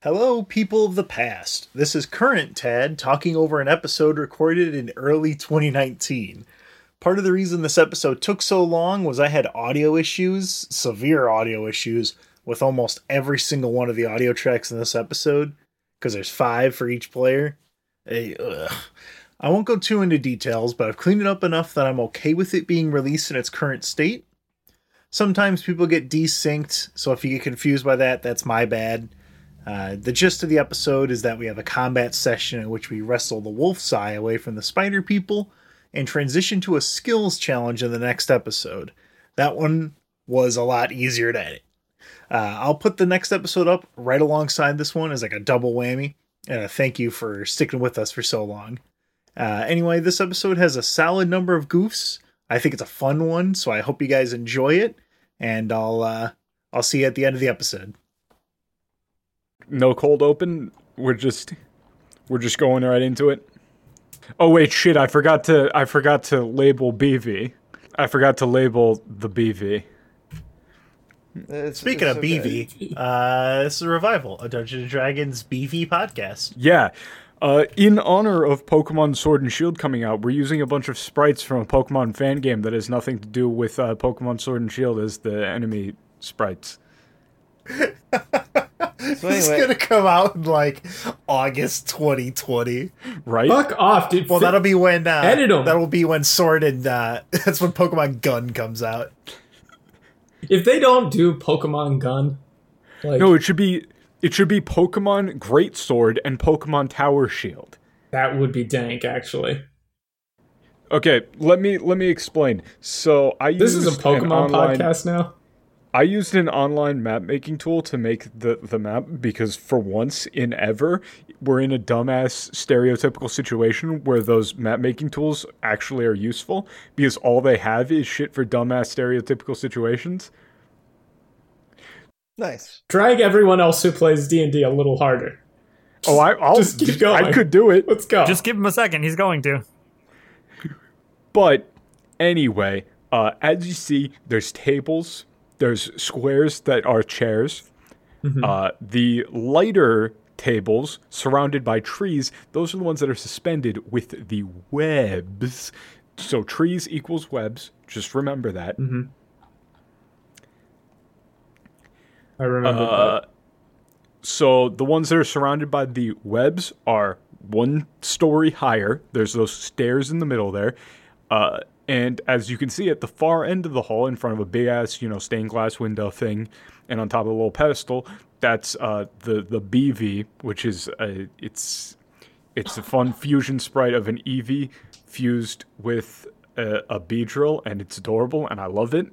Hello, people of the past. This is current Tad talking over an episode recorded in early 2019. Part of the reason this episode took so long was I had audio issues, severe audio issues, with almost every single one of the audio tracks in this episode, because there's five for each player. Hey, ugh. I won't go too into details, but I've cleaned it up enough that I'm okay with it being released in its current state. Sometimes people get desynced, so if you get confused by that, that's my bad. Uh, the gist of the episode is that we have a combat session in which we wrestle the wolf's eye away from the spider people and transition to a skills challenge in the next episode. That one was a lot easier to edit. Uh, I'll put the next episode up right alongside this one as like a double whammy. And uh, thank you for sticking with us for so long. Uh, anyway, this episode has a solid number of goofs. I think it's a fun one, so I hope you guys enjoy it. And I'll uh, I'll see you at the end of the episode. no cold open. We're just we're just going right into it. Oh wait, shit! I forgot to I forgot to label BV. I forgot to label the BV. It's- Speaking of it's okay. BV, uh, this is a revival, a Dungeons and Dragons BV podcast. Yeah. Uh, in honor of Pokemon Sword and Shield coming out, we're using a bunch of sprites from a Pokemon fan game that has nothing to do with uh, Pokemon Sword and Shield as the enemy sprites. So It's anyway, gonna come out in like August 2020. Right? Fuck off, dude. Well, that'll be when uh, Edit 'em. That'll be when Sword and uh, that's when Pokemon Gun comes out. if they don't do Pokemon Gun, like No, it should be it should be Pokemon Great Sword and Pokemon Tower Shield. that would be dank. Actually, Okay, let me let me explain. So I this is used a an Pokemon online- podcast now. I used an online map making tool to make the, the map because for once in ever, we're in a dumbass stereotypical situation where those map making tools actually are useful because all they have is shit for dumbass stereotypical situations. nice. Drag everyone else who plays D and D a little harder. oh, I I'll, just keep going. I could do it. Let's go. Just give him a second. He's going to. But anyway, uh, as you see, there's tables, there's squares that are chairs. Uh, the lighter tables surrounded by trees, those are the ones that are suspended with the webs. So trees equals webs. Just remember that. I remember. Uh, that. So the ones that are surrounded by the webs are one story higher. There's those stairs in the middle there. Uh, and as you can see at the far end of the hall, in front of a big ass, you know, stained glass window thing, and on top of a little pedestal, that's uh, the the BV, which is a, it's it's a fun fusion sprite of an EV fused with a, a Beedrill, and it's adorable, and I love it.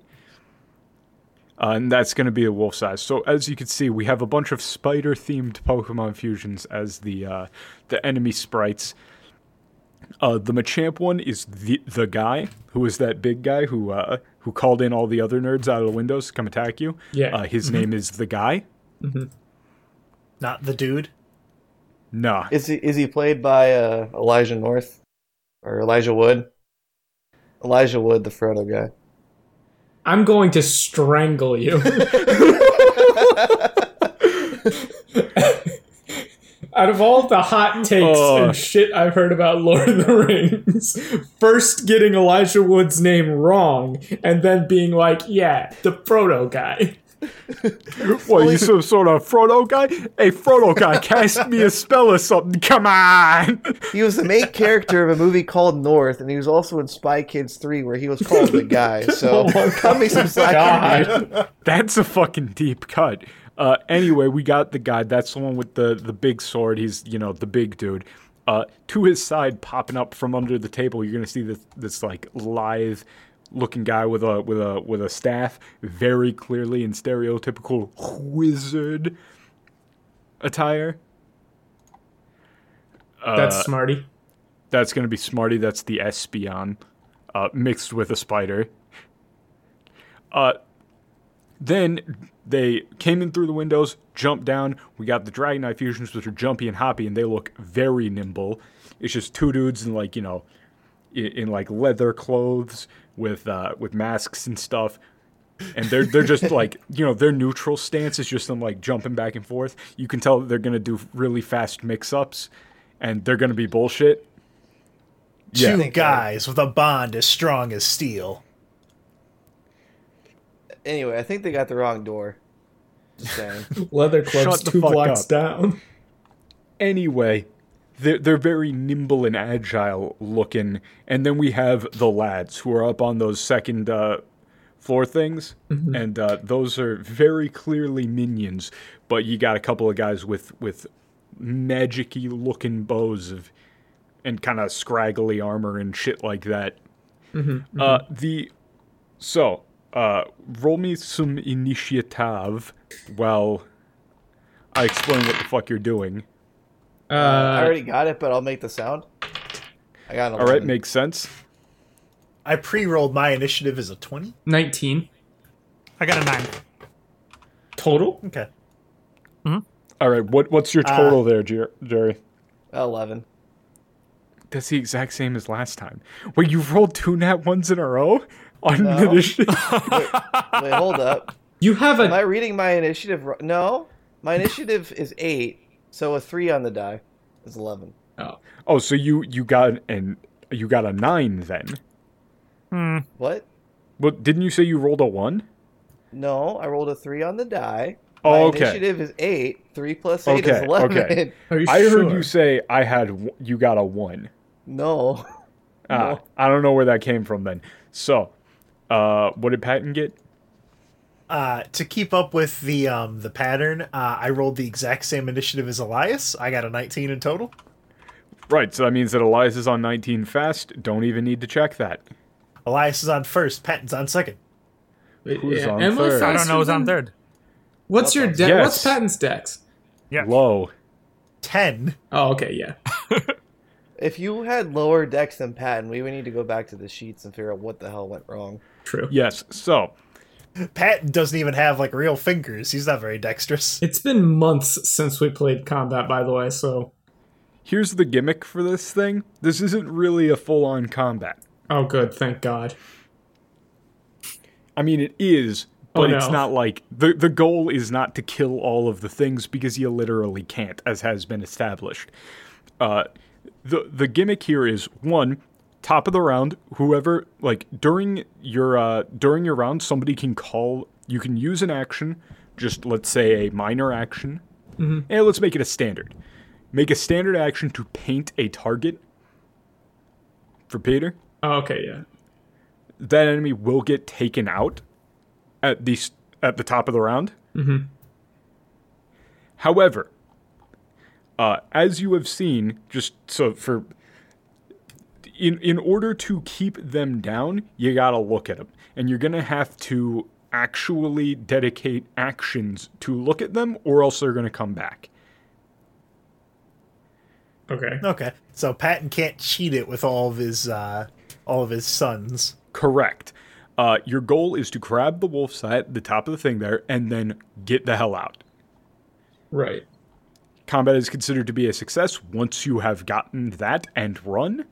Uh, and that's going to be a wolf size. So as you can see, we have a bunch of spider-themed Pokemon fusions as the uh, the enemy sprites. Uh, the Machamp one is the the guy who is that big guy who uh, who called in all the other nerds out of the windows to come attack you. Yeah. Uh, his name is the guy. Not the dude. Nah. Is he is he played by uh, Elijah North or Elijah Wood? Elijah Wood, the Frodo guy. I'm going to strangle you. Out of all the hot takes Oh. and shit I've heard about Lord of the Rings, first getting Elijah Wood's name wrong and then being like, yeah, the Frodo guy. Well, you some sort of Frodo guy? Hey, Frodo guy, cast me a spell or something. Come on. He was the main character of a movie called North, and he was also in Spy Kids Three, where he was called the guy. So cut me some slack. That's a fucking deep cut. Uh, anyway, we got the guy. That's the one with the the big sword. He's you know the big dude. Uh, to his side, popping up from under the table, you're gonna see this this like lithe looking guy with a with a with a staff, very clearly in stereotypical wizard attire. That's Uh, smarty. That's gonna be Smarty. That's the Espeon, uh, mixed with a spider. Uh, then they came in through the windows, jumped down. We got the Dragonite fusions, which are jumpy and hoppy, and they look very nimble. It's just two dudes in like you know, in, in like leather clothes with uh, with masks and stuff, and they're they're just like you know their neutral stance is just them like jumping back and forth. You can tell they're gonna do really fast mix ups, and they're gonna be bullshit. Yeah. Two guys with a bond as strong as steel. Anyway, I think they got the wrong door. Just saying. Leather clubs Shut the two fuck blocks up. down. Anyway, they're they're very nimble and agile looking, and then we have the lads who are up on those second uh, floor things, and uh, those are very clearly minions. But you got a couple of guys with with magicy looking bows of and kind of scraggly armor and shit like that. Uh, the so uh, roll me some initiative while I explain what the fuck you're doing. Uh, I already got it, but I'll make the sound. I got it. All right, makes sense. I pre-rolled my initiative as a twenty. 19 I got a nine. total. Okay. All right, what what's your total there, Jer- Jerry? eleven. That's the exact same as last time. Wait, you rolled two nat ones in a row on No. initiative? Wait, hold up. You have Am I a reading my initiative? ro- No, my initiative is eight, so a three on the die is eleven. oh, Oh, so you you got an you got a nine then? What? Well, didn't you say you rolled a one? No, I rolled a three on the die. My Oh, okay. initiative is eight. Three plus eight is Okay, eleven. okay. are you I sure? heard you say I had w- you got a one. No, Ah, I don't know where that came from then. So, uh, what did Patton get? Uh, to keep up with the um, the pattern, uh, I rolled the exact same initiative as Elias. I got a nineteen in total. Right, so that means that Elias is on 19 fast. Don't even need to check that. Elias is on first. Patton's on second. Wait, Who's on am third? I don't faster know who's on than- third. What's your de- Yes. what's Patton's dex? Yeah. Low. Ten. Oh, okay, yeah. if you had lower decks than Patton, we would need to go back to the sheets and figure out what the hell went wrong. True. Yes, so Patton doesn't even have like real fingers. He's not very dexterous. It's been months since we played combat, by the way, so here's the gimmick for this thing this isn't really a full on combat. oh good, thank God. I mean, it is, but no. it's not like the, the goal is not to kill all of the things because you literally can't, as has been established. Uh, the, the gimmick here is one, top of the round, whoever, like during your, uh, during your round, somebody can call, you can use an action, just let's say a minor action, and let's make it a standard. Make a standard action to paint a target for Peter Oh, okay, yeah. that enemy will get taken out at the s- at the top of the round. Mm-hmm. However, uh, as you have seen, just so for in in order to keep them down, you gotta look at them, and you're gonna have to actually dedicate actions to look at them, or else they're gonna come back. Okay. Okay. So Patton can't cheat it with all of his uh, all of his sons. Correct. Uh, your goal is to grab the wolf's eye at the top of the thing there, and then get the hell out. Right. combat is considered to be a success once you have gotten that and run.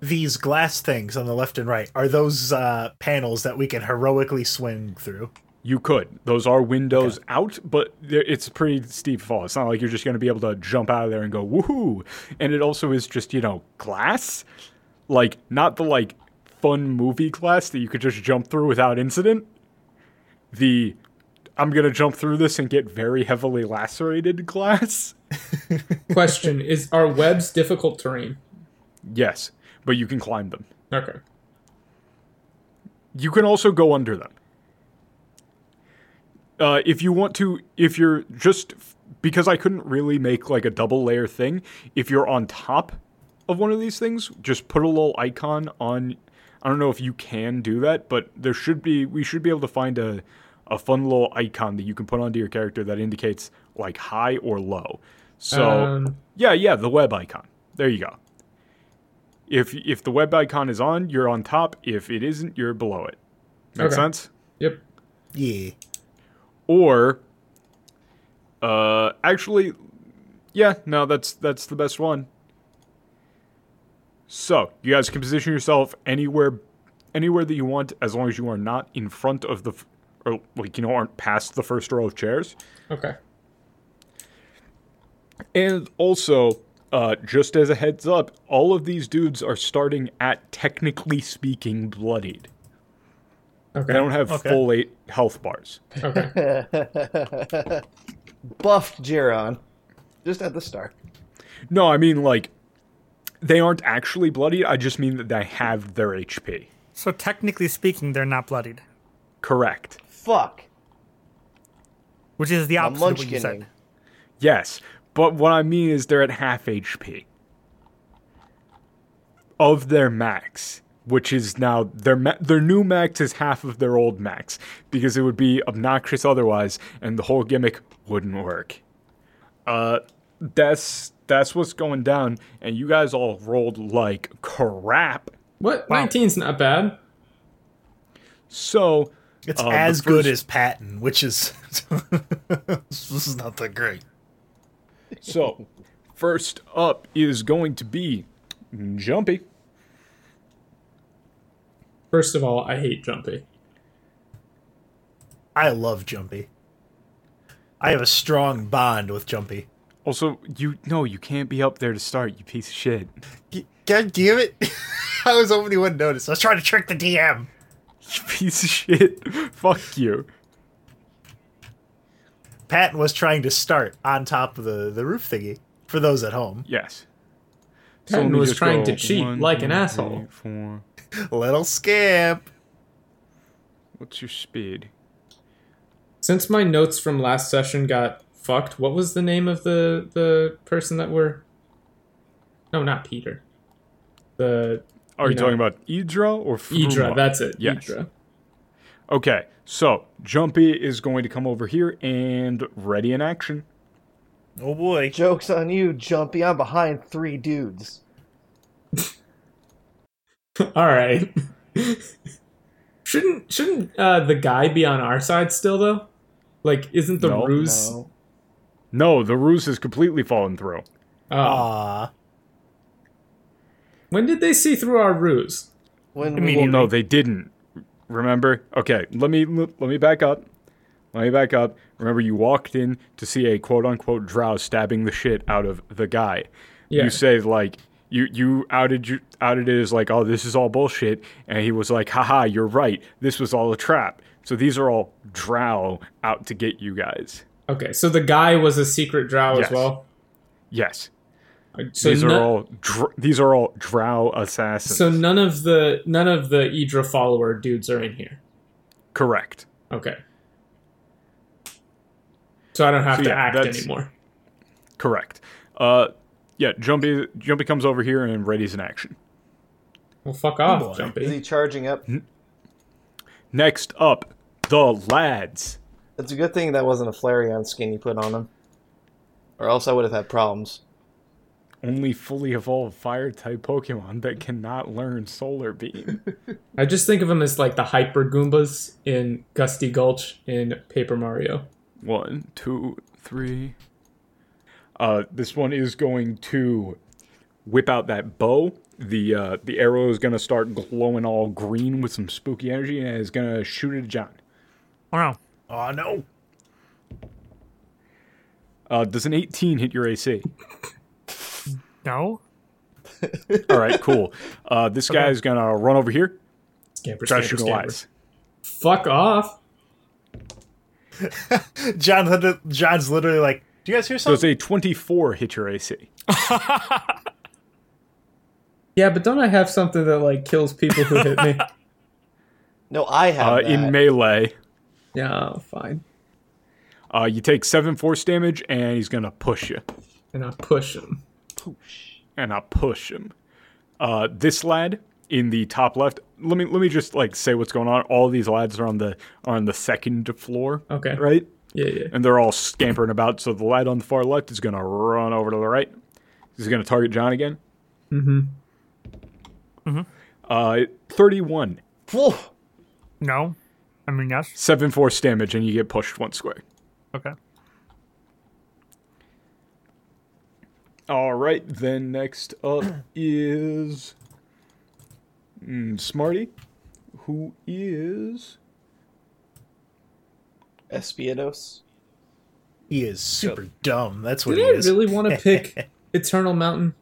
These glass things on the left and right are those uh, panels that we can heroically swing through. You could. Those are windows out, but there- it's a pretty steep fall. It's not like you're just going to be able to jump out of there and go woohoo. And it also is just you know glass, like not the like fun movie glass that you could just jump through without incident. The I'm going to jump through this and get very heavily lacerated glass. Question is are webs difficult terrain? Yes, but you can climb them. Okay. You can also go under them. Uh, if you want to, if you're just because I couldn't really make like a double layer thing, if you're on top of one of these things, just put a little icon on. I don't know if you can do that, but there should be we should be able to find a a fun little icon that you can put onto your character that indicates like high or low. So Um, yeah, yeah, the web icon. There you go. If if the web icon is on, you're on top. If it isn't, you're below it. Make Okay. sense? yep. Yeah. Or uh actually yeah, no, that's that's the best one. So, you guys can position yourself anywhere anywhere that you want as long as you are not in front of the, f- or like, you know, aren't past the first row of chairs. Okay. And also, uh, just as a heads up, all of these dudes are starting at technically speaking bloodied. Okay. They don't have Okay. folate health bars. okay. Buffed Geron. Just at the start. No, I mean like they aren't actually bloodied. I just mean that they have their HP. So technically speaking, they're not bloodied, Correct. Fuck. which is the I'm opposite of what you munchkinning. said. Yes, but what I mean is they're at half HP of their max, which is now their ma- their new max is half of their old max because it would be obnoxious otherwise, and the whole gimmick wouldn't work. Uh, that's that's what's going down, and you guys all rolled like crap. What? 19's not bad. So It's Uh, the as good first- as Patton, which is this is not that great. so first up is going to be Jumpy. First of all, I hate Jumpy. I love Jumpy. I have a strong bond with Jumpy. Also, you no, you can't be up there to start, you piece of shit. God damn it! I was hoping he wouldn't notice. I was trying to trick the DM. You piece of shit. Fuck you. Patton was trying to start on top of the, the roof thingy for those at home. Yes. Patton let me was just trying go to cheat one, like an two, asshole. three, four. Little scamp. What's your speed? Since my notes from last session got fucked, what was the name of the the person that were? No, not Peter. The Are you, No. talking about Idra or Fruma? Idra. That's it. Yes. Idra. Okay, so Jumpy is going to come over here and ready in action. Oh boy. Joke's on you, Jumpy. I'm behind three dudes. All right. shouldn't shouldn't uh, the guy be on our side still though? Like, isn't the No. ruse? No. No, the ruse has completely fallen through. Ah. Oh. Aw. When did they see through our ruse? When I mean- Well, we, no, they didn't. Remember? Okay, let me let me back up. Let me back up. Remember, you walked in to see a quote unquote drow stabbing the shit out of the guy. Yeah. You say like you you outed you outed it as like oh this is all bullshit, and he was like haha you're right this was all a trap. So these are all drow out to get you guys. Okay, so the guy was a secret drow Yes. as well. Yes, So these no- are all dr- these are all drow assassins. So none of the none of the Idra follower dudes are in here. Correct. Okay. So I don't have So to yeah, act that's- anymore. Correct. Uh, yeah, Jumpy Jumpy comes over here and readies an action. Well, fuck off, boy. is he Jumpy. charging up? Next up, the lads. It's a good thing that wasn't a Flareon skin you put on him, or else I would have had problems. Only fully evolved fire type Pokemon that cannot learn Solar Beam. I just think of him as like the Hyper Goombas in Gusty Gulch in Paper Mario. one, two, three. Uh, this one is going to whip out that bow. The uh, the arrow is going to start glowing all green with some spooky energy and is going to shoot it at John. Oh no. Aw, no. Uh, does an 18 hit your AC? No. All right, cool. Uh, this guy is going to run over here, Scamper, try scamper, to shoot the scamper. lights. Fuck off. John, lit- John's literally like, do you guys hear Does something? a 24 hit your AC? Yeah, but don't I have something that like kills people who hit me? No, I have. Uh, that. in melee. yeah, oh, fine. Uh, you take seven force damage, and he's gonna push you, And I push him. and I push him. Uh, this lad in the top left. Let me let me just like say what's going on. All these lads are on the are on the second floor, Okay. right? Yeah, yeah. And they're all scampering about. So the lad on the far left is gonna run over to the right. He's gonna target John again. Mm-hmm. Mm-hmm. Uh, thirty-one, Whoa. No. I mean yes. seven force damage, and you get pushed one square. Okay. All right, then next up is mm, hmm, Smarty. who is Espiodos. He is super dumb. That's what Did he I is. really want to pick Eternal Mountain?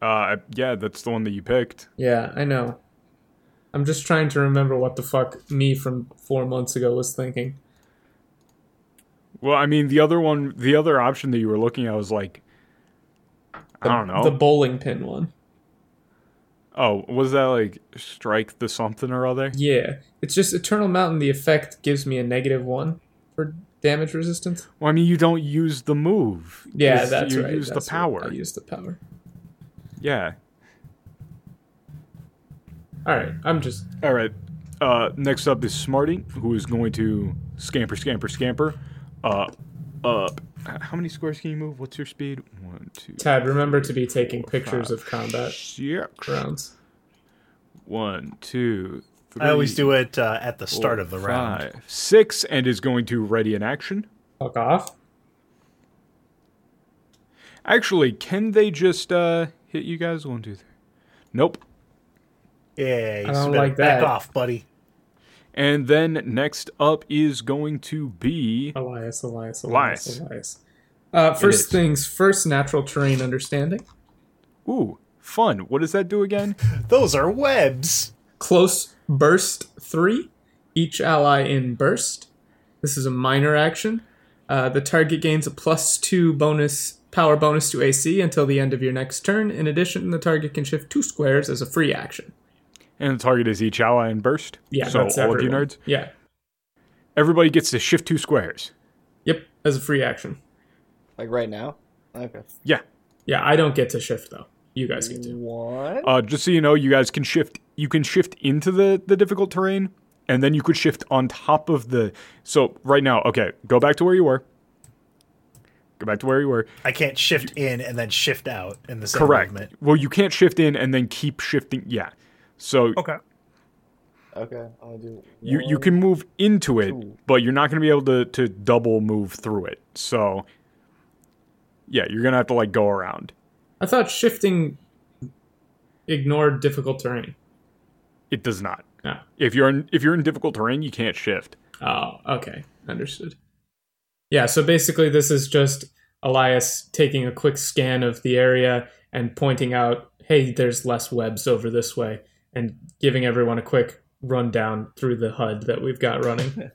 uh yeah, that's the one that you picked. Yeah, I know. I'm just trying to remember what the fuck me from four months ago was thinking. Well, I mean the other one the other option that you were looking at was like I don't know. The bowling pin one. oh, was that like strike the something or other? Yeah. It's just Eternal Mountain, the effect gives me a negative one for damage resistance. Well, I mean you don't use the move. Yeah, You- that's you right. use the that's right. power. I use the power. yeah. All right. I'm just. All right. Uh, next up is Smarty, who is going to scamper, scamper, scamper. Uh, up. How many squares can you move? What's your speed? One, two, Tad, remember to be taking pictures of combat six. rounds. One, two, three. I always do it uh, at the start four, of the round. five, Six, and is going to ready an action. Fuck off. Actually, can they just uh, hit you guys? One, two, three. Nope. Yeah, you I don't better like back that. off, buddy. And then next up is going to be. Elias, Elias, Elias. Elias, Elias. Uh, is. first things first, natural terrain understanding. Ooh, fun. What does that do again? Those are webs. Close burst three. Each ally in burst. This is a minor action. Uh, the target gains a plus two bonus power bonus to AC until the end of your next turn. In addition, the target can shift two squares as a free action. And the target is each ally and burst. Yeah, so that's all of you everyone. nerds. Yeah. Everybody gets to shift two squares. Yep. As a free action. Like right now? Okay. Yeah. Yeah, I don't get to shift though. You guys get Mm. to. What? Uh, just so you know, you guys can shift. You can shift into the the difficult terrain, and then you could shift on top of the. So right now, okay, go back to where you were. Go back to where you were. I can't shift in and then shift out in the same Correct. movement. Well, you can't shift in and then keep shifting. Yeah. So Okay. Okay, I'll do. you you one. can move into it, but you're not going to be able to to double move through it. So yeah, you're gonna have to like go around. I thought shifting ignored difficult terrain. It does not. Yeah. If you're in if you're in difficult terrain, you can't shift. Oh, okay. Understood. Yeah, so basically, this is just Elias taking a quick scan of the area and pointing out, hey, there's less webs over this way, and giving everyone a quick rundown through the HUD that we've got running.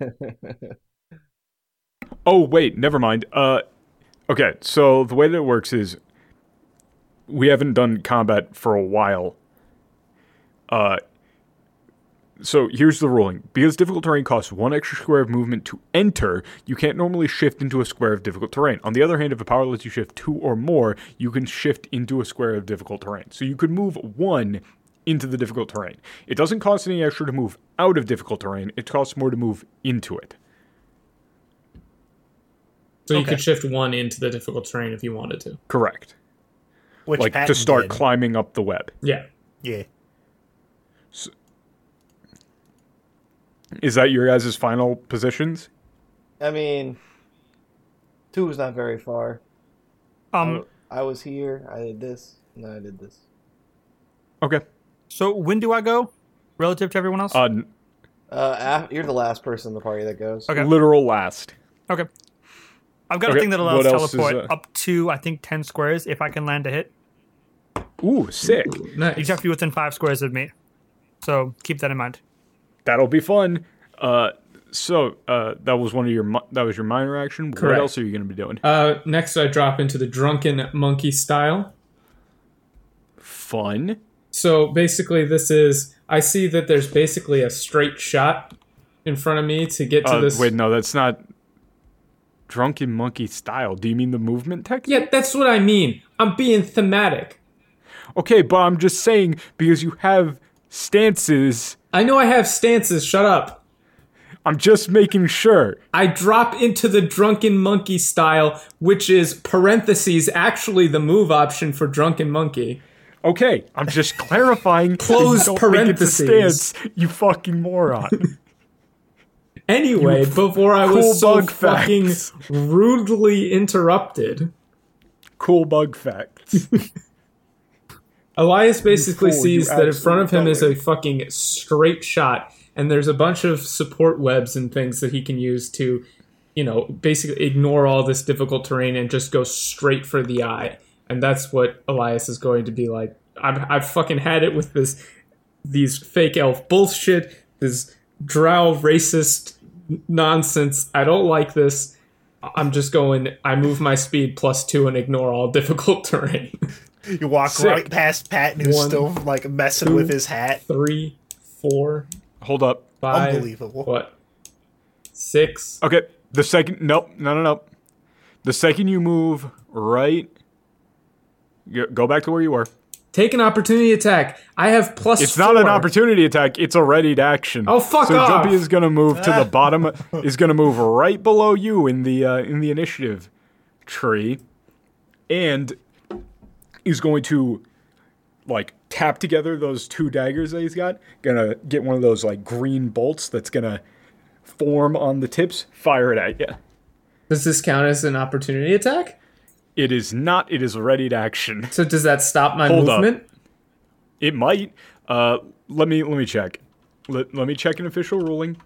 Oh wait, never mind. Uh, okay. So the way that it works is we haven't done combat for a while. Uh, so here's the ruling: because difficult terrain costs one extra square of movement to enter, you can't normally shift into a square of difficult terrain. On the other hand, if a power lets you shift two or more, you can shift into a square of difficult terrain. So you could move one into the difficult terrain. It doesn't cost any extra to move out of difficult terrain. It costs more to move into it. So you could shift one into the difficult terrain if you wanted to. Correct. Which like to Patton start did. climbing up the web. Yeah. yeah. Is that your guys' final positions? I mean, two is not very far. Um. I was here. I did this. and then I did this. Uh, Okay. So when do I go, relative to everyone else? Uh, n- Uh, af- you're the last person in the party that goes. Okay. Literal last. okay. I've got okay, a thing that what allows else is, teleport uh, up to I think ten squares if I can land a hit. Ooh, sick. You Nice. just have to be within five squares of me. So keep that in mind. That'll be fun. Uh, so uh, that was one of your mi- that was your minor action. What Correct. else are you going to be doing? Uh, next, I drop into the drunken monkey style. Fun. So basically, this is I see that there's basically a straight shot in front of me to get to Uh, this. Wait, no, that's not drunken monkey style. Do you mean the movement tech? Yeah, that's what I mean. I'm being thematic. Okay, but I'm just saying because you have stances. I know I have stances. Shut up. I'm just making sure. I drop into the drunken monkey style, which is parentheses actually the move option for drunken monkey. Okay, I'm just clarifying. that you Close don't think it's a parentheses. stance, you fucking moron. Anyway, before I cool was so bug fucking facts. rudely interrupted. cool bug facts. Elias basically fool, you sees that in front of him absolute is a fucking straight shot, and there's a bunch of support webs and things that he can use to, you know, basically ignore all this difficult terrain and just go straight for the eye. And that's what Elias is going to be like. I've, I've fucking had it with this, these fake elf bullshit, this drow racist nonsense. I don't like this. I'm just going. I move my speed plus two and ignore all difficult terrain. You walk Sick. right past Patton, who's One, still like messing two, with his hat. Three, four, Hold up. five, Unbelievable. What? Six. Okay. The second, nope, no, no, no. The second you move right, you- go back to where you were. Take an opportunity attack. I have plus. It's not an four. opportunity attack. It's a readied action. Oh, fuck so off. Jumpy is gonna move to the bottom. is gonna move right below you in the uh, in the initiative tree, and is going to like tap together those two daggers that he's got. Gonna get one of those like green bolts that's gonna form on the tips. Fire it at you. Does this count as an opportunity attack? It is not. It is a readied action. So does that stop my Hold up. movement? It might. Uh, let me let me check. Let, let me check an official ruling.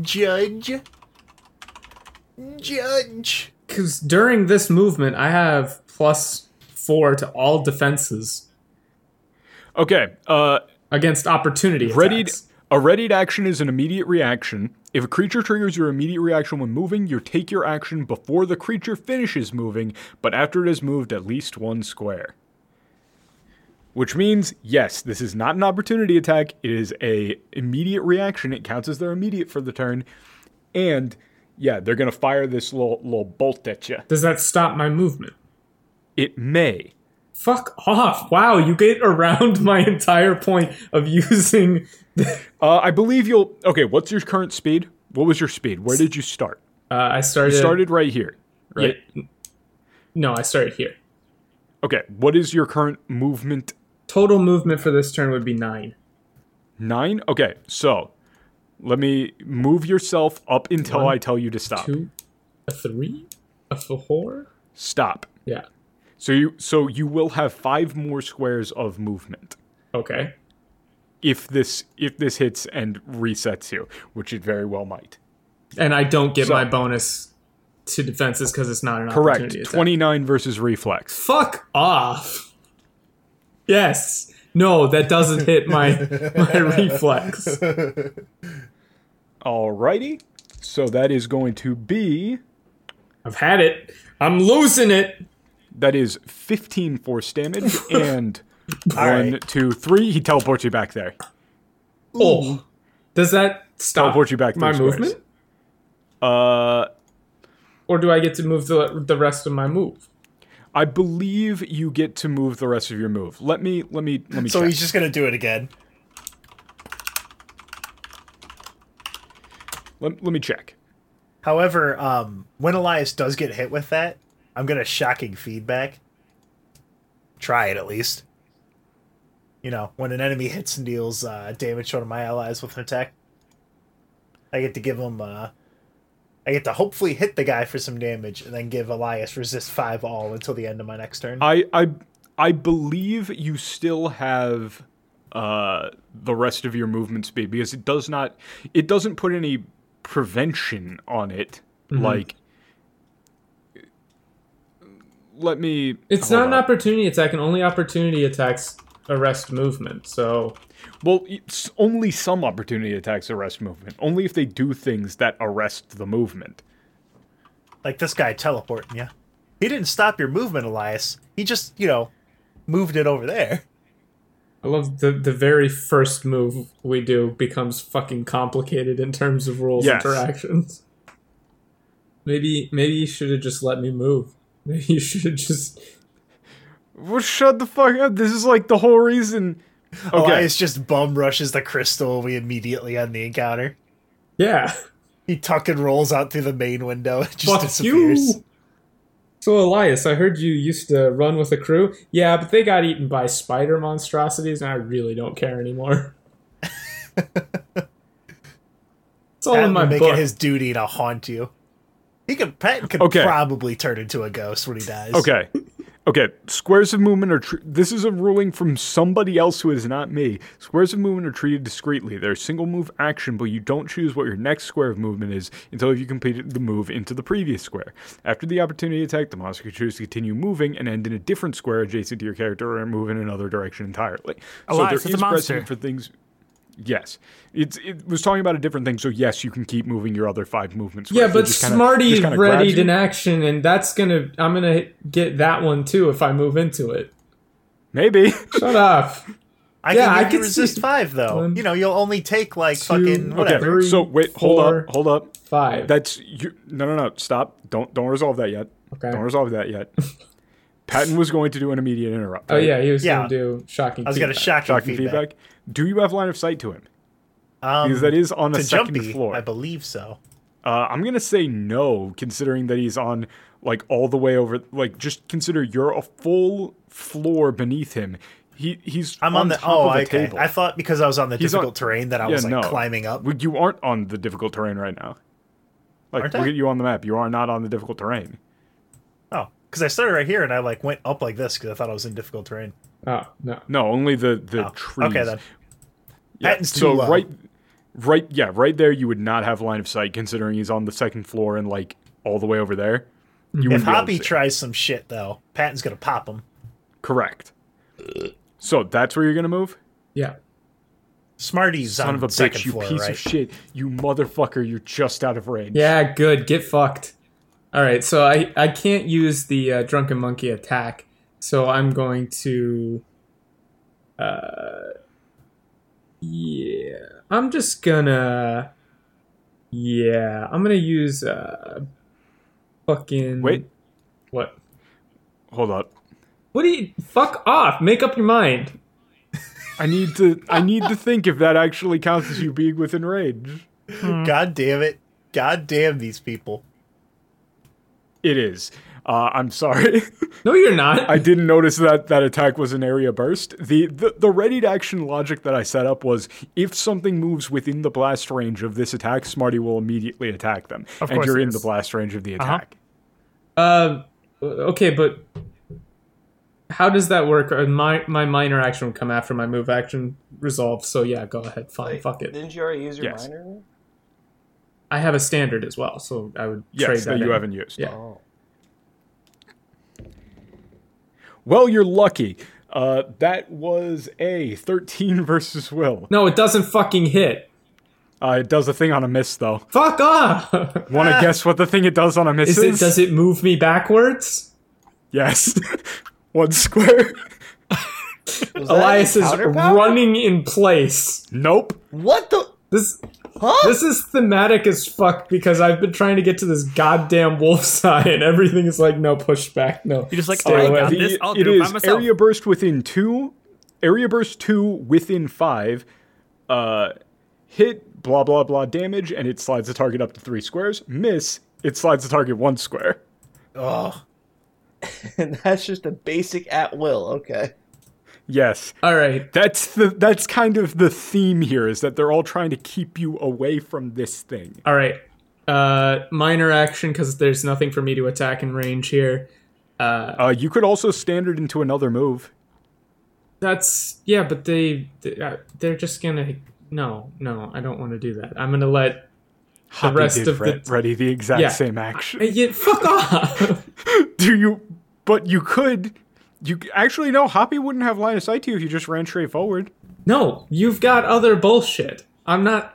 Judge. Judge. Because during this movement, I have plus four to all defenses Okay. Uh, against opportunity attacks. Readied, a readied action is an immediate reaction. If a creature triggers your immediate reaction when moving, you take your action before the creature finishes moving, but after it has moved at least one square. Which means, yes, this is not an opportunity attack. It is a immediate reaction. It counts as their immediate for the turn, and yeah, they're gonna fire this little little bolt at you. Does that stop my movement? It may. Fuck off. Wow, you get around my entire point of using Uh, I believe you'll. Okay, what's your current speed? What was your speed? Where did you start? Uh, I started. You started right here, Yeah. right? No, I started here. Okay, what is your current movement? Total movement for this turn would be nine. Nine? Okay, so let me move yourself up until I tell you to stop. Two, a three, a four. Stop. Yeah. So you so you will have five more squares of movement Okay. if this if this hits and resets you, which it very well might. And I don't get So- my bonus to defenses because it's not an Correct. opportunity attack. Twenty nine versus reflex. Fuck off. Yes. No, that doesn't hit my my reflex. Alrighty. So that is going to be I've had it. I'm losing it. that is fifteen force damage and right. one, two, three. He teleports you back there. Oh. Does that stop Teleport you back my three squares. movement? Uh Or do I get to move the, the rest of my move? I believe you get to move the rest of your move. Let me let me let me So check. he's just gonna do it again. let, let me check. However, um, when Elias does get hit with that, I'm gonna shocking feedback. Try it at least. You know, when an enemy hits and deals uh, damage to one of my allies with an attack, I get to give him. Uh, I get to hopefully hit the guy for some damage, and then give Elias resist five all until the end of my next turn. I I I believe you still have uh the rest of your movement speed because it does not it doesn't put any prevention on it. Like let me It's hold not an on. opportunity attack, and only opportunity attacks arrest movement. So Well, it's only some opportunity attacks arrest movement. Only if they do things that arrest the movement. like this guy teleporting you. He didn't stop your movement, Elias. He just, you know, moved it over there. I love the the very first move we do becomes fucking complicated in terms of rules Yes. interactions. Maybe maybe you should have just let me move. Maybe you should have just Well, shut the fuck up. This is like the whole reason. Okay. Elias just bum rushes the crystal we immediately end the encounter. yeah. He tuck and rolls out through the main window and just Fuck disappears. you. So Elias, I heard you used to run with a crew. Yeah, but they got eaten by spider monstrosities, and I really don't care anymore. it's all in Patton my will make book. it his duty to haunt you. He could Patton could Okay. probably turn into a ghost when he dies. Okay. Okay, squares of movement are. Tr- this is a ruling from somebody else who is not me. Squares of movement are treated discreetly. They're a single move action, but you don't choose what your next square of movement is until you completed the move into the previous square. After the opportunity attack, the monster can choose to continue moving and end in a different square adjacent to your character or move in another direction entirely. Alive, there so it's a is monster. precedent for things. Yes, it's it was talking about a different thing. So yes, you can keep moving your other five movements. Yeah, but Smarty readied an action, and that's gonna. I'm gonna get that one too if I move into it. Maybe. Shut up. I Yeah, can I make you could resist see- five though. One, you know, you'll only take like two, fucking Okay, whatever. Three, so wait, hold four. up, hold up. Five. That's you. No, no, no. Stop. Don't don't resolve that yet. Okay. Don't resolve that yet. Patton was going to do an immediate interrupt. oh right? yeah, he was Yeah. gonna do shocking. I was gonna feedback. shock Shocking feedback. Do you have line of sight to him? Um, Because that is on the to second jumpy, floor. I believe so. Uh, I'm gonna say no, considering that he's on like all the way over. Like, just consider you're a full floor beneath him. He he's I'm on, on, the top oh, of a okay. table. I thought because I was on the He's on- difficult terrain that I Yeah, was like no. climbing up. Well, you aren't on the difficult terrain right now. Like, Aren't look I? at you on the map. You are not on the difficult terrain. Oh, because I started right here and I like went up like this because I thought I was in difficult terrain. Oh no. No, only the the Oh, trees. Okay then. Yeah, Patton's too so low. right, right, yeah, right there. You would not have line of sight considering he's on the second floor and like all the way over there. If You wouldn't be able to Hoppy see. tries some shit though, Patton's gonna pop him. correct. So that's where you're gonna move. Yeah. Smarty's Son on of a second bitch, you floor, piece right? of shit, you motherfucker! You're just out of range. Yeah. Good. Get fucked. All right. So I I can't use the uh, drunken monkey attack. So I'm going to. Uh. Yeah. I'm just gonna. Yeah. I'm gonna use uh. Fucking. Wait, What? hold up. What do you fuck off? Make up your mind. I need to. I need to think if that actually counts as you being within range. God damn it! God damn these people! It is. Uh, I'm sorry. No, you're not. I didn't notice that that attack was an area burst. The, the the ready to action logic that I set up was if something moves within the blast range of this attack, Smarty will immediately attack them, Of and course you're it in is. the blast range of the Uh-huh. attack. Uh, okay, but how does that work? Uh, My my minor action would come after my move action resolve. So yeah, go ahead. Fine, fuck it. Didn't you already use your Yes. minor? one? I have a standard as well, so I would trade Yes, that that. you in. haven't used. Oh. Yeah. Well, you're lucky. Uh, that was a 13 versus Will. No, it doesn't fucking hit. Uh, it does a thing on a miss though. Fuck off. Want to guess what the thing it does on a miss Ah. Is is? it? Does it move me backwards? yes. One square. Was that Elias a is counter power? running in place. nope. What the? This Huh? this is thematic as fuck because I've been trying to get to this goddamn wolf side and everything is like no pushback, no. You're just like, stay oh, I away. got this. I'll It do it by is myself. area burst within two, area burst two within five, uh, hit blah blah blah damage, and it slides the target up to three squares. Miss, it slides the target one square. Oh, And that's just a basic at will. Okay. Yes, All right. that's the that's kind of the theme here is that they're all trying to keep you away from this thing. All right. Uh, minor action because there's nothing for me to attack in range here. Uh, you could also standard into another move. That's yeah, but they they- uh, they're just gonna no no. I don't want to do that. I'm gonna let Hoppy rest did of the- re- ready the exact Yeah. same action. Hey, yeah, fuck off. Do you? But you could. You actually no. Hoppy wouldn't have line of sight to you if you just ran straight forward. no, you've got other bullshit. I'm not.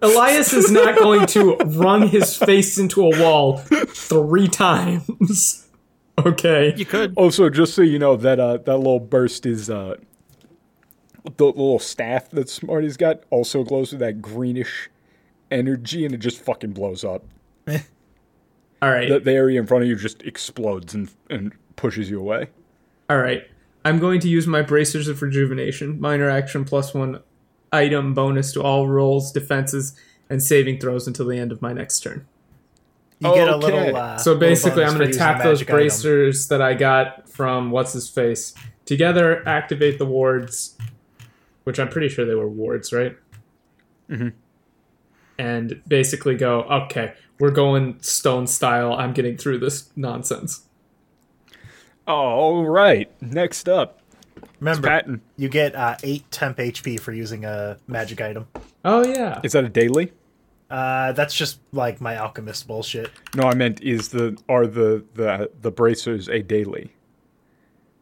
Elias is not going to run his face into a wall three times. Okay. You could. Also, just so you know, that uh, that little burst is uh, the little staff that Smarty's got also glows with that greenish energy, and it just fucking blows up. All right. The, the area in front of you just explodes and and pushes you away. All right. I'm going to use my bracers of rejuvenation, minor action plus one item bonus to all rolls, defenses, and saving throws until the end of my next turn. you get a Okay. little. Uh, So little basically, bonus I'm for going to using tap the those magic item. bracers that I got from what's his face. Together, activate the wards, which I'm pretty sure they were wards, right? Mm-hmm. And basically go, okay, we're going stone style. I'm getting through this nonsense. All right. Next up, Remember, Patton. you get uh, eight temp HP for using a magic item. Oh yeah. Is that a daily? Uh, that's just like my alchemist bullshit. No, I meant is the are the the the bracers a daily?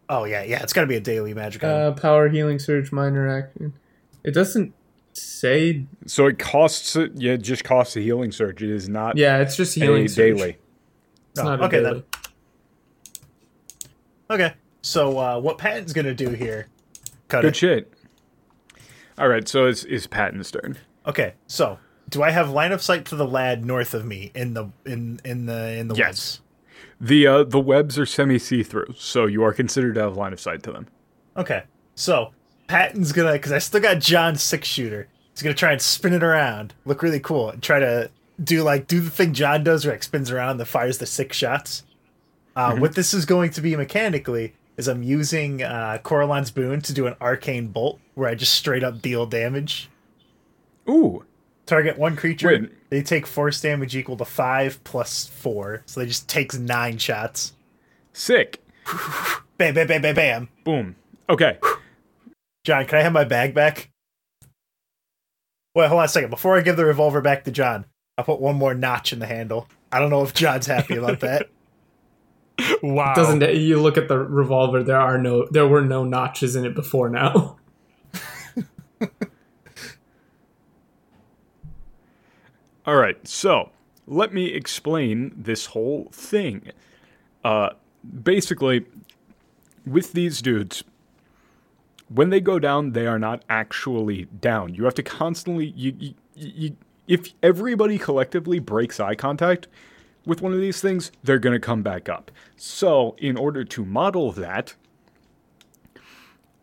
Oh yeah, yeah, it's got to be a daily magic item. Uh, power healing surge minor action. It doesn't say. So it costs it. Yeah, it just costs a healing surge. It is not Yeah, it's just healing a surge. daily. It's Oh, not a okay, daily. then. Okay, so uh, what Patton's gonna do here? Cut Good it. shit. All right. So it's is Patton's turn. Okay, so do I have line of sight to the lad north of me in the in in the in the Yes. woods? The uh, the webs are semi see through, so you are considered to have line of sight to them. Okay, so Patton's gonna because I still got John's six shooter. He's gonna try and spin it around, look really cool, and try to do like do the thing John does, where it spins around and fires the six shots. Uh, What this is going to be mechanically is I'm using uh, Coraline's boon to do an arcane bolt, where I just straight up deal damage. Ooh. Target one creature. Wait. They take force damage equal to five plus four, so they just takes nine shots. Sick. Bam, bam, bam, bam, bam. Boom. Okay. John, can I have my bag back? Wait, hold on a second. Before I give the revolver back to John, I put one more notch in the handle. I don't know if John's happy about that. Wow. Doesn't it, you look at the revolver? There are no. There were no notches in it before now. All right, so let me explain this whole thing. Uh, basically, with these dudes, when they go down, they are not actually down. You have to constantly you you, you if everybody collectively breaks eye contact with one of these things, they're going to come back up. So, in order to model that,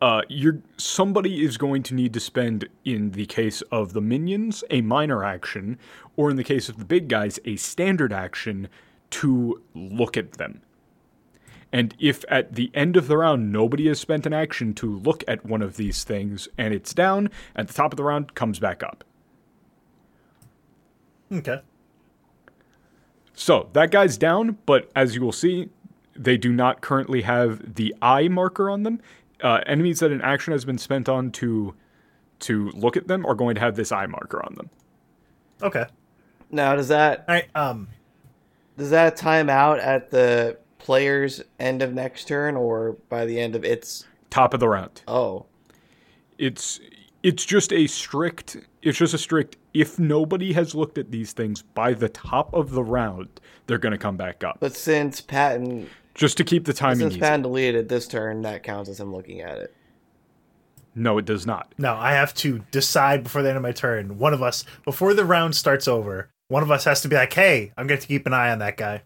uh, you're somebody is going to need to spend, in the case of the minions, a minor action, or in the case of the big guys, a standard action to look at them. And if at the end of the round nobody has spent an action to look at one of these things and it's down, at the top of the round comes back up. Okay. So that guy's down, but as you will see, they do not currently have the eye marker on them. Uh, enemies that an action has been spent on to to look at them are going to have this eye marker on them. Okay. Now does that All right. Um. does that time out at the player's end of next turn or by the end of its? Top of the round. Oh, It's it's just a strict it's just a strict if nobody has looked at these things by the top of the round, they're going to come back up. but since Patton Just to keep the timing since easy. Patton deleted this turn, that counts as him looking at it. No, it does not. No, I have to decide before the end of my turn. One of us, before the round starts over, one of us has to be like, "Hey, I'm going to keep an eye on that guy."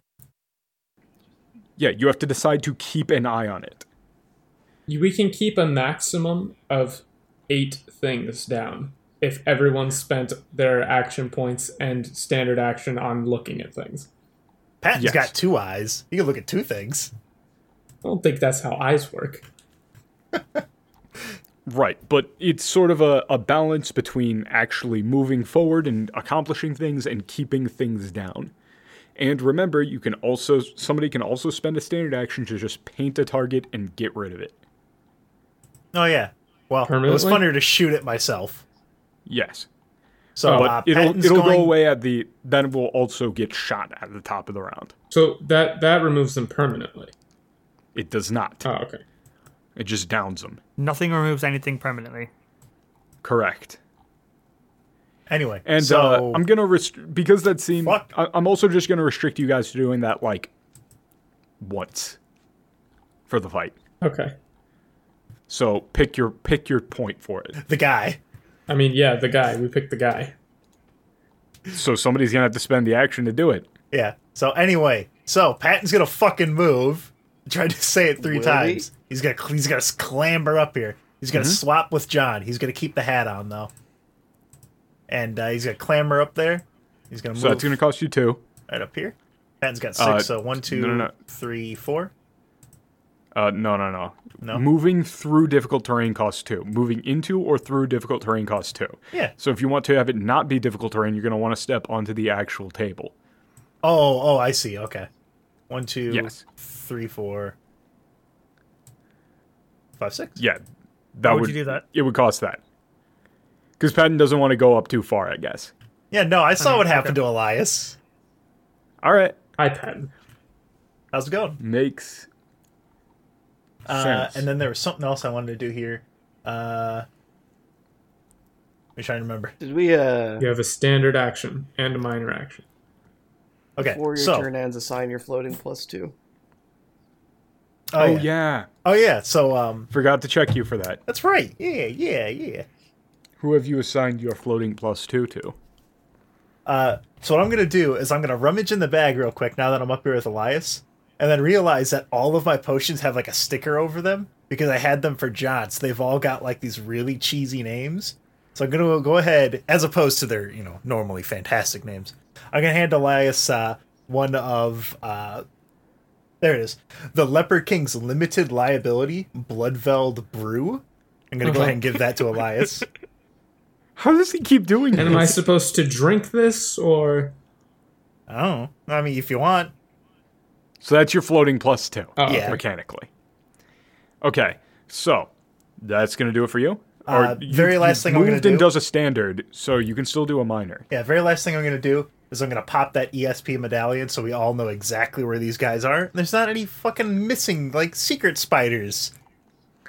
Yeah, you have to decide to keep an eye on it. We can keep a maximum of eight things down if everyone spent their action points and standard action on looking at things. Patton's Yes. got two eyes. He can look at two things. I don't think that's how eyes work. Right, but it's sort of a, a balance between actually moving forward and accomplishing things and keeping things down. And remember, you can also somebody can also spend a standard action to just paint a target and get rid of it. Oh yeah. Well, it was Permanently? funnier to shoot at myself. Yes, So Oh, but uh, it'll Patton's it'll going, go away at the then it will also get shot at the top of the round. So that that removes them permanently. It does not. Oh, okay. It just downs them. Nothing removes anything permanently. Correct. Anyway, And so uh, I'm gonna rest- because that seemed. Fuck. I- I'm also just gonna restrict you guys to doing that like once for the fight. Okay. So pick your pick your point for it. the guy. I mean, yeah, the guy. We picked the guy. So somebody's gonna have to spend the action to do it. Yeah. So anyway, so Patton's gonna fucking move. I tried to say it three Will he? times. He's gonna he's gonna clamber up here. He's Mm-hmm. gonna swap with John. He's gonna keep the hat on though, and uh, he's gonna clamber up there. He's gonna move So that's gonna cost you two. right up here. Patton's got six. Uh, so one, two, three, four. no, no, no. Uh, no, no, no, No? Moving through difficult terrain costs two. Moving into or through difficult terrain costs two. Yeah. So if you want to have it not be difficult terrain, you're gonna want to step onto the actual table. Oh, oh, I see. Okay. One, two, three, four. Yes. five, six. Yeah, that Why would you do that? It would cost that because Patton doesn't want to go up too far, I guess. Yeah, no, I saw what happened to Elias. All right, Hi, Patton. How's it going? makes Uh, sense. and then there was something else I wanted to do here. Uh, I'm trying to remember. Did we uh You have a standard action and a minor action. Okay, before your so turn ends assign your floating plus two? oh, oh yeah. yeah, oh yeah, so um, forgot to check you for that. that's right. Yeah, yeah, yeah. Who have you assigned your floating plus two to? Uh, so what I'm gonna do is I'm gonna rummage in the bag real quick now that I'm up here with Elias, and then realize that all of my potions have like a sticker over them because I had them for John. So they've all got like these really cheesy names. So I'm gonna go ahead, as opposed to their you know normally fantastic names. I'm gonna hand Elias uh, one of uh, there it is, the Leper King's limited liability Bloodveld Brew. I'm gonna go ahead and give that to Elias. How does he keep doing And am I this? supposed to drink this or? Oh, I mean, if you want, So that's your floating plus two Oh, Yeah. mechanically. Okay, so that's gonna do it for you. Uh, very last thing I'm moved gonna and do- does a standard, so you can still do a minor. Yeah, very last thing I'm going to do is I'm going to pop that ESP medallion so we all know exactly where these guys are. There's not any fucking missing like secret spiders.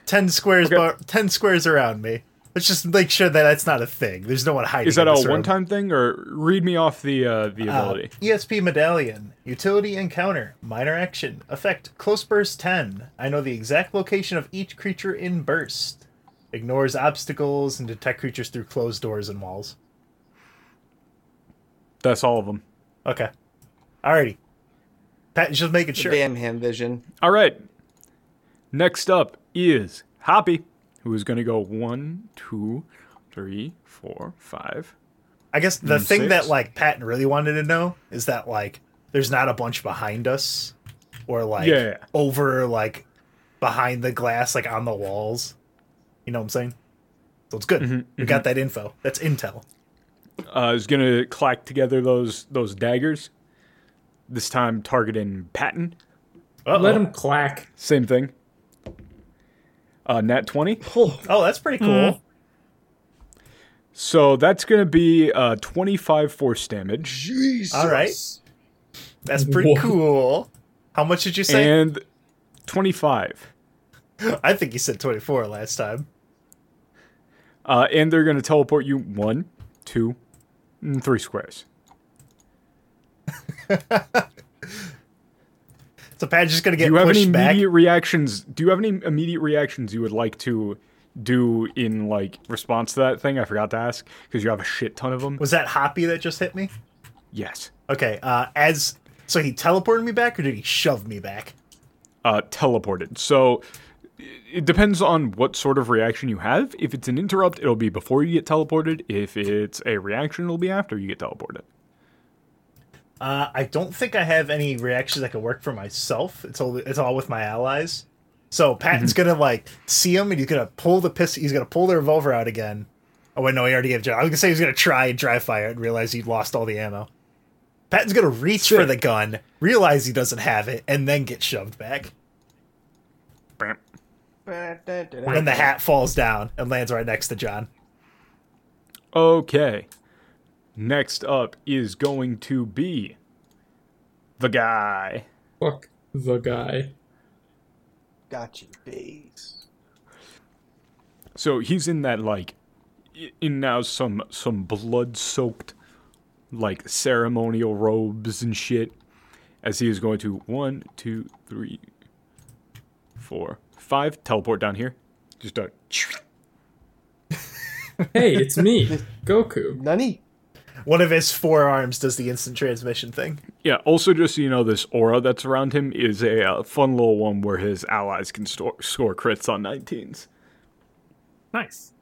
10 squares Okay. bar- 10 squares around me. Let's just make sure that that's not a thing. There's no one hiding. Is that in a this room. one-time thing, or read me off the uh, the Uh, ability? ESP medallion, utility encounter, minor action, effect, close burst 10. I know the exact location of each creature in burst. Ignores obstacles and detect creatures through closed doors and walls. That's all of them. Okay. Alrighty. Pat's just making sure. Bam ham vision. All right. Next up is Hoppy, who is going to go one, two, three, four, five. I guess the Mm, thing that six. like Patton really wanted to know is that like there's not a bunch behind us or like Yeah, yeah. over like behind the glass like on the walls. You know what I'm saying? So it's Mm-hmm, good. we got that info. That's intel. Uh, is going to clack together those those daggers. This time targeting Patton. Let him clack. Same thing. Uh, nat twenty. Oh, that's pretty cool. So that's going to be uh, twenty-five force damage. All right. That's pretty Whoa. cool. How much did you say? And 25. I think you said 24 last time. Uh, and they're going to teleport you one, two, and three squares. So Pat's just going to Do get you have any pushed back. immediate reactions? Do you have any immediate reactions you would like to do in like response to that thing? I forgot to ask because you have a shit ton of them. Was that Hoppy that just hit me? Yes. Okay. Uh as so he teleported me back or did he shove me back? uh, teleported. So i- it depends on what sort of reaction you have. If it's an interrupt, it'll be before you get teleported. If it's a reaction, it'll be after you get teleported. Uh, I don't think I have any reactions that can work for myself. It's all it's all with my allies. So Patton's Mm-hmm. gonna like see him, and he's gonna pull the pistol. He's gonna pull the revolver out again. Oh wait, no, he already gave. John. I was gonna say he's gonna try and dry fire it and realize he lost all the ammo. Patton's gonna reach for the gun, realize he doesn't have it, and then get shoved back. Bam. And the hat falls down and lands right next to John. Okay. Next up is going to be the guy. Fuck the guy. Got you, base. So he's in that like i- in now some some blood soaked like ceremonial robes and shit as he is going to one, two, three, four, five teleport down here. Just a Hey, it's me, Goku. Nunny. One of his forearms does the instant transmission thing. yeah. Also, just so you know, this aura that's around him is a uh, fun little one where his allies can store, score crits on 19s. Nice.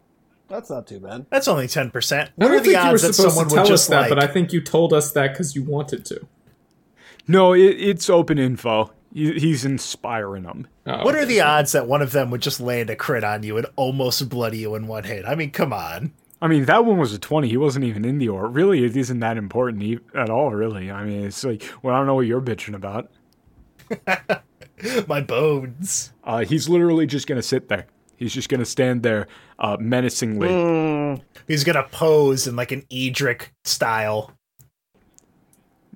That's not too bad. That's only ten percent. I What are don't the think you were odds that supposed someone to would tell us just that, like? but I think you told us that because you wanted to. No, it, it's open info. He, he's inspiring them. Oh, What are okay. the odds that one of them would just land a crit on you and almost bloody you in one hit? I mean, come on. I mean, that one was a 20. He wasn't even in the or. Really, it isn't that important e- at all, really. I mean, it's like, well, I don't know what you're bitching about. My bones. Uh, he's literally just going to sit there. He's just gonna stand there uh, menacingly. He's gonna pose in like an Edric style.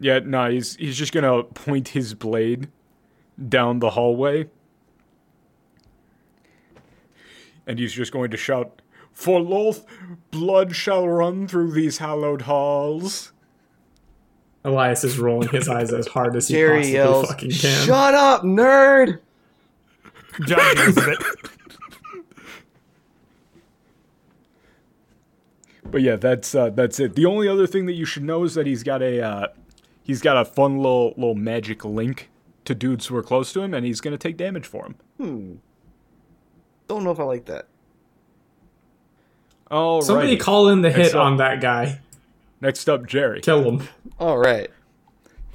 Yeah, no, he's he's just gonna point his blade down the hallway, and he's just going to shout, "For Loth, blood shall run through these hallowed halls." Elias is rolling his eyes as hard as he Jerry possibly yells, fucking can. "Shut up, nerd!" John deals with it. But yeah, that's uh, that's it. The only other thing that you should know is that he's got a uh, he's got a fun little little magic link to dudes who are close to him, and he's gonna take damage for him. Don't know if I like that. All right. Somebody call in the hit Next up. on that guy. Next up, Jerry. Kill him. All right.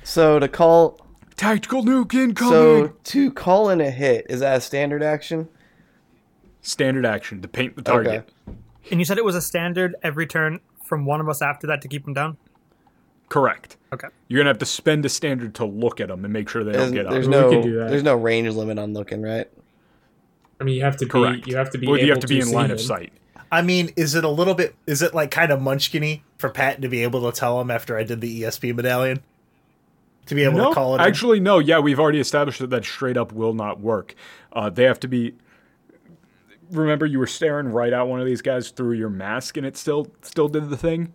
So to call, Tactical nuke incoming. Oh, so to call in a hit is that a standard action? Standard action to paint the target. Okay. And you said it was a standard every turn from one of us after that to keep him down. Correct. Okay. You're gonna have to spend a standard to look at them and make sure they There's, don't get up. there's We no could do that. there's no range limit on looking, right? I mean, you have to be. Correct. You have to be. Or able you have to be in see line him. of sight. I mean, is it a little bit? Is it like kind of munchkiny for Pat to be able to tell him after I did the ESP medallion to be able to call it? in? actually, no. Yeah, we've already established that that straight up will not work. Uh, they have to be. Remember, you were staring right at one of these guys through your mask, and it still still did the thing.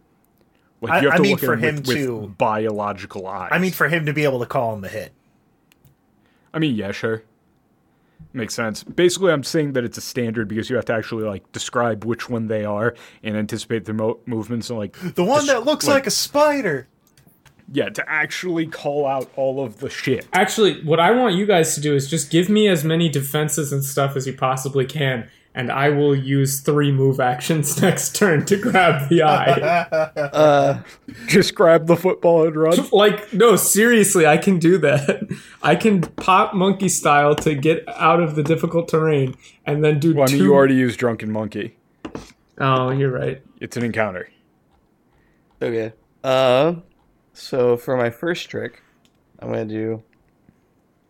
I- Like you have I to mean look for at him with, to- with biological eyes. I mean, for him to be able to call him the hit. I mean, yeah, sure. Makes sense. Basically, I'm saying that it's a standard because you have to actually like describe which one they are and anticipate their mo- movements and like The one desc- that looks like a spider. yeah to actually call out all of the shit. Actually, what I want you guys to do is just give me as many defenses and stuff as you possibly can, and I will use three move actions next turn to grab the eye. Just grab the football and run. like, no, seriously, I can do that. I can pop monkey style to get out of the difficult terrain, and then do Well, I two. mean, you already used drunken monkey. Oh, you're right. It's an encounter. Okay. Uh, so for my first trick, I'm gonna do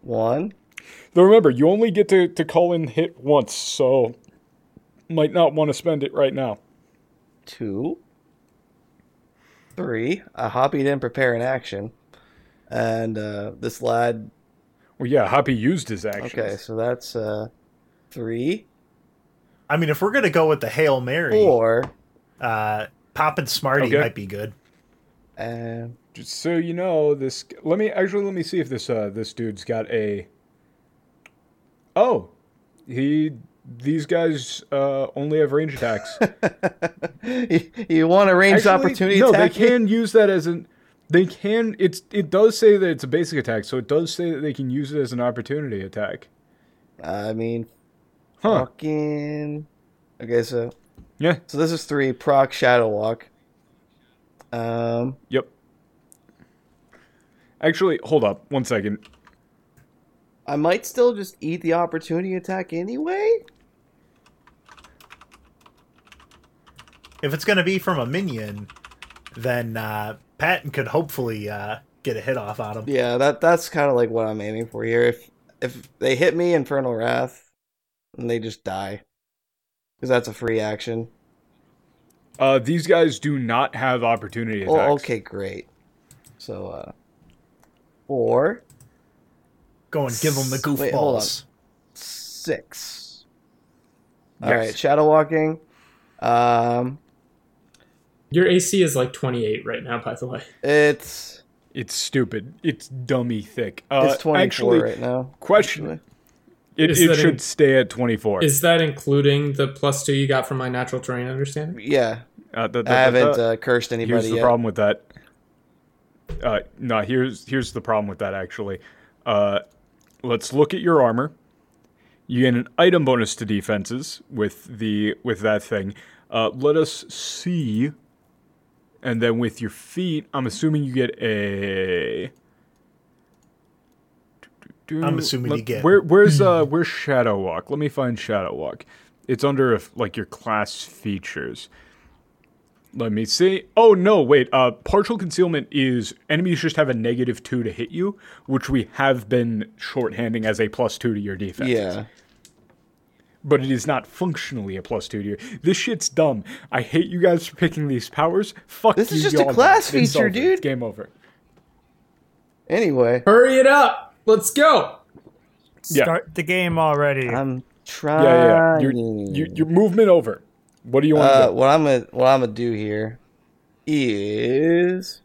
one. Though remember, you only get to, to call in hit once, so might not want to spend it right now. two, three. I Hoppy didn't prepare an action, and uh, this lad. Well, yeah, Hoppy used his action. Okay, so that's uh, three, I mean, if we're gonna go with the hail mary, four, uh, poppin' smarty Okay. might be good. and Just so you know, this. Let me actually let me see if this uh this dude's got a. Oh, he. These guys uh, only have range attacks. you, you want a ranged Actually, opportunity No, attack? they can use that as an. They can. It's. It does say that it's a basic attack, so it does say that they can use it as an opportunity attack. I mean, Huh. fucking. Okay, so Yeah. so this is three. Proc Shadow Walk. Um, Yep. Actually, hold up one second. I might still just eat the opportunity attack anyway. If it's gonna be from a minion, then uh, Patton could hopefully uh, get a hit off on him. Yeah, that that's kind of like what I'm aiming for here. If if they hit me Infernal Wrath, and they just die, because that's a free action. Uh, these guys do not have opportunity attacks. Oh, okay, great. So, uh, four, Go and give him the Wait, hold on. goofballs. six. All Yes. right, shadow walking. Um, Your AC is like 28 right now, by the way. it's It's stupid. It's dummy thick. Uh, it's 24 actually, right now. Question. It, Is it that should in- stay at 24. Is that including the plus two you got from my natural terrain understanding? Yeah, uh, the, the, I haven't the- uh, cursed anybody here's the yet. problem with that. Uh, no, here's here's the problem with that actually. Uh, let's look at your armor. You get an item bonus to defenses with the with that thing. Uh, let us see, and then with your feet, I'm assuming you get a. I'm assuming you Let- get- Where, where's uh where's Shadow Walk? Let me find Shadow Walk. It's under if, like your class features. Let me see. Oh no, wait. Uh, partial concealment is enemies just have a negative two to hit you, which we have been shorthanding as a plus two to your defense. Yeah, but it is not functionally a plus two tier. This shit's dumb. I hate you guys for picking these powers. Fuck This you, is just a y'all did. class It's feature, over. dude. It's game over. Anyway, Hurry it up. Let's go. Yeah. Start the game already. I'm Yeah, trying. yeah. yeah. Your, your, your movement over. What do you want uh, to do? what I'm gonna what I'm gonna do here is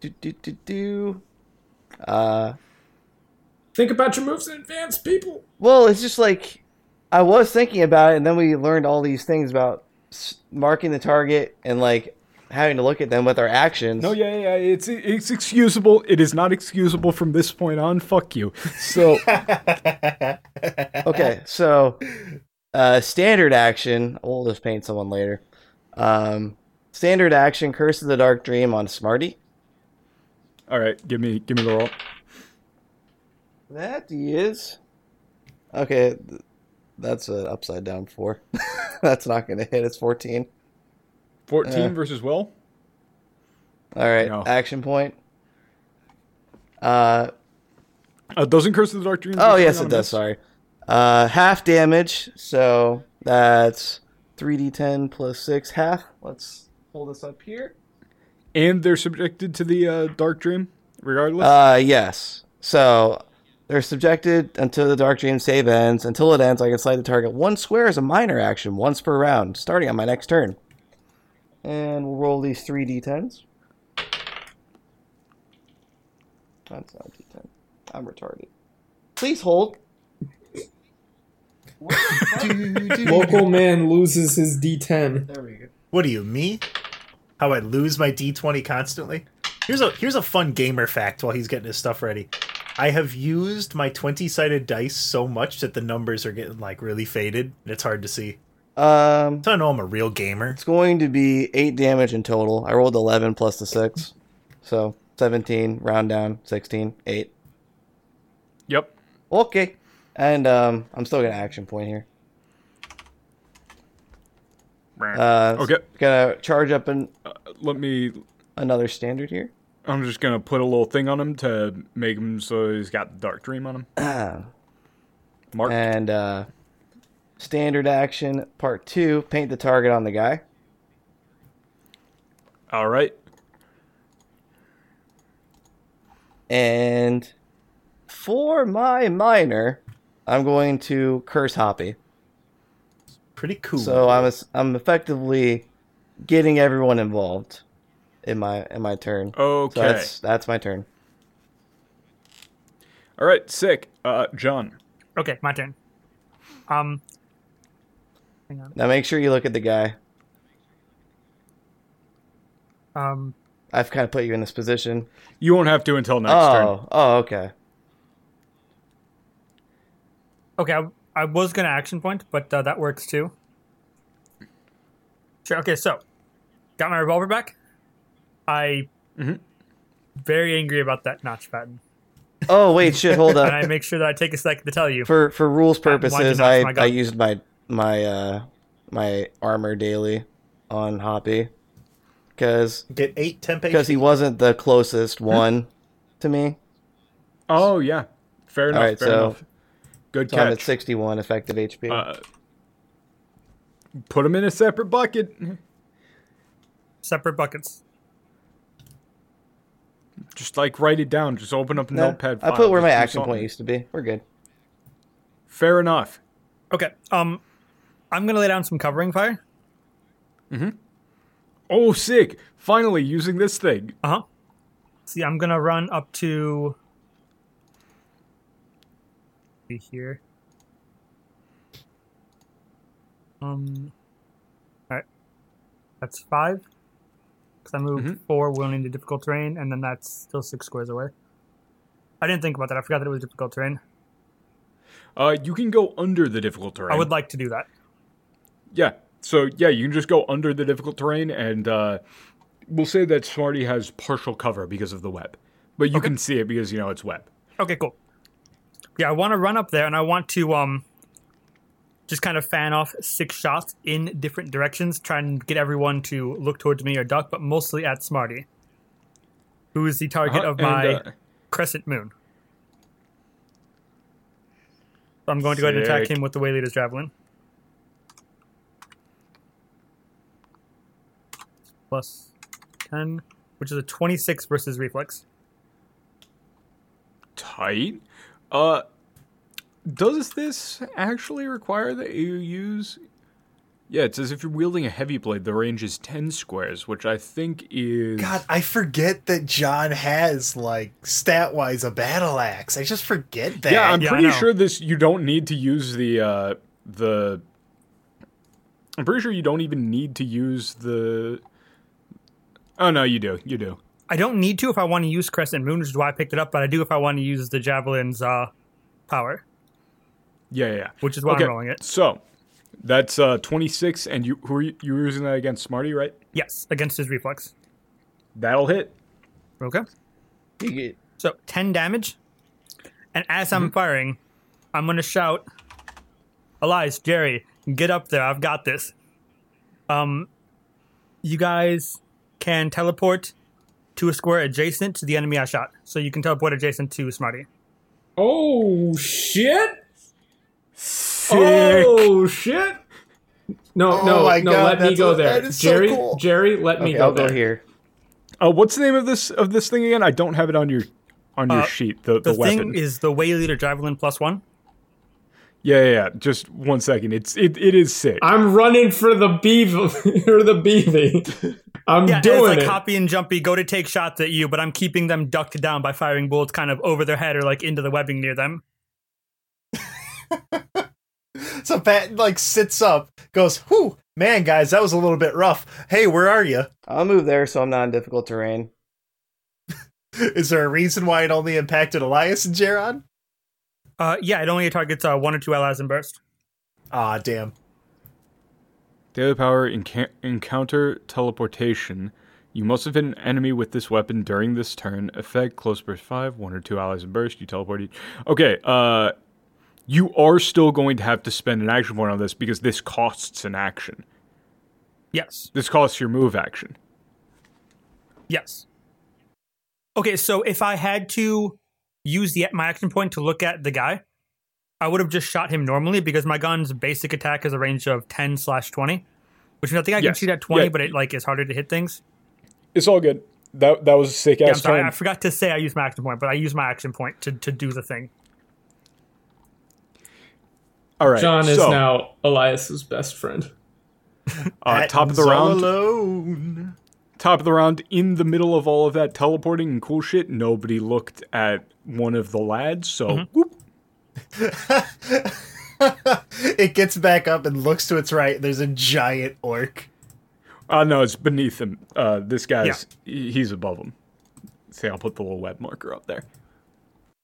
do do do do. Uh, Think about your moves in advance, people. well, it's just like I was thinking about it, and then we learned all these things about s- marking the target and like having to look at them with our actions. No, yeah, yeah, yeah. It's it's excusable. It is not excusable from this point on. Fuck you. So okay, so uh, standard action. We'll just paint someone later. Um, standard action: Curse of the Dark Dream on Smarty. all right, give me give me the roll. That is okay. th- That's an upside down four. that's not going to hit. It's fourteen. Fourteen Uh. versus Will. All right, No. action point. Uh Uh, doesn't Curse of the Dark Dream? oh, just yes, hit on it a does. miss? Sorry. Uh, half damage. So that's three d ten plus six half. Let's hold this up here. And they're subjected to the uh, Dark Dream, regardless. Uh, yes. So they're subjected until the Dark Dream save ends. Until it ends, I can slide the target one square as a minor action once per round, starting on my next turn. And we'll roll these three d10s. That's not d10. I'm retarded. Please hold. Local man loses his D10. There we go. What are you, me? How I lose my D20 constantly? Here's a here's a fun gamer fact while he's getting his stuff ready. I have used my 20-sided dice so much that the numbers are getting like really faded and it's hard to see. Um, So I know I'm a real gamer. it's going to be eight damage in total. I rolled eleven plus the six, so seventeen. Round down, sixteen, eight. yep. Okay. And um, I'm still gonna action point here. Uh, okay. Gonna charge up an, Let me. another standard here. I'm just gonna put a little thing on him to make him so he's got Dark Dream on him. Mark. And uh, standard action part two: paint the target on the guy. all right. And for my minor, I'm going to curse Hoppy. Pretty cool. So I'm ass- I'm effectively getting everyone involved in my in my turn. Okay. So that's that's my turn. all right. Sick. Uh, John. Okay, my turn. Um, hang on. Now make sure you look at the guy. Um, I've kind of put you in this position. You won't have to until next oh, turn. oh, okay. okay, I, I was gonna action point, but uh, that works too. Sure. Okay, so got my revolver back. I Mhm. very angry about that notch pattern, Oh wait, shit, hold and I up. make sure that I take a second to tell you. For for rules why'd you purposes, knock I, my gun? I used my my uh my armor daily on Hoppy because get 8 temp because he wasn't the closest one to me. Oh yeah. Fair enough. right, fair so- enough. Good So I'm at catch. 61 effective HP. Uh, put him in a separate bucket. Separate buckets. Just like write it down. Just open up a Nah, notepad. I file. put where Just my do action something. point used to be. We're good. Fair enough. Okay. Um, I'm gonna lay down some covering fire. Oh, sick! Finally using this thing. Uh huh. See, I'm gonna run up to. Be here. Um. All right. That's five. Because I moved four when into difficult terrain, and then that's still six squares away. I didn't think about that. I forgot that it was difficult terrain. Uh, you can go under the difficult terrain. I would like to do that. Yeah. So yeah, you can just go under the difficult terrain, and uh, we'll say that Smarty has partial cover because of the web, but you can see it because you know it's web. Okay, cool. Yeah, I want to run up there and I want to um just kind of fan off six shots in different directions, try and get everyone to look towards me or duck, but mostly at Smarty, who is the Uh, target Uh-huh, of and, my uh, crescent moon. So I'm going to go ahead and attack Sick. him with the Wayleader's Javelin. Plus 10, which is a 26 versus Reflex. Tight. Uh, does this actually require that you use? Yeah, it says if you're wielding a heavy blade, the range is ten squares, which I think is God, I forget that John has like stat wise a battle axe. I just forget that. Yeah, I'm Yeah, I pretty know. sure this. You don't need to use the uh, the. I'm pretty sure you don't even need to use the. Oh no, you do. You do. I don't need to if I want to use Crescent Moon, which is why I picked it up, but I do if I want to use the Javelin's uh, power, Yeah, yeah. yeah. which is why Okay, I'm rolling it. So, that's uh 26, and you who are you, you were using that against Smarty, right? Yes, against his Reflex. That'll hit. Okay. You get- So 10 damage. And as Mm-hmm. I'm firing, I'm going to shout, Elias, Jerry, get up there. I've got this. Um, you guys can teleport to a square adjacent to the enemy I shot. So you can teleport adjacent to Smarty. Oh shit! Sick. Oh shit! No, Oh no, my no! God, let me that's- go there, that is so Jerry. cool. Jerry, let me Okay, go I'll there. go here. Uh, what's the name of this of this thing again? I don't have it on your on your Uh, sheet. The the, The, weapon. thing is the Wayleader Javelin plus one. yeah, yeah, yeah. Just one second. It's it, it is sick. I'm running for the beav or the beavy. I'm Yeah, and it's doing like it. copy and jumpy, go to take shots at you, but I'm keeping them ducked down by firing bullets kind of over their head or like into the webbing near them. So Pat like sits up, goes, "Whew, man, guys, that was a little bit rough. Hey, where are you? I'll move there so I'm not in difficult terrain. Is there a reason why it only impacted Elias and Jaron? Uh, yeah, it only targets uh, one or two allies in burst. Ah, damn. Daily power enca- encounter teleportation. You must have hit an enemy with this weapon during this turn. Effect close burst five, one or two allies in burst. You teleport each. Okay, uh, you are still going to have to spend an action point on this because this costs an action. Yes. This costs your move action. Yes. Okay, so if I had to use the my action point to look at the guy, I would have just shot him normally because my gun's basic attack is a range of ten slash twenty, which means I think I can Yes. shoot at twenty, Yeah. but it like is harder to hit things. It's all good. That that was a sick Yeah, I'm ass sorry, I turn. forgot to say I used my action point, but I used my action point to to do the thing. All right, John is so, now Elias's best friend. uh, top of the Patton's all round. alone. top of the round in the middle of all of that teleporting and cool shit nobody looked at one of the lads so Mm-hmm. whoop, it gets back up and looks to its right. There's a giant orc. uh, no it's beneath him uh, this guy's he- he's above him see i'll put the little web marker up there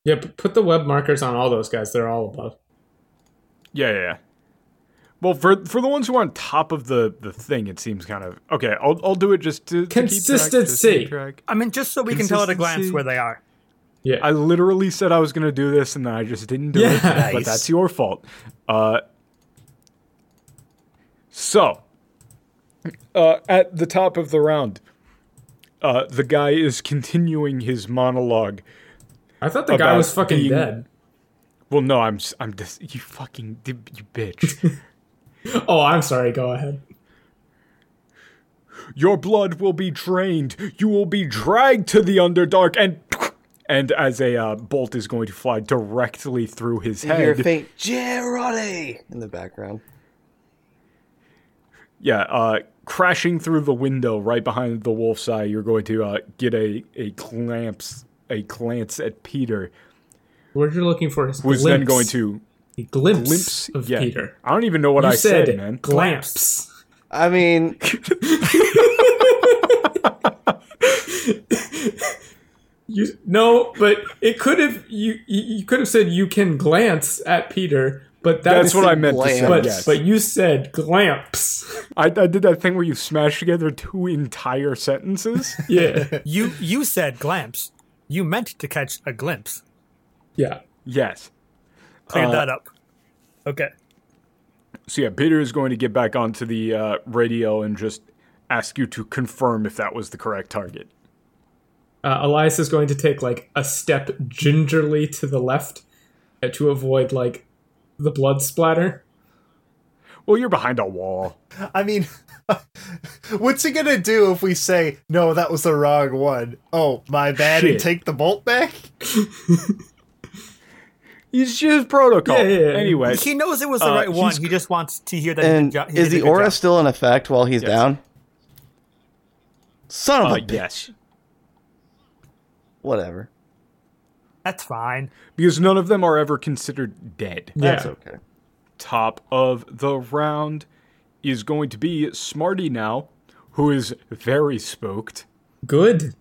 Yeah, p- put the web markers on all those guys. They're all above. yeah yeah, yeah. well for for the ones who are on top of the the thing it seems kind of okay i'll, I'll do it just to, to keep track, just to keep Consistency. track. I mean, just so we can tell at a glance Consistency. where they are. Yeah, I literally said I was gonna do this, and then I just didn't do it. Yeah. But Nice. that's your fault. Uh, so, uh, at the top of the round, uh, the guy is continuing his monologue. I thought the guy About was fucking being- dead. Well, no, I'm s- I'm just you fucking you bitch. Oh, I'm sorry. Go ahead. Your blood will be drained. You will be dragged to the underdark and. And as a uh, bolt is going to fly directly through his You hear a head, faint Gerardi in the background. yeah, uh, crashing through the window right behind the wolf's eye, you're going to uh, get a a glance a glance at Peter, What you're looking for is who's then glimpse. going to a glimpse, glimpse of yeah. Peter. I don't even know what You I said, said, man. glamps. I mean, You no, but it could have you. You could have said you can glance at Peter, but that That's is- what I meant to say. glance. But yes. but you said glamps. I, I did that thing where you smash together two entire sentences. Yeah, You you said glamps. You meant to catch a glimpse. yeah. yes. Cleared Uh, that up. Okay. So yeah, Peter is going to get back onto the uh, radio and just ask you to confirm if that was the correct target. Uh, Elias is going to take like a step gingerly to the left uh, to avoid like the blood splatter. Well, you're behind a wall. I mean, what's he gonna do if we say no? That was the wrong one. Oh, my bad, and Shit. take the bolt back. It's just protocol. Yeah, yeah, yeah. Anyway, He knows it was the Uh, right one. he's- He just wants to hear that. he did And jo- he is did a the good aura job. still in effect while he's Yes. down? Son of uh, a bitch. yes, Whatever. That's fine. because none of them are ever considered dead. That's yeah. okay. Top of the round is going to be Smarty now, who is very spooked. Good.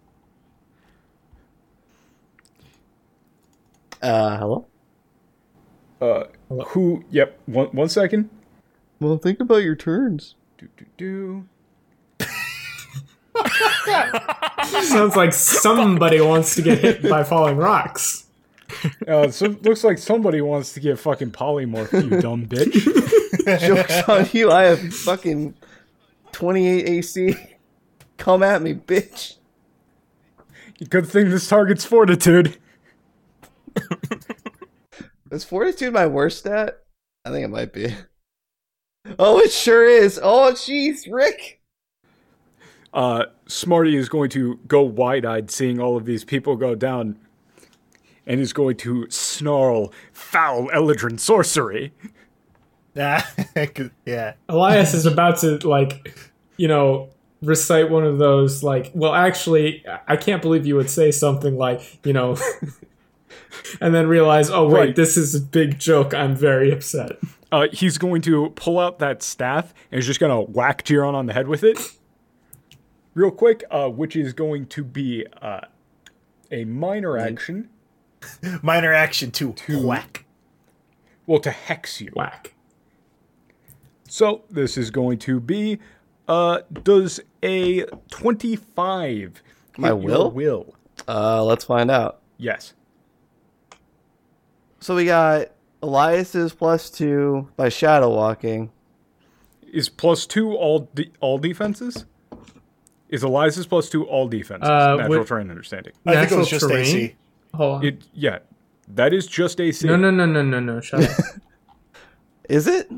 Uh, hello. Who? Yep. One. One second. Well, think about your turns. Do do do. Sounds like somebody wants to get hit by falling rocks. Uh, so looks like somebody wants to get fucking polymorph. You dumb bitch. Jokes on you. I have fucking twenty-eight AC. Come at me, bitch. Good thing this target's fortitude. Is fortitude my worst stat? I think it might be. Oh, it sure is. Oh, jeez, Rick. Uh, Smarty is going to go wide eyed seeing all of these people go down and is going to snarl foul Eldrin sorcery. Nah, 'cause- yeah. Elias is about to like, you know, recite one of those like, well, actually, I- I can't believe you would say something like, you know, and then realize, oh wait, Right. this is a big joke. I'm very upset. Uh, he's going to pull out that staff and is just going to whack Giron on the head with it real quick, uh, which is going to be uh, a minor action. Minor action to whack. Well, to hex you. Whack. So this is going to be. Uh, does a 25 My hit your will? Will. Uh, let's find out. Yes. So we got Elias's plus two by shadow walking. is plus two all de- all defenses? Is Eliza's plus two all defenses? Uh, Natural with- terrain understanding. I think it Natural was just terrain? AC. Hold on. It yeah, that is just AC. no, no, no, no, no, no. Shut up. Is it?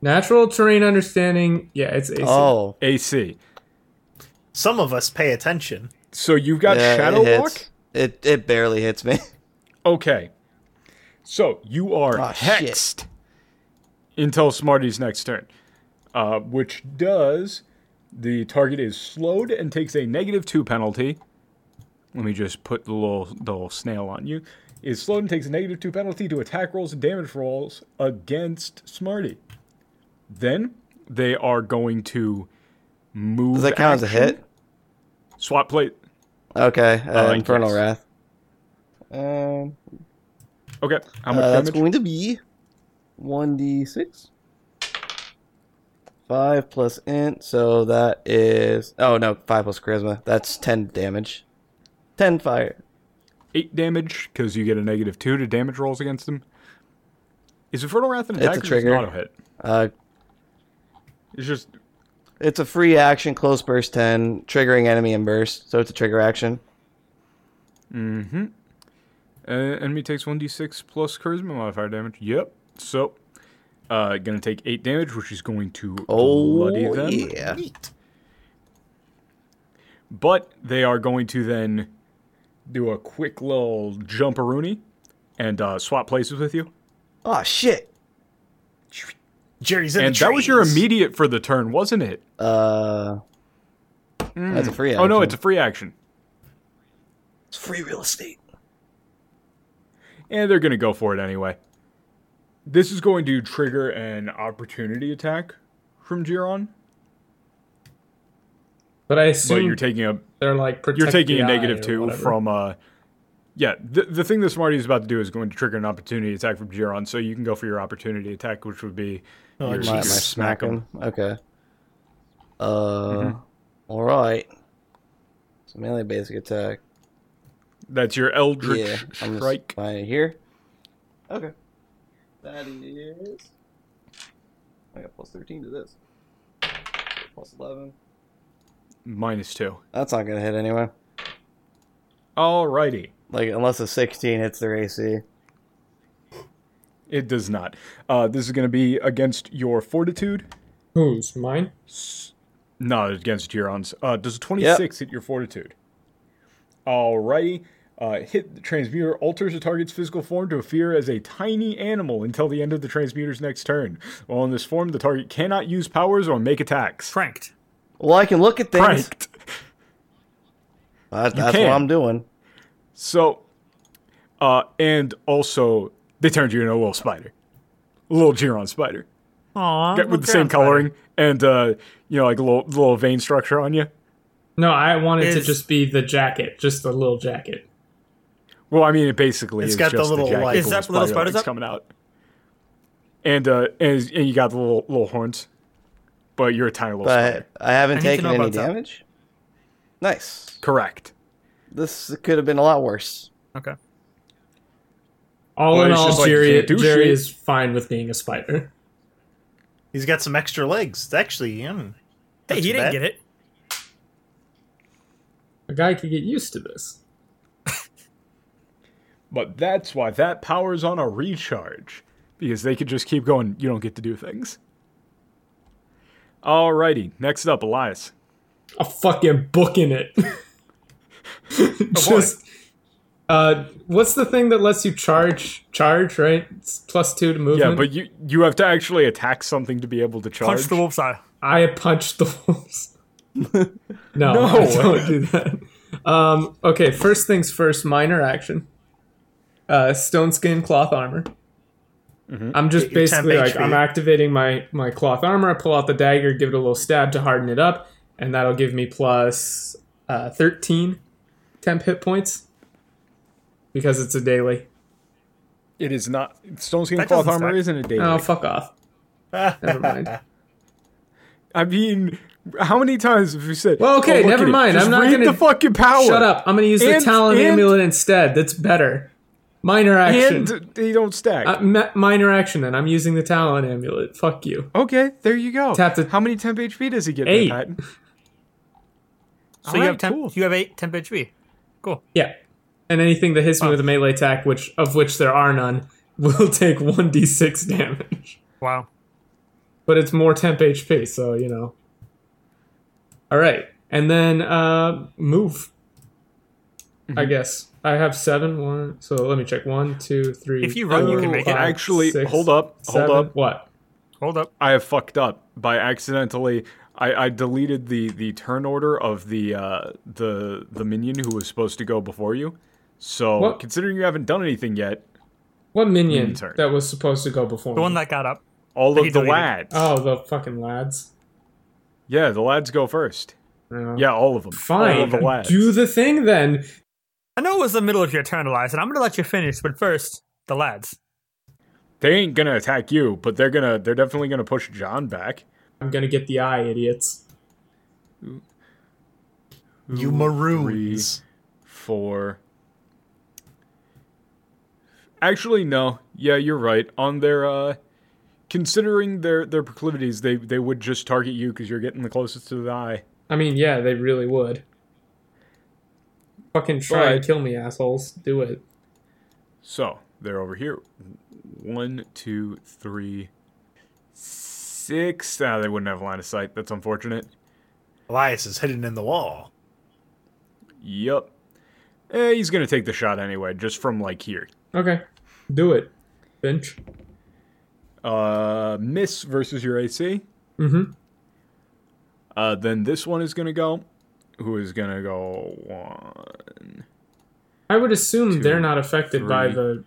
Natural terrain understanding. Yeah, it's AC. Oh, AC. Some of us pay attention. So you've got yeah, Shadow it hits. Walk. It it barely hits me. Okay. So you are Aw, shit. hexed until Smarty's next turn, uh, which does the target is slowed and takes a negative two penalty. Let me just put the little the little snail on you. Is slowed and takes a negative two penalty to attack rolls and damage rolls against Smarty. Then they are going to move. Does that count as a action. hit? Swap plate. Okay, uh, Uh, Infernal yes. Wrath. Um, Okay. How uh, much that's damage? going to be one d six. Five plus int, so that is oh no, five plus charisma. That's ten damage. Ten fire. eight damage because you get a negative two to damage rolls against them. Is Infernal Wrath an It's a attack? or just trigger. an auto hit. Uh, It's just it's a free action, close burst ten, triggering enemy and burst. So it's a trigger action. uh, enemy takes one d six plus charisma modifier damage. Yep. So, uh, gonna take eight damage, which is going to Oh bloody them. yeah. But they are going to then do a quick little jumperoonie and uh, swap places with you. Oh shit. Jerry's in and the that was your trees. immediate for the turn, wasn't it? Uh, that's a free action. Oh no, it's a free action, it's free real estate. and they're gonna go for it anyway. This is going to trigger an opportunity attack from Giron. But I But assume you're taking a they're like protect you're taking the a eye negative or two whatever. from uh yeah the, the thing that smarty is about to do is going to trigger an opportunity attack from Giron, so you can go for your opportunity attack which would be your My, my Oh, smack him. Okay. Uh, Mm-hmm. all right. So melee basic attack. that's your eldritch Yeah, I'm just strike find it here. Okay. That is. I got plus thirteen to this. Plus eleven. minus two That's not gonna hit anyway. alrighty Like unless a sixteen hits their AC. It does not. Uh, this is going to be against your fortitude. Who's mine? No, against Huron's. Uh, does a 26 hit your fortitude? Alrighty. Uh, hit the transmuter alters the target's physical form to appear as a tiny animal until the end of the transmuter's next turn. While in this form, the target cannot use powers or make attacks. Pranked. Well, I can look at things. Pranked. That- that's can. what I'm doing. So, uh, and also they turned you into a little spider, a little Giron spider, Aww. Got- with the same coloring and uh, you know like a little little vein structure on you. No, I wanted to Is- just be the jacket, just a little jacket. Well, I mean, it basically It's is got the just little jacket light. with Is that the little spider spiders legs up? coming out? And uh, and and you got the little little horns, but you're a tiny little But spider. I haven't I need to taken know any about that. damage. Nice. Correct. This could have been a lot worse. Okay. All Well, in it's all, just like you Jerry, can't do Jerry shit. is fine with being a spider. He's got some extra legs. Actually, mm, Hey, he didn't get it. A guy could get used to this. But that's why that power's on a recharge. Because they could just keep going, you don't get to do things. Alrighty, next up, Elias. a fucking book in it. Oh, Just uh, what's the thing that lets you charge? Charge, right? It's plus two to movement. Yeah, but you you have to actually attack something to be able to charge. Punch the wolf's eye. I punched the wolves. no, No. I don't do that. Um, okay, first things first. Minor action. Uh, stone skin cloth armor. I'm just Get your temp basically like HP. I'm activating my my cloth armor. I pull out the dagger, give it a little stab to harden it up, and that'll give me plus uh, 13 temp hit points because it's a daily. It is not stone skin That cloth doesn't armor stack. isn't a daily. Oh, fuck off. Never mind. I mean, how many times have you said? oh, Well, okay, look never at it. mind. Just I'm not read gonna- the fucking power. Shut up. I'm going to use And- the Talon and- amulet instead. That's better. Minor action. And they don't stack. Uh, ma- minor action, and I'm using the Talon amulet. Fuck you. okay, there you go. Tap the- How many temp HP does he get? Eight. There, Patton? So you Alright, have temp, cool. you have eight temp HP. Cool. Yeah. And anything that hits me with a melee attack, which of which there are none, will take 1d6 damage. Wow. But it's more temp HP, so, you know. All right. And then uh, move. Mm-hmm. I guess. I have seven. One. So let me check. One, two, three. If you run, you can four, make it. five, Actually, six, hold up, hold seven. up. What? Hold up. I have fucked up by accidentally. I, I deleted the the turn order of the uh, the the minion who was supposed to go before you. So What? considering you haven't done anything yet, What minion turn. that was supposed to go before The me? one that got up. all But he of the deleted. lads. Oh, the fucking lads. Yeah, the lads go first. No. Yeah, all of them. All of the Fine. lads. Do the thing then. I know it was the middle of your turn, Elias, and I'm going to let you finish, but first, the lads. they ain't gonna attack you, but they're gonna. They're definitely gonna push John back. I'm gonna get the eye, idiots. You Two, maroons. four. Actually, no. Yeah, you're right. On their, uh, considering their their proclivities, they they would just target you because you're getting the closest to the eye. I mean, yeah, they really would. Fucking try and But- kill me, assholes. Do it. So they're over here. One, two, three, six. Ah, they wouldn't have line of sight. That's unfortunate. Elias is hidden in the wall. Yup. Eh, he's gonna take the shot anyway, just from like here. Okay. Do it. Bench. Uh, miss versus your AC. Mm-hmm. Uh, then this one is gonna go. Who is gonna go one? I would assume Two, they're not affected by three. the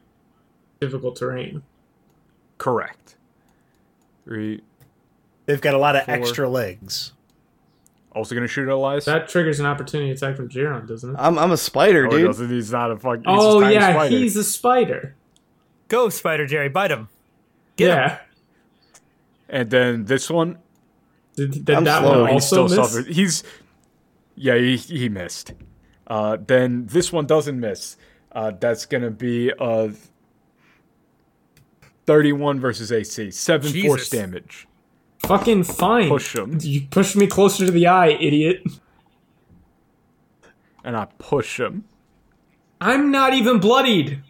difficult terrain. Correct. Three. They've got a lot of Four. extra legs. Also gonna shoot at Elias. That triggers an opportunity attack from Geron, doesn't it? I'm I'm a spider, oh, he dude. doesn't. he's not a fucking. He's just oh a tiny yeah, spider. he's a spider. Go, Spider Jerry, bite him. yeah. And then this one. Did, did I'm that slow. one he also still miss? suffered. He's. Yeah, he, he missed. Uh, then this one doesn't miss. Uh, that's gonna be uh. Thirty-one versus AC, seven force Jesus. damage. Fucking fine. Push him. You pushed me closer to the eye, idiot. and I push him. I'm not even bloodied.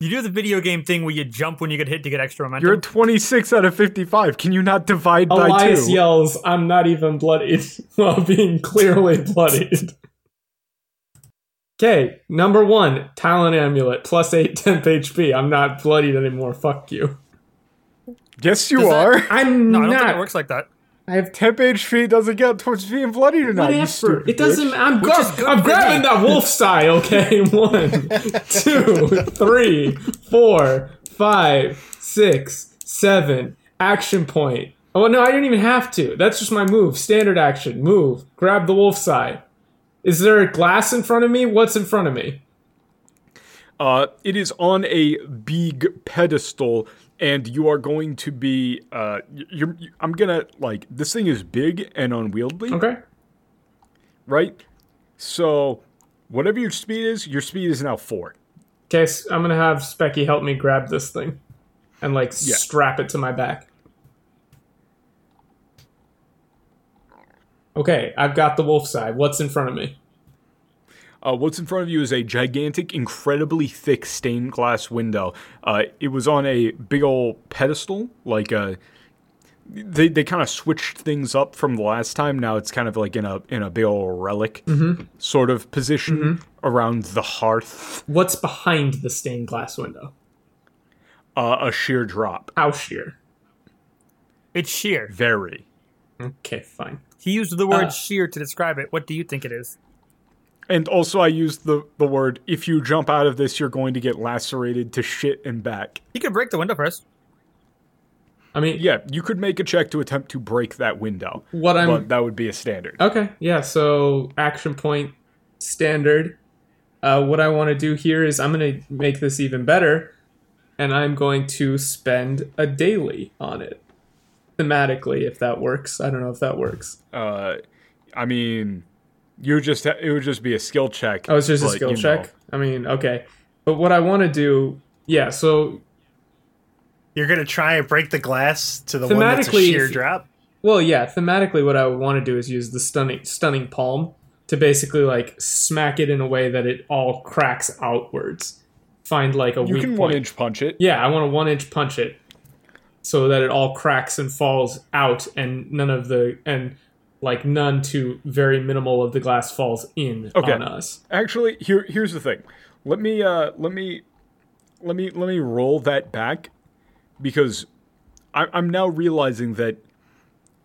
You do the video game thing where you jump when you get hit to get extra momentum. You're at 26 out of 55. Can you not divide by Elias two? yells, "I'm not even bloodied," while being clearly bloodied. Okay, number one, Talon Amulet, plus eight temp HP. I'm not bloodied anymore. Fuck you. Yes, you Does that- are. I'm no, I don't think not. it works like that. I have Temp HP doesn't count towards being bloody or not. you Whatever. stupid It doesn't. bitch. I'm, Which gra- is good I'm for grabbing me. that wolf's eye. Okay, one, two, three, four, five, six, seven. Action point. Oh no, I don't even have to. That's just my move. Standard action. Move. Grab the wolf's eye. Is there a glass in front of me? What's in front of me? Uh, it is on a big pedestal, and you are going to be. Uh, y- you're, y- I'm gonna like this thing is big and unwieldy, Okay. right? So, whatever your speed is, your speed is now four. Okay, s- I'm gonna have Specky help me grab this thing, and like strap it to my back. Okay, I've got the wolf's eye. What's in front of me? Uh, what's in front of you is a gigantic, incredibly thick stained glass window. Uh, it was on a big old pedestal, like a. They, they kind of switched things up from the last time. Now it's kind of like in a in a big old relic sort of position around the hearth. What's behind the stained glass window? Uh, a sheer drop, How sheer? It's sheer. very. Okay, fine. He used the word Ah. sheer to describe it. What do you think it is? And also, I used the the word. If you jump out of this, you're going to get lacerated to shit and back. He could break the window first. I mean, Yeah, you could make a check to attempt to break that window, what I'm but that would be a standard. Okay, yeah, so action point standard. Uh, what I want to do here is I'm going to make this even better, and I'm going to spend a daily on it. Thematically, if that works. I don't know if that works. uh, I mean, you just it would just be a skill check. Oh, it's just a but, skill you know, check? I mean, okay. But what I want to do, yeah, so, You're gonna try and break the glass to the one that's a Thematically, sheer if- drop. well, yeah, thematically, what I would want to do is use the stunning, stunning palm to basically, like, smack it in a way that it all cracks outwards. Find, like, a you weak can point. one inch punch it. Yeah, I want to one inch punch it so that it all cracks and falls out and none of the and like none to very minimal of the glass falls in Okay. on us. Actually, here here's the thing. Let me uh, let me let me let me roll that back because I, I'm now realizing that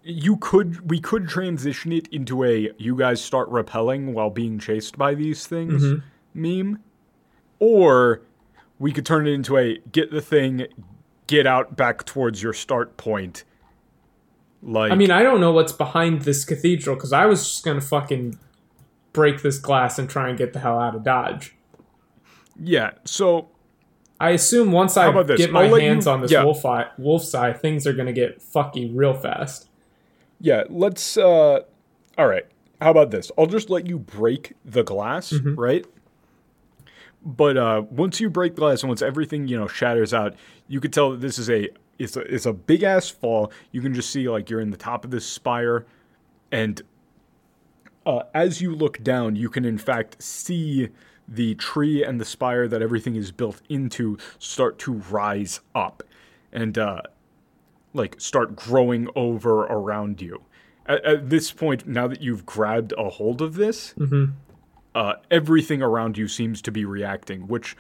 you could we could transition it into a you guys start repelling while being chased by these things Mm-hmm. meme, or we could turn it into a get the thing, get out back towards your start point. Like I mean, I don't know what's behind this cathedral cuz I was just going to fucking break this glass and try and get the hell out of dodge. yeah, so I assume once I about this? get my I'll let hands you- on this yeah. wolf eye, wolf's eye, things are going to get fucky real fast. Yeah, let's uh all right. How about this? I'll just let you break the glass, right? But uh once you break the glass and once everything, you know, shatters out, you could tell that this is a it's a it's a big ass fall. You can just see like you're in the top of this spire and uh, as you look down, you can in fact see the tree and the spire that everything is built into start to rise up. And uh like start growing over around you. At, at this point, now that you've grabbed a hold of this, uh, everything around you seems to be reacting. Which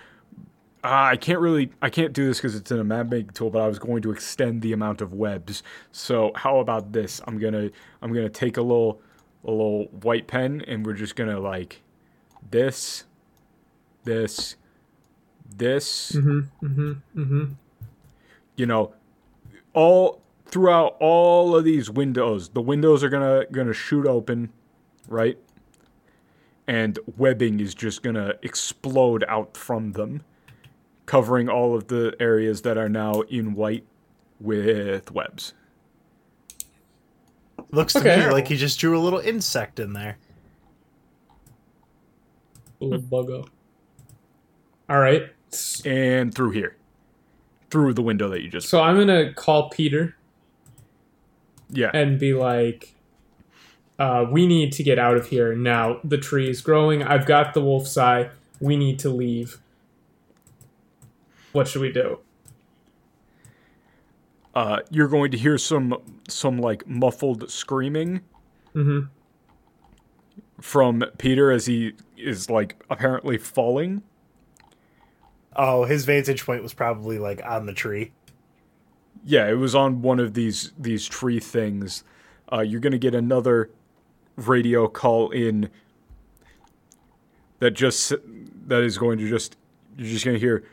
uh, I can't really, I can't do this because it's in a map making tool. But I was going to extend the amount of webs. So how about this? I'm gonna, I'm gonna take a little, a little white pen, and we're just gonna like this, this, this. Mm-hmm. Mm-hmm. Mm-hmm. You know, all throughout all of these windows the windows are gonna gonna shoot open right and webbing is just gonna explode out from them covering all of the areas that are now in white with webs Looks to Okay. me like you just drew a little insect in there. Little buggo. All right. S- and through here through the window that you just So I'm going to call Peter yeah and be like, uh, "We need to get out of here now. The tree is growing. I've got the wolf's eye. We need to leave." What should we do? Uh, you're going to hear some some like muffled screaming Mhm. from Peter as he is like apparently falling. Oh, his vantage point was probably like on the tree. Yeah, it was on one of these these tree things. Uh, you're gonna get another radio call in that just that is going to just you're just gonna hear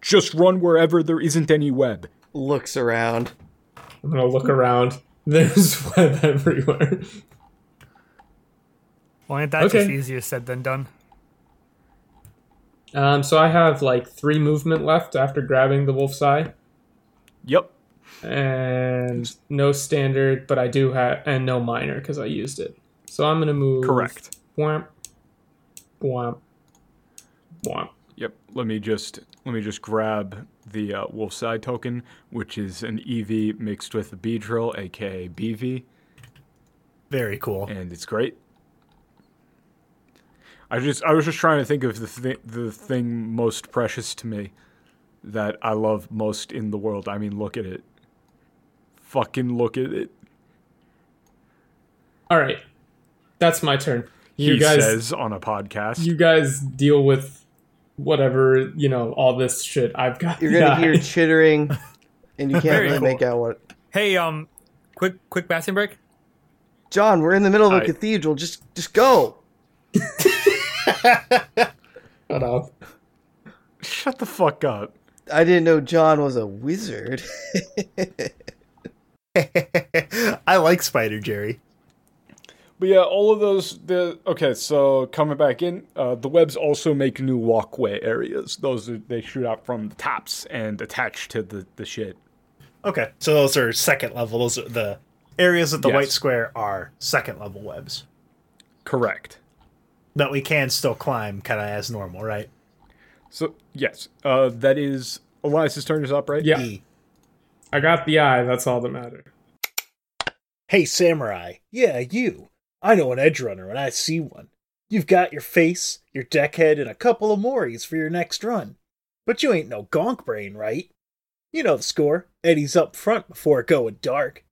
just run wherever there isn't any web. Looks around. I'm gonna look around. There's web everywhere. Well, ain't that just Okay. easier said than done? Um, so I have like three movement left after grabbing the wolf's eye, Yep. and no standard, but I do have and no minor because I used it. So I'm gonna move. Correct. Womp. Womp. Womp. Yep. Let me just let me just grab the uh, wolf's eye token, which is an EV mixed with a B drill, aka BV, Very cool. and it's great. I just I was just trying to think of the thi- the thing most precious to me that I love most in the world. I mean, look at it. Fucking look at it. All right, that's my turn. You he guys, says on a podcast. you guys deal with whatever you know. All this shit I've got. You're gonna Yeah. hear chittering, and you can't Very really cool. make out what. Hey, um, quick, quick bathroom break. John, we're in the middle of a I- cathedral. Just, just go. Shut up. Shut the fuck up. I didn't know John was a wizard. I like Spider Jerry. But yeah, all of those. The okay, so coming back in, uh, the webs also make new walkway areas. Those are, they shoot out from the tops and attach to the the shit. Okay, so those are second level. Those are the areas that the Yes. white square are second level webs Correct. that we can still climb kind of as normal, right? So yes, uh, that is Elias's turn is up, right? Yeah, E. I got the eye. That's all that matters. Hey, samurai. Yeah, you. I know an edge runner when I see one. You've got your face, your deckhead, and a couple of mores for your next run. But you ain't no gonk brain, right? You know the score. Eddie's up front before it going dark.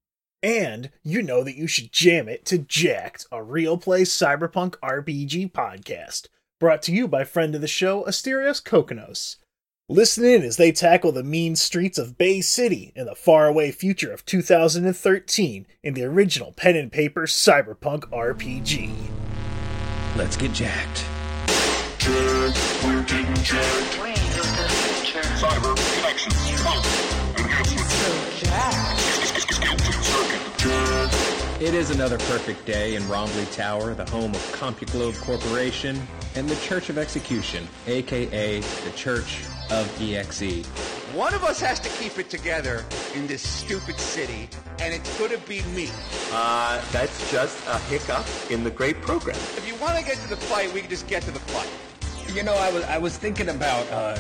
And you know that you should jam it to Jacked, a real play cyberpunk RPG podcast. Brought to you by friend of the show, Asterios Kokonos. Listen in as they tackle the mean streets of Bay City in the faraway future of 2013 in the original pen and paper cyberpunk RPG. Let's get jacked. Wayne is the future. So Jack. It is another perfect day in Rombley Tower, the home of CompuGlobe Corporation and the Church of Execution, aka the Church of E EXE. One of us has to keep it together in this stupid city, and it's gonna be me. Uh, that's just a hiccup in the great program. If you want to get to the fight, we can just get to the fight. You know, I was I was thinking about uh,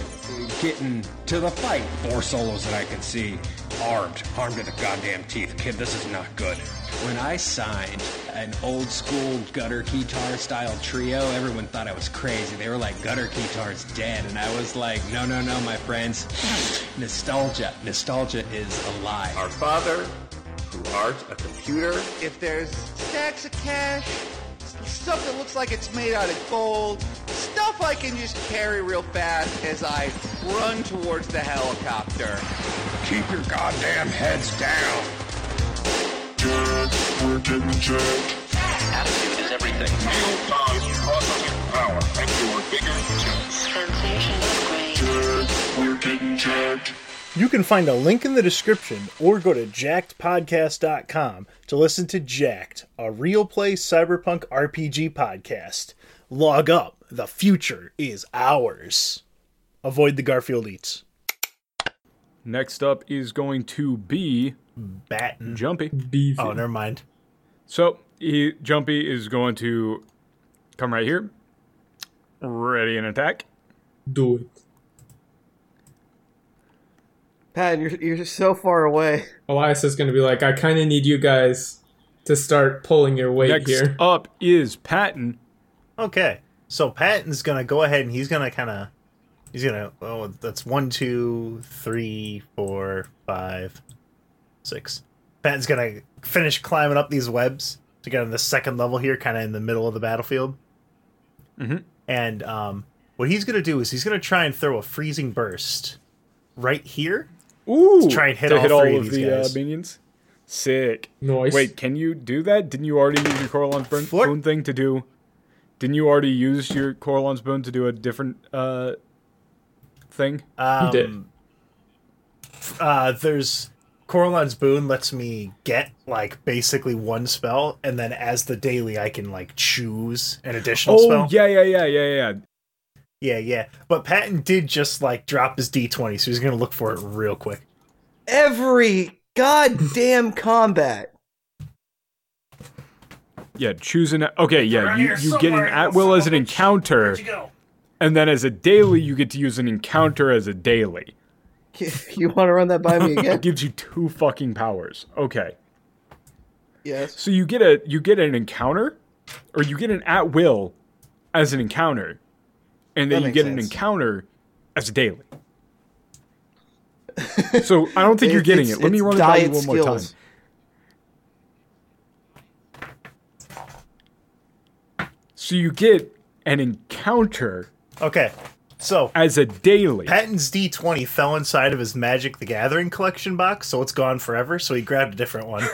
getting to the fight. Four solos that I can see, armed, armed to the goddamn teeth. Kid, this is not good. When I signed an old school gutter guitar style trio, everyone thought I was crazy. They were like, "Gutter guitar's dead," and I was like, "No, no, no, my friends. nostalgia, nostalgia is alive." Our father, who art a computer, If there's stacks of cash, s- stuff that looks like it's made out of gold, stuff I can just carry real fast as I run towards the helicopter. Keep your goddamn heads down. Attitude is everything. Translation upgrade. You can find a link in the description or go to jackedpodcast.com to listen to Jacked, a real play cyberpunk RPG podcast. Log up, the future is ours. Avoid the Garfield Eats. Next up is going to be Batten. Jumpy. Beef. Oh, never mind. So he Jumpy is going to come right here, ready an attack. Do it. Pat, you're you're so far away. Elias is going to be like, I kind of need you guys to start pulling your weight Next Oh, here. up is Patton. Okay. So Patton's gonna go ahead and he's gonna kind of He's gonna. Oh, that's one, two, three, four, five, six. Pat's gonna finish climbing up these webs to get on the second level here, kind of in the middle of the battlefield. Mhm. And um, what he's gonna do is he's gonna try and throw a freezing burst right here. Ooh, try and hit all three of these the guys. Uh, minions. Sick. Nice. Wait, can you do that? Didn't you already use your Coralon's burn Four- boon thing to do? Didn't you already use your Coralon's boon to do a different uh thing? Um, did. Uh, there's Coralon's boon lets me get like basically one spell, and then as the daily, I can like choose an additional oh spell. yeah, yeah, yeah, yeah, yeah. Yeah, yeah. But Patton did just like drop his D20, so he's gonna look for it real quick. Every goddamn combat. Yeah, choose an okay, yeah, you, you get an at will as an encounter. And then as a daily you get to use an encounter as a daily. You want to run that by me again? It gives you two fucking powers. Okay. yes. So you get a you get an encounter, or you get an at will as an encounter, and then you That makes get an sense. encounter as a daily. so I don't think you're It- getting it's- it. Let me it's run it by you diet one more time. skills. So you get an encounter Okay, so as a daily. Patton's D20 fell inside of his Magic the Gathering collection box, so it's gone forever. So he grabbed a different one.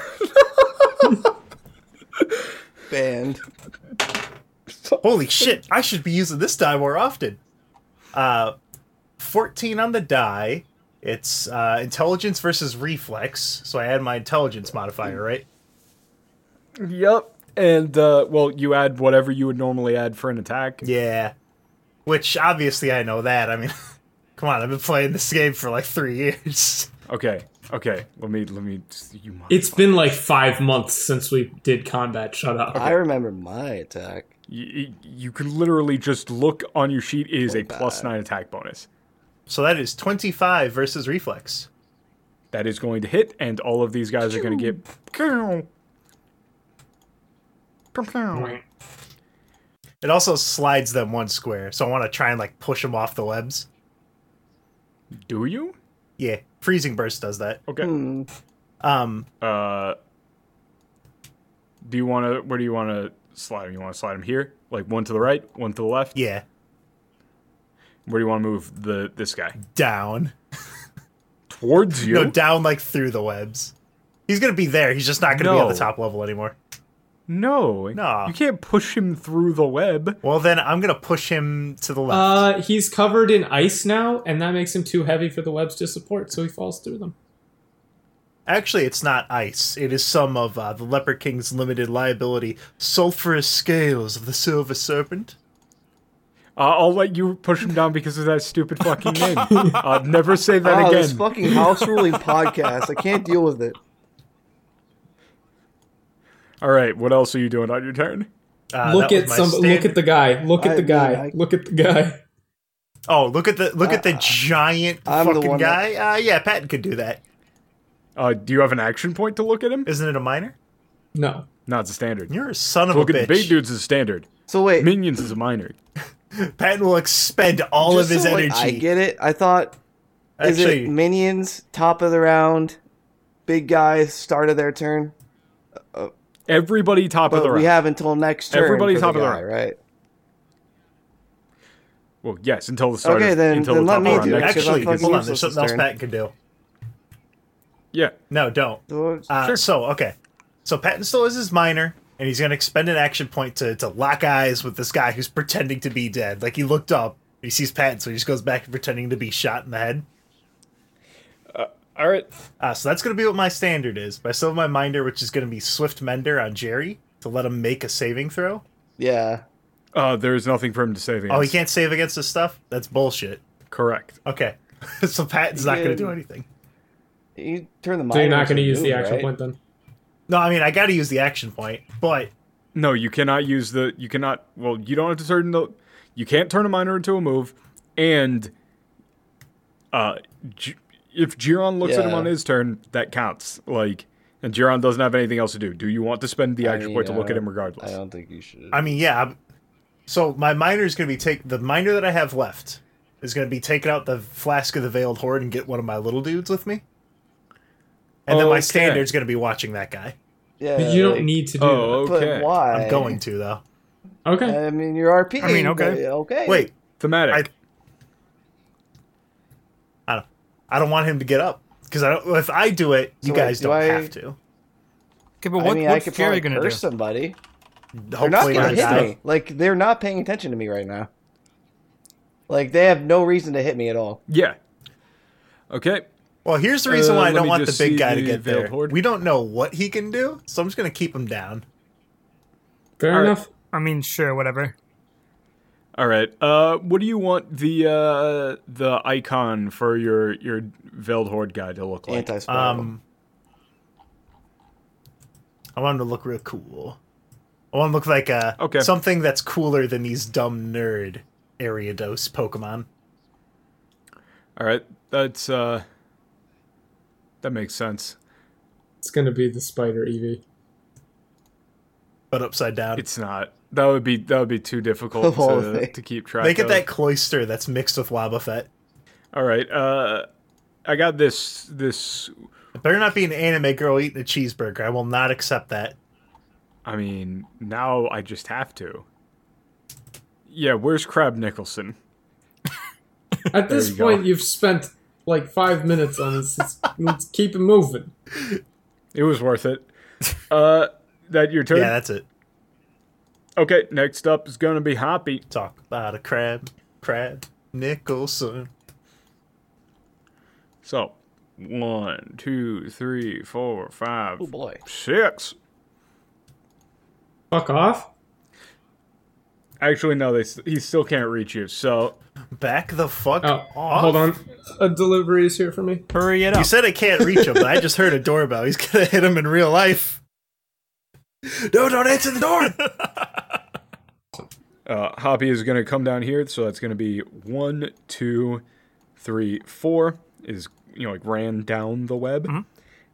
Banned. Holy shit! I should be using this die more often. Uh, fourteen on the die. It's uh, intelligence versus reflex. So I add my intelligence modifier, right? Yep. And uh, well, you add whatever you would normally add for an attack. Yeah. Which obviously I know that. I mean, come on, I've been playing this game for like three years. Okay. Okay. Let me. Let me. You. mother- It's been like five months since we did combat. Shut up. I remember my attack. you, you can literally just look on your sheet. It is a plus nine attack bonus. So that is twenty-five versus reflex. That is going to hit, and all of these guys are going to get. It also slides them one square. So I want to try and like push them off the webs. Do you? Yeah, freezing burst does that. Okay. Um, Uh. Do you want to? Where do you want to slide them? You want to slide them here, like one to the right, one to the left. yeah, Where do you want to move the this guy down. towards you? No, down like through the webs. He's gonna be there. He's just not gonna be on the No. top level anymore. No, No. You can't push him through the web. Uh, Well, then I'm gonna push him to the left. Uh, he's covered in ice now, and that makes him too heavy for the webs to support, so he falls through them. Actually, it's not ice. It is some of uh, the Leopard King's limited liability sulfurous scales of the Silver Serpent. Uh, I'll let you push him down because of that stupid fucking name. uh, never say that Oh, this again. fucking house ruling podcast. I can't deal with it. All right, what else are you doing on your turn? Uh, look that was at my some. stand- Look at the guy. Look at I the mean, guy. I- Look at the guy. oh, look at the look at the giant Uh, I'm the fucking one guy. that- Uh, yeah, Patton could do that. Uh, do you have an action point to look at him? Isn't it a minor? No. No, it's a standard. You're a son of Look a at bitch. the big dudes is standard. So wait, Minions is a minor. Patton will expend all just of his so, like, energy. I get it. I thought is Actually, it minions top of the round, big guys start of their turn, Everybody top of but the we round. have until next turn. Everybody for top of the guy, round. right? well, yes, until the start. Okay, of, then- until then the let top me of the do round it, next 'cause I'm actually, turn. fucking hold on. useless There's this something else turn. Patton can do. Yeah, No, don't. So, Uh, Sure. So okay, so Patton still is his minor, and he's gonna expend an action point to to lock eyes with this guy who's pretending to be dead. Like he looked up, he sees Patton, so he just goes back to pretending to be shot in the head. all right. Uh, so that's gonna be what my standard is. But I still have my minder, which is gonna be Swift Mender on Jerry to let him make a saving throw. yeah. Uh, there is nothing for him to save against. Oh, he can't save against this stuff. That's bullshit. Correct. Okay, so Patton's not gonna do anything. You turn the So you're minor not going to use the move, action right? point then. No, I mean I gotta use the action point, but No, you cannot use the. You cannot. Well, you don't have to turn the. You can't turn a minor into a move, and uh, G- if Giron looks at him Yeah. on his turn, that counts. Like, and Giron doesn't have anything else to do. Do you want to spend the I action mean, point to I look at don't- him I regardless? don't think you should. I mean yeah. I'm- so my minor is gonna be take the minor that I have left is going to be taking out the flask of the Veiled Horde and get one of my little dudes with me. And then my Okay. standard's going to be watching that guy. Yeah, But you like, don't need to do Oh, but okay. why? I'm going to, though. that. Okay. I mean, you're RP. I mean, okay. but- okay. Wait, Thematic. I don't, I don't want him to get up. Because I don't, if I do it, you So wait, guys do don't I- have to. Okay, but what, I mean, I what's could probably Jerry going to do? curse somebody. They're not Hopefully, gonna not hit die. me. Like they're not paying attention to me right now. Like they have no reason to hit me at all. Yeah. Okay. Well, here's the reason Uh, why I let don't me want the just big see guy to the get Veiled there. Horde. We don't know what he can do, so I'm just going to keep him down. Fair All right. enough. I mean, sure, whatever. All right. Uh, what do you want the uh, the icon for your your veiled horde guy to look like? Anti spell. Um, I want him to look real cool. I want him to look like a Okay. something that's cooler than these dumb nerd Ariados Pokemon. All right. That's uh, that makes sense. It's gonna be the spider Eevee. but upside down. It's not. That would be that would be too difficult The whole to, thing. to keep track. Make it of. that cloister that's mixed with Wobbuffet. All right. Uh, I got this this. It better not be an anime girl eating a cheeseburger. I will not accept that. I mean, now I just have to. Yeah. Where's Crab Nicholson? At this you go. point, you've spent like five minutes on this. Let's, let's keep it moving. It was worth it. Uh, that your turn. Yeah, that's it. okay. Next up is gonna be Hoppy. Talk about a crab, crab Nicholson. So, one, two, three, four, five, oh boy. six. Fuck off. Actually, no, they s- he still can't reach you. So, Back the fuck Oh, off. hold on. A delivery is here for me. Hurry it up. You said I can't reach him, but I just heard a doorbell. He's gonna hit him in real life. No, don't answer the door. uh, Hoppy is going to come down here. So that's going to be one, two, three, four. Is you know like ran down the web, and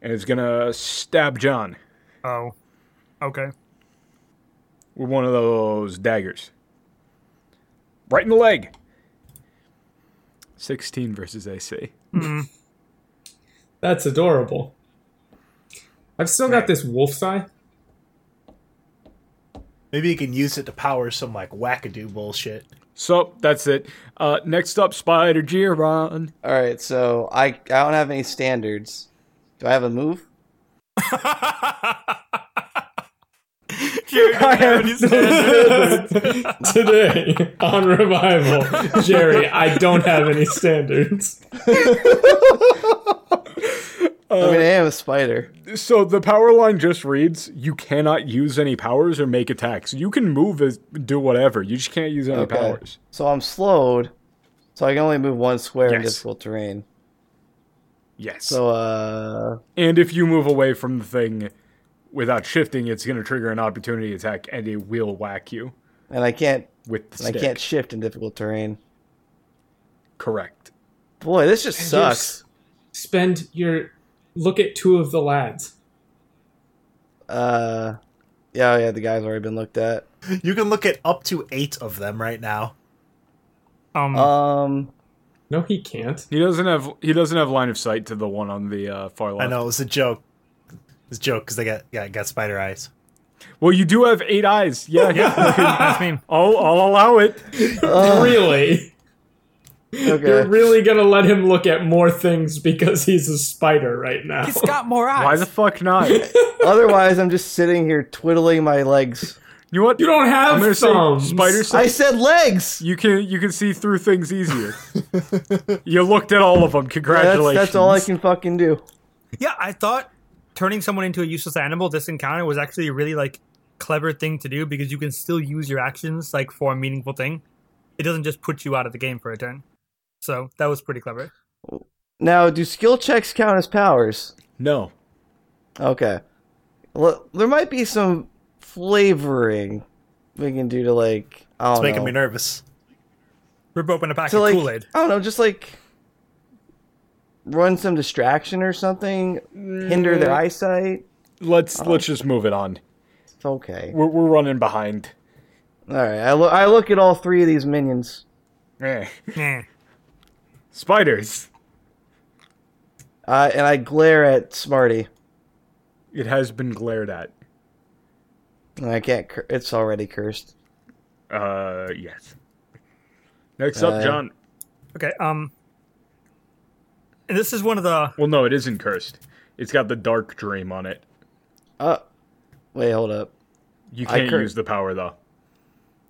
it's going to stab John oh, okay. with one of those daggers, right in the leg. Sixteen versus AC. That's adorable. I've still got this wolf's eye. Maybe you can use it to power some like wackadoo bullshit. So that's it. Uh, next up, Spider Giron. All right. So I I don't have any standards. Do I have a move? Jerry doesn't have any standards. Today on Revival, Jerry, I don't have any standards. Uh, I mean, I am a spider. So the power line just reads you cannot use any powers or make attacks. You can move as do whatever. You just can't use any Okay. powers. So I'm slowed. So I can only move one square in Yes. difficult terrain. Yes. So uh, and if you move away from the thing without shifting, it's going to trigger an opportunity attack and it will whack you and I can't with the and I stick. can't shift in difficult terrain. Correct. Boy, this just sucks. Just Spend your look at two of the lads. Uh, yeah, yeah. The guy's already been looked at. You can look at up to eight of them right now. Hmm. Um, Um, No, he can't. He doesn't have he doesn't have line of sight to the one on the uh, far left. I know it was a joke. It's a joke because they got yeah got spider eyes. Well, you do have eight eyes. Yeah, yeah. that's me. I'll, I'll allow it. Oh. really? You're okay. really gonna let him look at more things because he's a spider right now. He's got more eyes. Why the fuck not? You Otherwise, I'm just sitting here twiddling my legs. know what? you don't have I'm gonna say thumbs. spider sense. I said legs. You can you can see through things easier. you looked at all of them. That's, Congratulations. that's all I can fucking do. Yeah, I thought turning someone into a useless animal this encounter was actually a really like clever thing to do because you can still use your actions like for a meaningful thing. It doesn't just put you out of the game for a turn. So that was pretty clever. Now, do skill checks count as powers? No. Okay. Well, there might be some flavoring we can do to like. I don't It's making know. me nervous. Rip open a pack to of like Kool Aid. I don't know, just like run some distraction or something, hinder their eyesight. Let's let's Oh. just move it on. It's okay. We're we're running behind. All right, I, lo- I look at all three of these minions. Eh. Yeah. Spiders. Uh, and I glare at Smarty. It has been glared at. And I can't. Cur- it's already cursed. Uh, yes. Next up, Uh, John. Okay. Um. And this is one of the Well, no, it isn't cursed. It's got the dark dream on it. Oh, wait, hold up. You I can't cur- use the power though.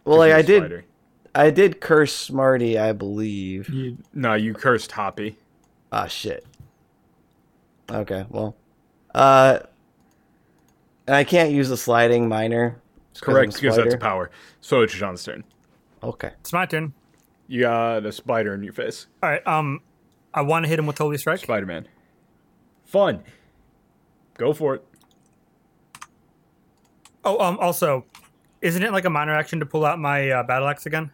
Well, like, You're I a did. spider. I did curse Smarty, I believe. You- no, you cursed Hoppy. Ah, shit. Okay, well, uh, and I can't use the sliding minor. just 'cause I'm a Correct, because that's spider. power. So it's John's turn. Okay. it's my turn. You got a spider in your face. All right. Um. I want to hit him with Holy Strike. Spider Man. Fun. Go for it. Oh. Um. Also, isn't it like a minor action to pull out my uh, battle axe again?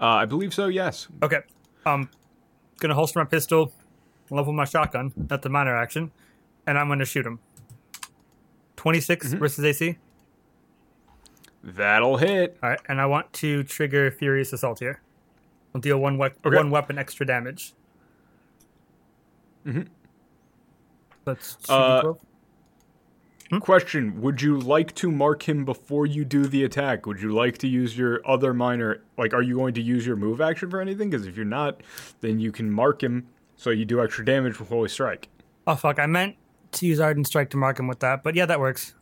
Uh, I believe so, yes. Okay. Um, gonna holster my pistol, level my shotgun. That's a minor action, and I'm gonna shoot him. 26 Mm-hmm. versus AC. That'll hit. All right, and I want to trigger Furious Assault here. I'll deal one, wep- Okay. one weapon extra damage. Mm-hmm. That's two Uh, twelve. Question Would you like to mark him before you do the attack? Would you like to use your other minor? Like, are you going to use your move action for anything? Because if you're not, then you can mark him so you do extra damage with Holy Strike. Oh fuck! I meant to use Arden Strike to mark him with that, but yeah, that works.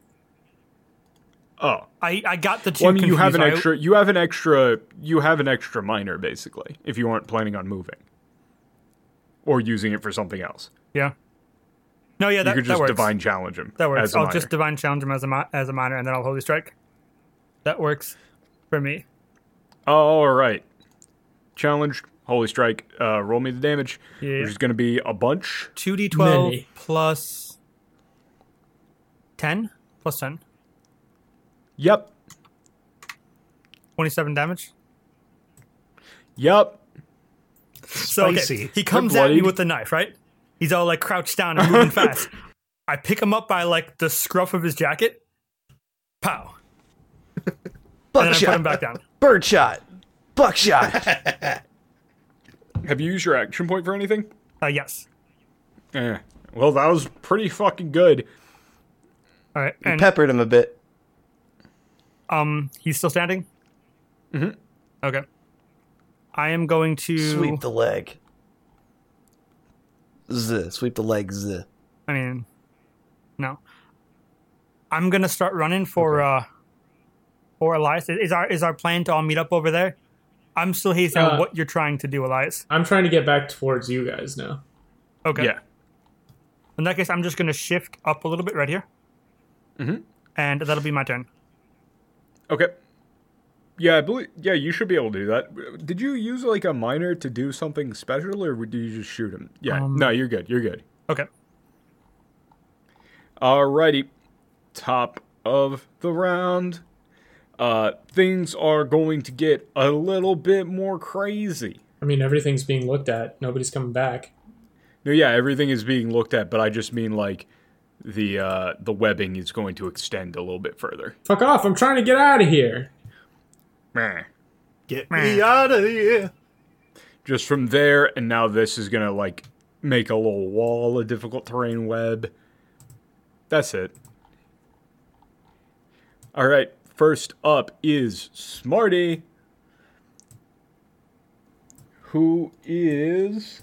Oh, I, I got the two. well, I mean, you have an confused. I- extra, you have an extra, you have an extra minor basically if you aren't planning on moving or using it for something else. yeah. No, yeah, that, you could that just works. divine challenge him. That works. As a I'll minor. just divine challenge him as a mi- as a minor, and then I'll holy strike. That works for me. Oh, All right. Challenge, Holy Strike, uh, roll me the damage, Yeah. which is going to be a bunch. Two d twelve Many. plus ten plus ten. Yep. Twenty seven damage. Yep. So okay, Spicy. he comes They're at me bloodied. with the knife, right? He's all like crouched down and moving fast. I pick him up by like the scruff of his jacket. Pow. And then I put him Buckshot. back down. Birdshot. Buckshot. Have you used your action point for anything? Uh, yes. Eh. Well, that was pretty fucking good. All right. And Peppered him a bit. um, he's still standing. Mm-hmm. Okay. I am going to Sweep the leg. Z. Sweep the leg. Z. I mean, no. I'm gonna start running for uh for Elias. Is our is our plan to all meet up over there? I'm still hazing Uh, what you're trying to do, Elias. I'm trying to get back towards you guys now. Okay. Yeah. In that case, I'm just gonna shift up a little bit right here. Mm-hmm. And that'll be my turn. Okay. Yeah, I believe. Yeah, you should be able to do that. Did you use like a minor to do something special, or did you just shoot him? Yeah. Um, no, you're good. You're good. Okay. Alrighty. Top of the round. Uh, things are going to get a little bit more crazy. I mean, everything's being looked at. Nobody's coming back. No, yeah, everything is being looked at, but I just mean like the uh, the webbing is going to extend a little bit further. Fuck off! I'm trying to get out of here. Meh. Get me out of here. Just from there, and now this is gonna like make a little wall, a difficult terrain web. That's it. All right. First up is Smarty, who is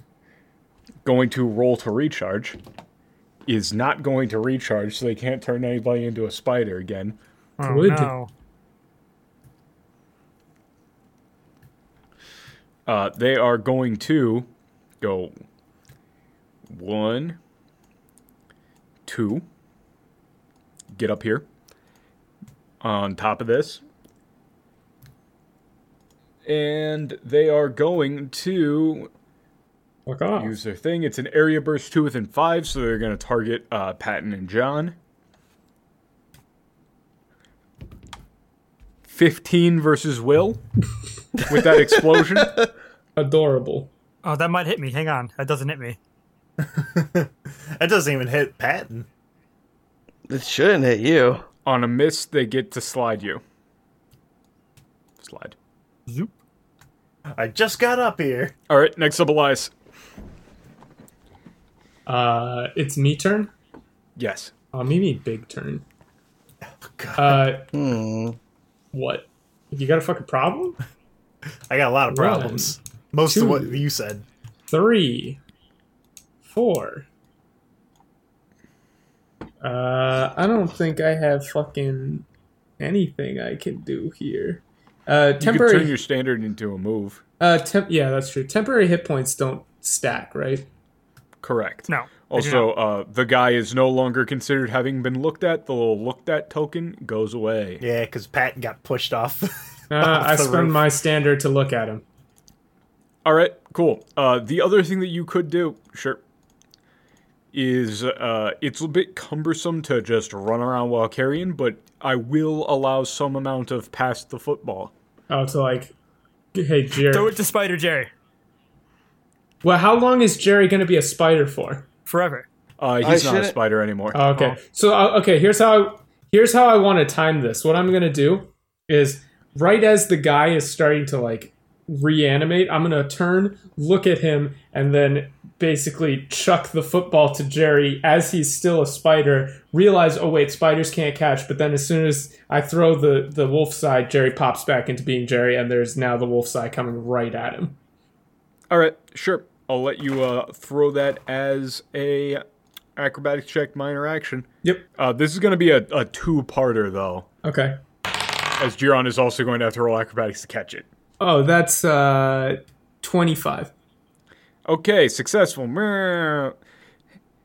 going to roll to recharge. Is not going to recharge, so they can't turn anybody into a spider again. Oh, Good. no. Uh, they are going to go one, two, get up here on top of this. And they are going to Fuck off! use their thing. It's an area burst two within five, so they're going to target uh, Patton and John. 15 versus Will with that explosion. Adorable. Oh, that might hit me. Hang on. That doesn't hit me. That doesn't even hit Patton. It shouldn't hit you. On a miss, they get to slide you. Slide. Zoop. I just got up here. All right, next up, Elias. Uh, it's me turn. Yes. Oh, maybe big turn. Oh, Uh, Hmm. What? You got a fucking problem? I got a lot of One, problems. Most two. of what you said. Three, four. Uh, I don't think I have fucking anything I can do here. Uh, temporary. You can turn your standard into a move. uh, temp- yeah, that's true. Temporary hit points don't stack, right? Correct. No. they do Also, not. uh, the guy is no longer considered having been looked at. The little looked at token goes away. Yeah, because Pat got pushed off. Uh, I the spend roof. my standard to look at him. All right, cool. Uh, the other thing that you could do, sure, is uh, it's a bit cumbersome to just run around while carrying, but I will allow some amount of pass the football. Oh, to like, hey Jerry. Throw it to Spider Jerry well, how long is Jerry gonna be a spider for? forever. Uh, I he's not a shouldn't- spider anymore. Oh, okay. So uh, okay, here's how I, here's how I want to time this. What I'm gonna do is right as the guy is starting to like reanimate, I'm gonna turn, look at him, and then basically chuck the football to Jerry as he's still a spider. Realize, oh wait, spiders can't catch. But then as soon as I throw the the wolf side, Jerry pops back into being Jerry, and there's now the wolf side coming right at him. All right, sure. I'll let you uh, throw that as a acrobatics check, minor action. Yep. Uh, this is going to be a, a two-parter though, Okay. as Giron is also going to have to roll acrobatics to catch it. Oh, that's uh, twenty five. Okay, successful. Meh.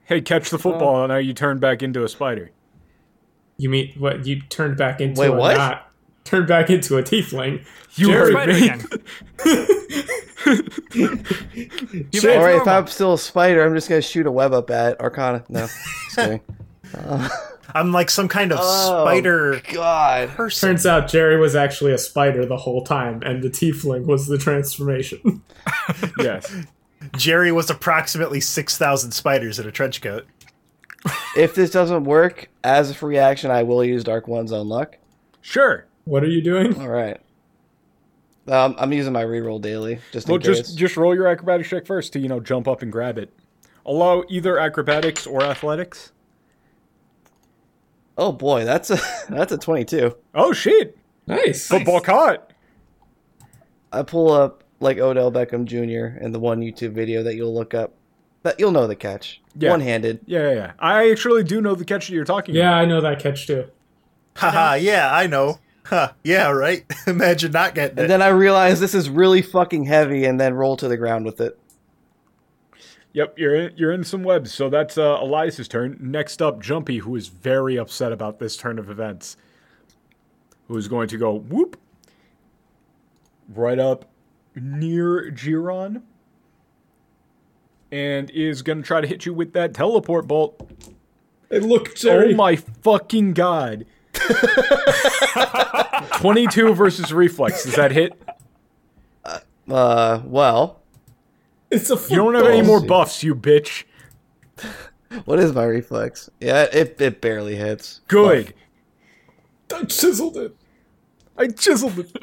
Hey, catch the Oh. football, and now you turn back into a spider. You mean what? You turned back into Wait, a what? not turned back into a tiefling. You Jerry, Spider again. All right, if normal. I'm still a spider, I'm just gonna shoot a web up at Arcana. No, just kidding. I'm like some kind of Oh, spider God. person. Turns out Jerry was actually a spider the whole time, and the tiefling was the transformation. Yes. Jerry was approximately 6,000 spiders in a trench coat. If this doesn't work, as a free action, I will use Dark One's own luck. Sure. what are you doing? All right. Um, I'm using my reroll daily just in Well, case. just just roll your acrobatics check first to you know jump up and grab it. Allow either acrobatics or athletics. Oh boy, that's a that's a 22. Oh shit! Nice. Football caught. I pull up like Odell Beckham Jr. in the one YouTube video that you'll look up. That you'll know the catch, Yeah. one-handed. Yeah, yeah, yeah. I actually do know the catch that you're talking Yeah, I know that catch too. Haha, yeah, I know. Huh, yeah, right? Imagine not getting it. And then I realize this is really fucking heavy, and then roll to the ground with it. Yep, you're in, you're in some webs. So that's uh, Elias's turn. Next up, Jumpy, who is very upset about this turn of events, who is going to go whoop right up near Giron, and is going to try to hit you with that teleport bolt. Hey, look, Oh my fucking god! Twenty-two versus reflex. Does that hit? Uh, well, It's a You don't have any Balls. more buffs, you bitch. what is my reflex? Yeah, it it barely hits. Good. I chiseled it. I chiseled it.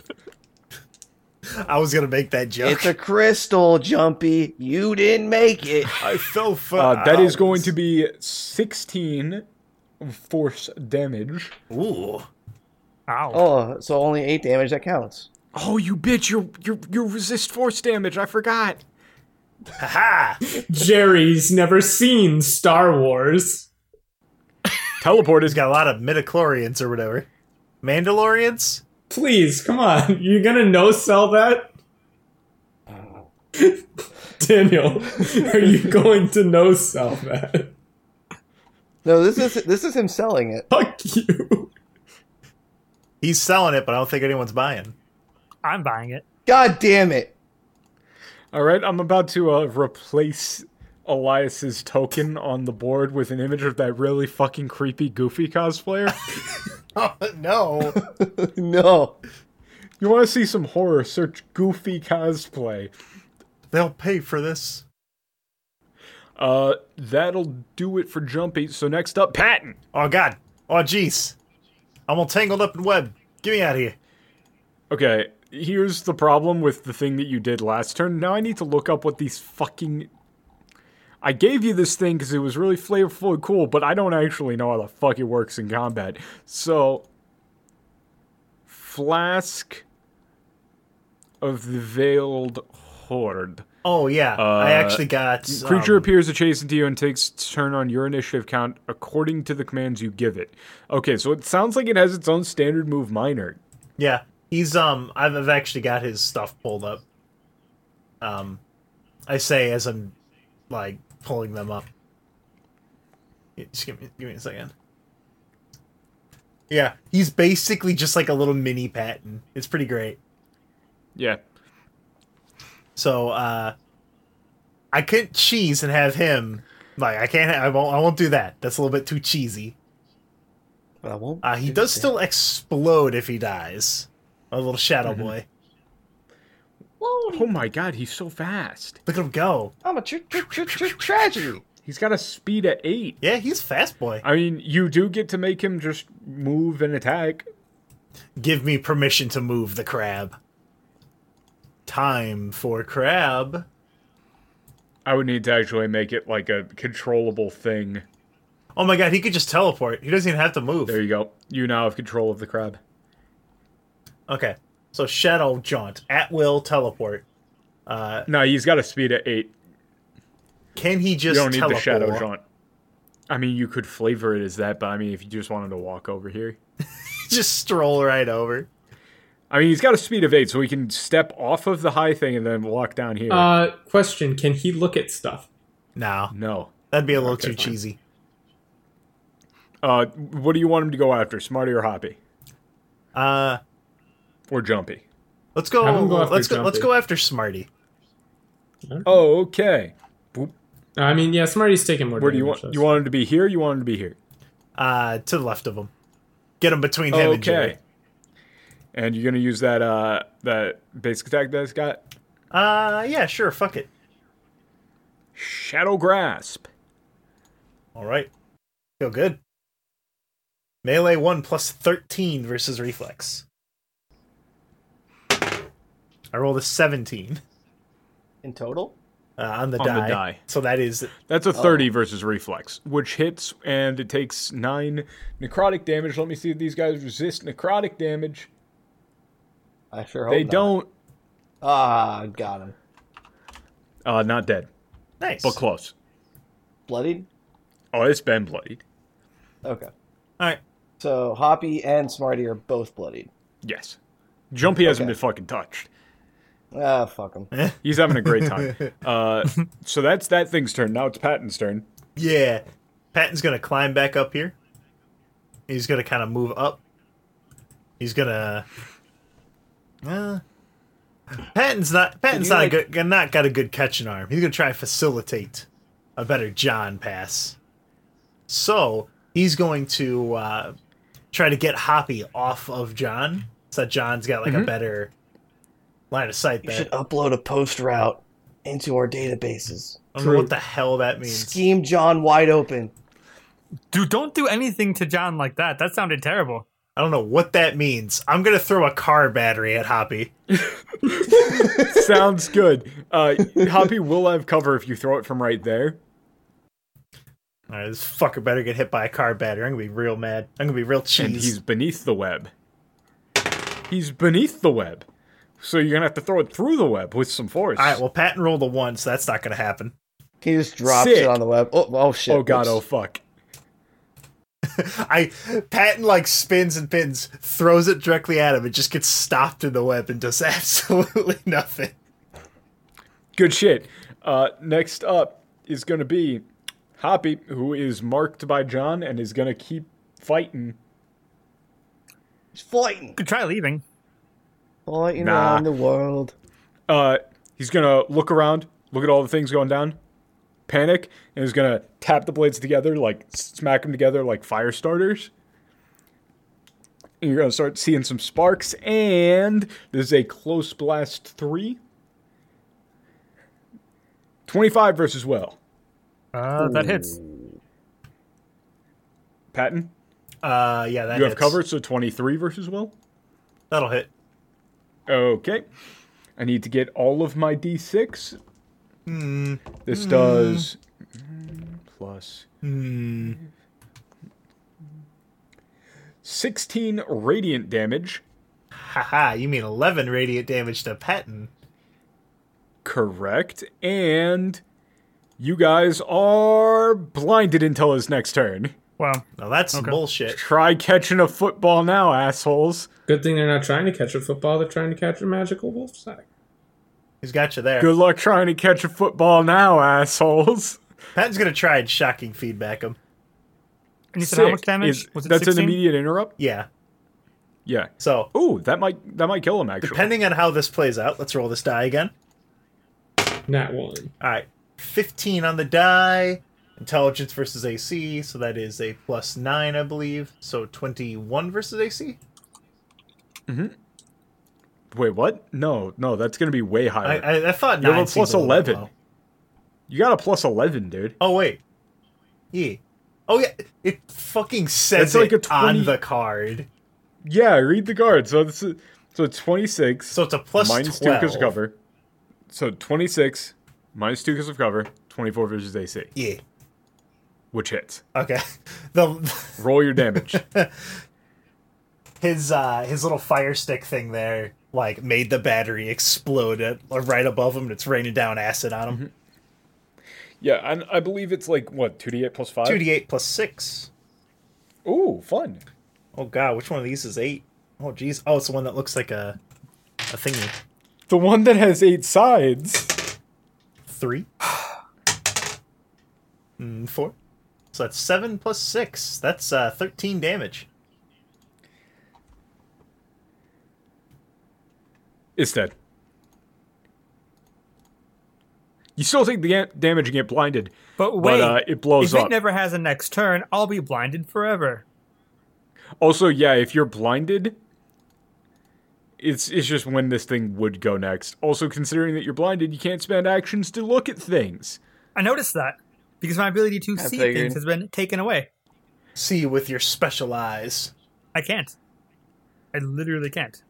I was going to make that joke. It's a crystal, Jumpy. You didn't make it. I fell for Uh, that is going to be 16 force damage. Ooh. Ow. Oh, so only eight damage. That counts. Oh, you bitch! You you you resist force damage. I forgot. Haha! Jerry's never seen Star Wars. Teleport He's is got a lot of midichlorians or whatever. Mandalorians? Please, come on. You're gonna no sell that? Uh. Daniel, are you going to no sell that? No, this is this is him selling it. Fuck you. He's selling it, but I don't think anyone's buying. I'm buying it. God damn it! all right. I'm about to uh, replace Elias's token on the board with an image of that really fucking creepy Goofy cosplayer. Oh, no. No. you want to see some horror? Search Goofy cosplay. They'll pay for this. Uh, that'll do it for Jumpy. So next up, Patton. Oh, God. Oh, jeez. I'm all tangled up in web. Get me out of here. Okay, here's the problem with the thing that you did last turn. Now I need to look up what these fucking. I gave you this thing because it was really flavorful and cool, but I don't actually know how the fuck it works in combat. So, flask of the veiled horde. Oh yeah, I actually got Uh, Creature um, appears adjacent to you and takes its turn on your initiative count according to the commands you give it. Okay, so it sounds like it has its own standard move minor. Yeah, he's um. I've, I've actually got his stuff pulled up. Um, I say as I'm like pulling them up. Yeah, Just give me give me a second. Yeah, he's basically just like a little mini Patton. It's pretty great. Yeah. So uh, I couldn't cheese and have him. Like I can't. I won't. I won't do that. That's a little bit too cheesy. But I won't. Uh, he do does that. still explode if he dies. A little shadow boy. Oh my god, he's so fast. Look at him go. I'm a tr- tr- tr- tr- tragedy. He's got a speed at eight. Yeah, he's fast boy. I mean, you do get to make him just move and attack. Give me permission to move the crab. Time for crab. I would need to actually make it like a controllable thing. Oh my god, he could just teleport. He doesn't even have to move. There you go. You now have control of the crab. Okay. So shadow jaunt at will teleport. No, he's got a speed at eight. Can he You just don't need teleport? the shadow jaunt. I mean, you could flavor it as that, but I mean, if you just wanted to walk over here, just stroll right over. I mean, he's got a speed of eight, so he can step off of the high thing and then walk down here. Uh, question: Can he look at stuff? No, no. that'd be a little Okay, too fine. cheesy. Uh, what do you want him to go after, Smarty or Hoppy Uh, or Jumpy? let's go. Have him go after let's go. Let's Jumpy. go after Smarty. Oh, okay. I mean, yeah, Smarty's taking more. Where do you damage, want? that's- You want him to be here? You want him to be here? Uh, to the left of him. Get him between him and Jerry. Okay. And you're gonna use that uh that basic attack that's got Uh, yeah, sure. Fuck it. Shadow Grasp. All right. Feel good. Melee 1 plus 13 versus reflex. I rolled a 17 In total? uh, on, the, On the die, die. So that is That's a 30 versus reflex, which hits and it takes 9 necrotic damage. Let me see if these guys resist necrotic damage. I sure hope They not. don't. Ah, got him. Uh not dead, nice. but close. Bloodied. Oh, it's been bloodied. Okay. All right. So Hoppy and Smarty are both bloodied. Yes. Jumpy hasn't Okay. been fucking touched. Ah, fuck them. Eh. He's having a great time. uh, so that's that thing's turn. Now it's Patton's turn. Yeah. Patton's going to climb back up here. He's going to kind of move up. He's going to. Uh, Patton's not Patton's you, not a like- good not got a good catching arm. He's gonna try and facilitate a better John pass. So he's going to uh, try to get Hoppy off of John, so that John's got like a better line of sight Mm-hmm. You should there. upload a post route into our databases. I don't know what the hell that means. Scheme John wide open. Dude, don't do anything to John like that. That sounded terrible. I don't know what that means. I'm gonna throw a car battery at Hoppy. Sounds good. Uh, Hoppy will have cover if you throw it from right there. All right, this fucker better get hit by a car battery. I'm gonna be real mad. I'm gonna be real and he's cheese. beneath the web. He's beneath the web. So you're gonna have to throw it through the web with some force. All right, well Patton rolled a one, so that's not gonna happen. He just drops Sick. it on the web. Oh, oh shit. oh god, oh Whoops. fuck. I Patton like spins and pins, throws it directly at him, and just gets stopped in the web and does absolutely nothing. Good shit. Uh, next up is gonna be Hoppy, who is marked by John and is gonna keep fighting. He's fighting. Could try leaving. Fighting Nah. around the world. Uh, he's gonna look around, look at all the things going down, panic, and he's gonna tap the blades together, like smack them together like fire starters. And you're gonna start seeing some sparks, and there's a close blast three. 25 versus well. Uh, that hits. Patton, Uh, yeah, that you have hits. cover, so 23 versus well. That'll hit. Okay. I need to get all of my d6. This Hmm. does plus Hmm. 16 radiant damage. Haha, you mean 11 radiant damage to Patton. Correct. And you guys are blinded until his next turn. Wow. Now that's some bullshit. Try catching a football now, assholes. Good thing they're not trying to catch a football. They're trying to catch a magical wolf sack. He's got you there. Good luck trying to catch a football now, assholes. Patton's going to try and shocking feedback him. And you said how Sick. much damage? Is- was it that's 16? an immediate interrupt? Yeah. Yeah. So, Ooh, that might that might kill him actually. depending on how this plays out, let's roll this die again. Nat one. All right. 15 on the die. Intelligence versus AC. So that is a plus 9, I believe. So 21 versus AC? Wait, what? No, no, that's gonna be way I, higher. I, I thought You have 9 a seemed plus little 11. low. you got a plus eleven, dude. Oh, wait. Yeah. Oh, yeah. It fucking says It's like it a on 20 the card. Yeah, read the card. So it's so twenty six. So it's a plus minus 12. two because of cover. So twenty six minus two because of cover. Twenty four versus AC, Yeah. which hits. Okay. The Roll your damage. his uh his little fire stick thing there like made the battery explode at, right above him and it's raining down acid on him. yeah, and I believe it's like what two d eight plus five. 2d8 plus 6. Ooh, fun. Oh god, which one of these is 8? Oh geez. Oh, it's the one that looks like a a thingy. The one that has eight sides. 3. Mm, 4. So that's 7 plus 6. That's uh 13 damage. It's dead. You still take the ga- damage and get blinded. But But, wait, uh, it blows if up. it never has a next turn, I'll be blinded forever. Also, yeah, if you're blinded, it's it's just when this thing would go next. Also, considering that you're blinded, you can't spend actions to look at things. I noticed that because my ability to see figured. things has been taken away. See with your special eyes. I can't. I literally can't.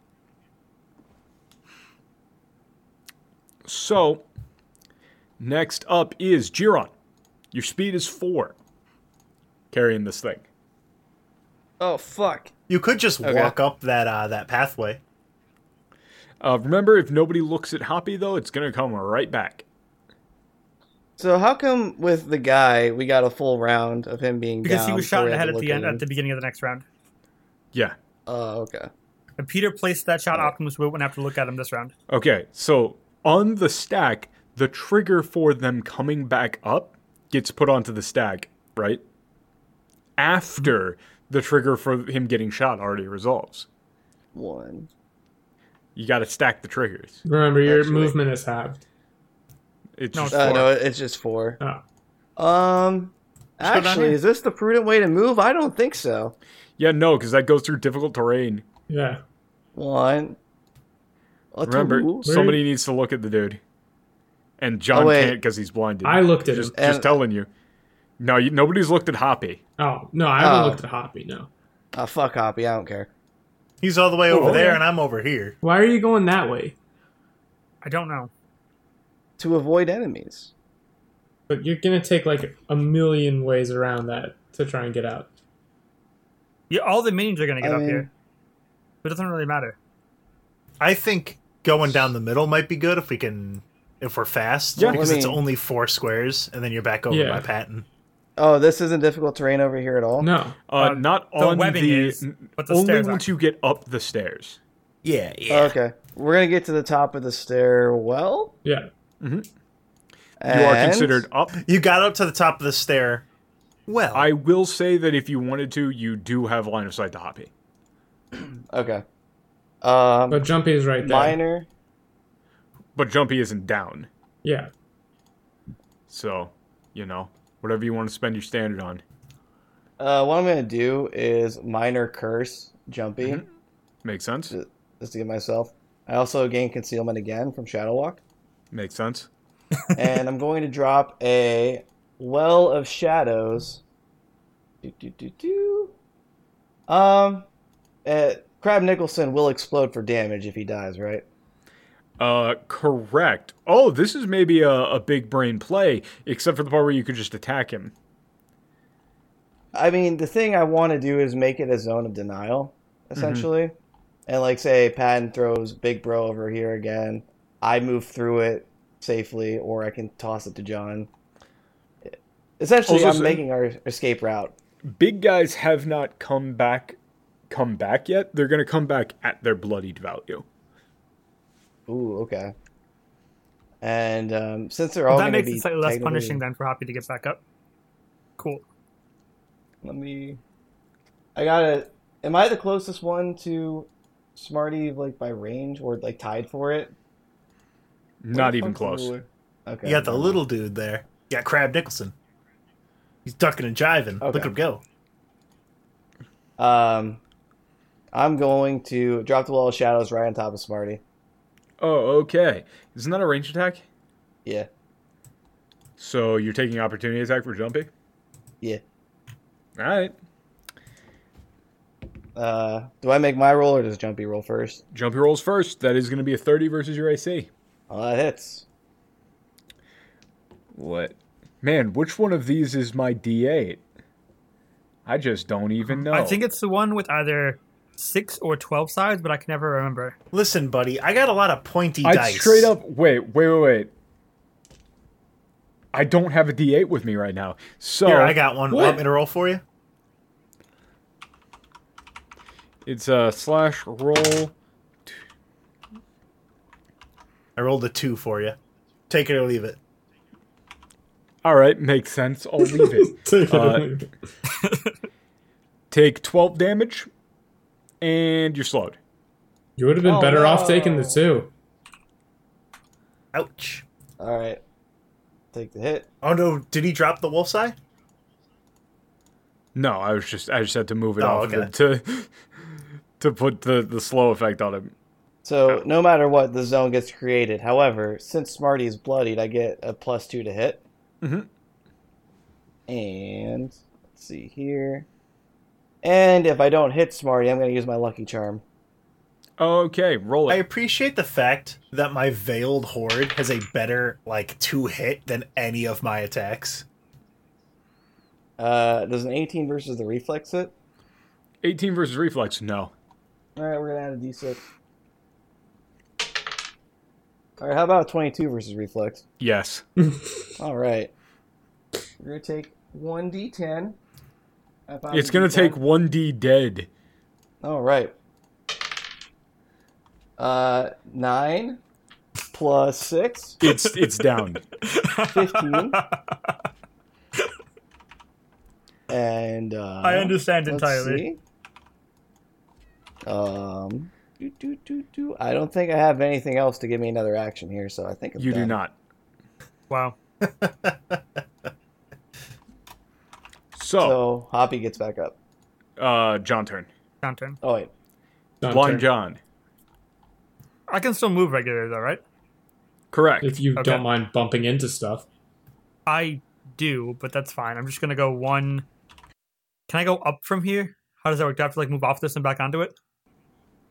So, next up is Giron. Your speed is four. Carrying this thing. Oh fuck! You could just walk up that uh that pathway. Uh, remember, if nobody looks at Hoppy though, it's gonna come right back. So how come with the guy we got a full round of him being Because down he was before shot we in the had head to at look the end, him? at the beginning of the next round. Yeah. Oh okay. And Peter placed that shot Optimus. We wouldn't have to look at him this round. Okay, so on the stack, the trigger for them coming back up gets put onto the stack, right? After the trigger for him getting shot already resolves. One. You got to stack the triggers. Remember, your Actually. movement is halved. It's No, just Uh, Four. no, it's just four. Oh. Um, go down actually, here. is this the prudent way to move? I don't think so. yeah, no, because that goes through difficult terrain. Yeah. One. A Remember, two. somebody needs to look at the dude, and John Oh, wait. can't because he's blinded. I looked at him. And- just telling you. No, you, nobody's looked at Hoppy. Oh, no, I haven't Oh. looked at Hoppy, no. Ah, fuck Hoppy. I don't care. He's all the way over Oh, there yeah. and I'm over here. Why are you going that way? I don't know. To avoid enemies. But you're going to take like a million ways around that to try and get out. Yeah, all the minions are going to get I up mean- here. But it doesn't really matter. I think going down the middle might be good if we can if we're fast. Yeah. because Let it's me- only four squares, and then you're back over Yeah. by Patton. Oh, this isn't difficult terrain over here at all. No. Uh, Uh, not the on webbing the is, n- but the only stairs once aren't. you get up the stairs. Yeah, yeah. Okay, we're gonna get to the top of the stairwell. Yeah. You are and- considered up You got up to the top of the stair. Well, I will say that if you wanted to, you do have line of sight to Hoppy. Okay. Um, But Jumpy is right there. minor. But Jumpy isn't down. Yeah. So, you know, whatever you want to spend your standard on. Uh, what I'm gonna do is minor curse jumpy Mm-hmm. Makes sense? just to get myself. I also gain concealment again from Shadow Walk, Makes sense. and I'm going to drop a well of shadows. Do, do, do, do. Um, at Crab Nicholson will explode for damage if he dies, right? Uh, correct. Oh, this is maybe a, a big brain play, except for the part where you could just attack him. I mean, the thing I want to do is make it a zone of denial, Mm-hmm. essentially. And like, say, Patton throws Big Bro over here again. I move through it safely, or I can toss it to John. Essentially, Also, I'm so- making our escape route. Big guys have not come back, come back yet. They're gonna come back at their bloodied value. Ooh, okay. And um, since they're all Well, that gonna makes be it slightly less technically- punishing then for Hoppy to get back up. Cool. Let me. I gotta. Am I the closest one to Smarty, like by range or like tied for it? Not even close. Okay. You got the never mind. little dude there. You got Crab Nicholson. He's ducking and jiving. Look Okay. at him go. Um, I'm going to drop the wall of shadows right on top of Smarty. Oh, okay. Isn't that a range attack? Yeah, So you're taking opportunity attack for jumping. yeah. All right, Uh, do I make my roll or does Jumpy roll first? jumpy rolls first. That is gonna be a thirty versus your AC. Oh, that hits. What? Man, which one of these is my D8? I just don't even Oh. know. I think it's the one with either six or twelve sides, but I can never remember. Listen, buddy, I got a lot of pointy I dice. straight up wait, wait, wait, wait. I don't have a D8 with me right now. So Here, I got one. What? Want me to roll for you? It's a slash roll. I rolled a two for you. Take it or leave it. All right, makes sense. I'll leave it. Uh, Take 12 damage and you're slowed. you would have oh, been better off taking the two. Ouch. All right, take the hit. Oh no, did he drop the wolf's eye? No, I was just I just had to move it Oh, off of okay. it to to put the the slow effect on him. So no matter what, the zone gets created. However, since Smarty is bloodied, I get a plus two to hit. Mhm. And let's see here. And if I don't hit Smarty, I'm going to use my lucky charm. Okay, roll I it. appreciate the fact that my veiled horde has a better like two hit than any of my attacks. Uh, does an 18 versus the reflex hit? 18 versus reflex. No. All right, we're gonna add a d6. All right, how about 22 versus reflex? Yes. All right, we're gonna take one d10. I found It's a going to D10. take 1d dead. All right. Uh, nine plus six, It's it's down. 15. and uh, I understand let's entirely. see. Um, do, do, do, do. I don't think I have anything else to give me another action here, so I think I'm You do done. not. Wow. So, So Hoppy gets back up. uh, John turn. Downturn. Oh wait, Not Blind turn. John. I can still move regularly though, right? Correct. If you Okay. don't mind bumping into stuff. I do, but that's fine. I'm just gonna go one. Can I go up from here? How does that work? Do I have to like move off this and back onto it?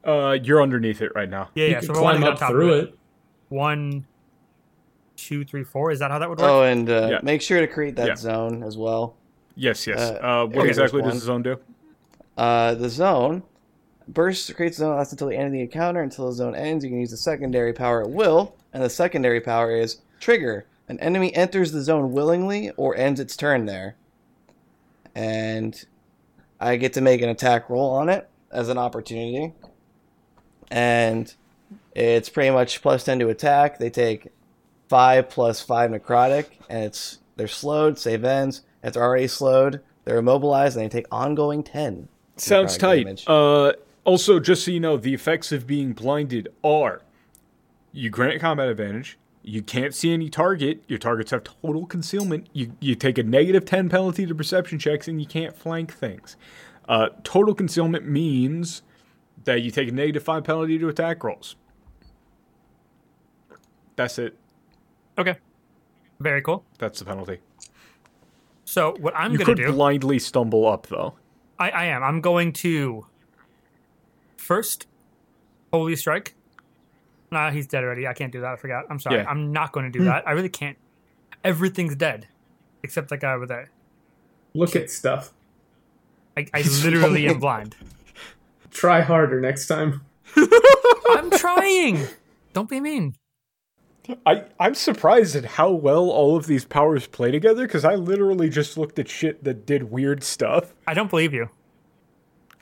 Uh, you're underneath it right now. Yeah, you yeah. could So we're climb on up top through of it. One, two, three, four. Is that how that would work? Oh, and uh, Yeah. make sure to create that Yeah. zone as well. Yes, yes. Uh, Uh, what okay. exactly does One. the zone do? Uh, the zone burst creates a zone that lasts until the end of the encounter. Until the zone ends, you can use the secondary power at will, and the secondary power is trigger. An enemy enters the zone willingly or ends its turn there, and I get to make an attack roll on it as an opportunity. And it's pretty much plus ten to attack. They take five plus five necrotic, and it's they're slowed. Save ends. It's already slowed. They're immobilized, and they take ongoing ten. Sounds necrotic tight. damage. Uh, also, just so you know, the effects of being blinded are you grant combat advantage, you can't see any target, your targets have total concealment, you, you take a negative 10 penalty to perception checks, and you can't flank things. Uh, total concealment means that you take a negative 5 penalty to attack rolls. That's it. Okay. Very cool. That's the penalty. So what I'm You gonna could do, blindly stumble up, though. I, I am. I'm going to first, Holy Strike. Nah, he's dead already. I can't do that. I forgot. I'm sorry. Yeah. I'm not going to do that. I really can't. Everything's dead except that guy over there. Look at stuff. I, I literally am blind. Try harder next time. I'm trying. Don't be mean. I, I'm surprised at how well all of these powers play together because I literally just looked at shit that did weird stuff. I don't believe you.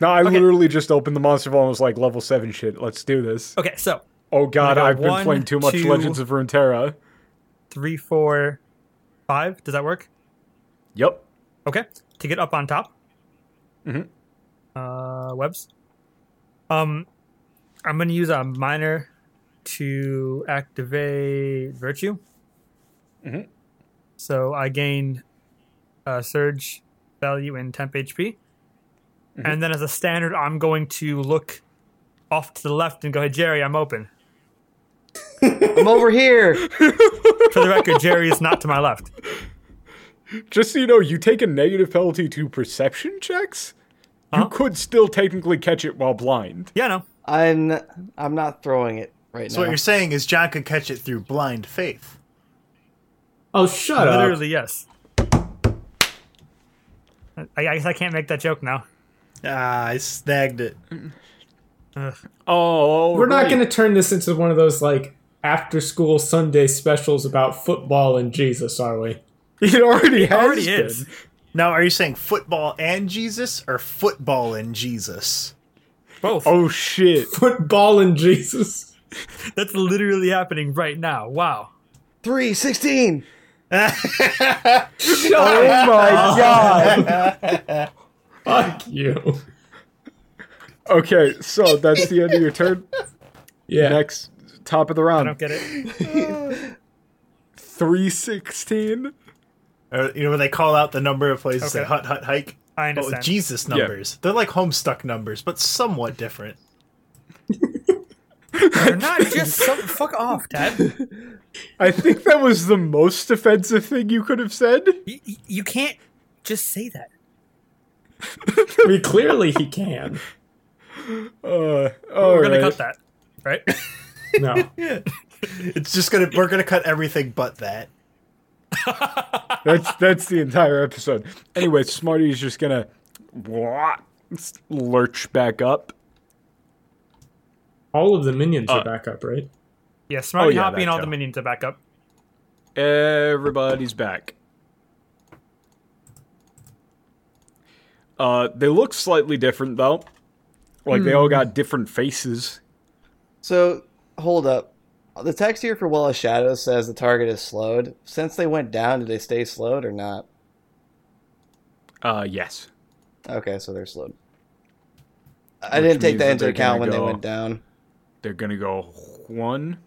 No, I literally just opened the monster ball and was like, level 7 shit, let's do this. Okay, so Oh god, got I've been one, playing too much two- Legends of Runeterra. three, four, five. Does that work? Yep. Okay, to get up on top. Mm-hmm. Uh, webs. Um, I'm gonna use a miner to activate virtue. Mm-hmm. Mhm. So I gained uh, surge value in temp HP, Mm-hmm. and then as a standard, I'm going to look off to the left and go, "Hey Jerry, I'm open." I'm over here. For the record, Jerry is not to my left. Just so you know, you take a negative penalty to perception checks. You could still technically catch it while blind. Yeah, no. I'm I'm not throwing it right So what now. you're saying is John could catch it through blind faith. Oh, shut up. Literally, yes. I, I guess I can't make that joke now. Ah, I snagged it. Oh, We're not going to turn this into one of those like after school Sunday specials about football and Jesus, are we? It already has. already been. is. Now, are you saying football and Jesus or football and Jesus? Both. Oh shit! Football and Jesus. That's literally happening right now. Wow. Three sixteen. Oh my god! Fuck you. Okay, so that's the end of your turn. Yeah. Next, top of the round. I don't get it. Three sixteen. Or, you know, when they call out the number of places Okay. that hut, hut, hike? Oh, I But with understand. Jesus Yeah. numbers. They're like Homestuck numbers, but somewhat different. They're not just some, fuck off, Dad. I think that was the most offensive thing you could have said. You, you can't just say that. I mean, clearly he can. Uh, We're all gonna right. cut that, right? No. It's just gonna we're gonna cut everything but that. That's that's the entire episode. Anyway, Smarty's just gonna wah, lurch back up. All of the minions Uh, are back up, right? yeah, Smarty Oh, yeah, Hoppy that and all too. the minions are back up. Everybody's back. Uh, they look slightly different though. Like they all got different faces. So hold up. The text here for Well of Shadows says the target is slowed. Since they went down, did they stay slowed or not? Uh, yes. Okay, so they're slowed. I Which didn't take means that that into they're account gonna when they go- went down. They're gonna go one.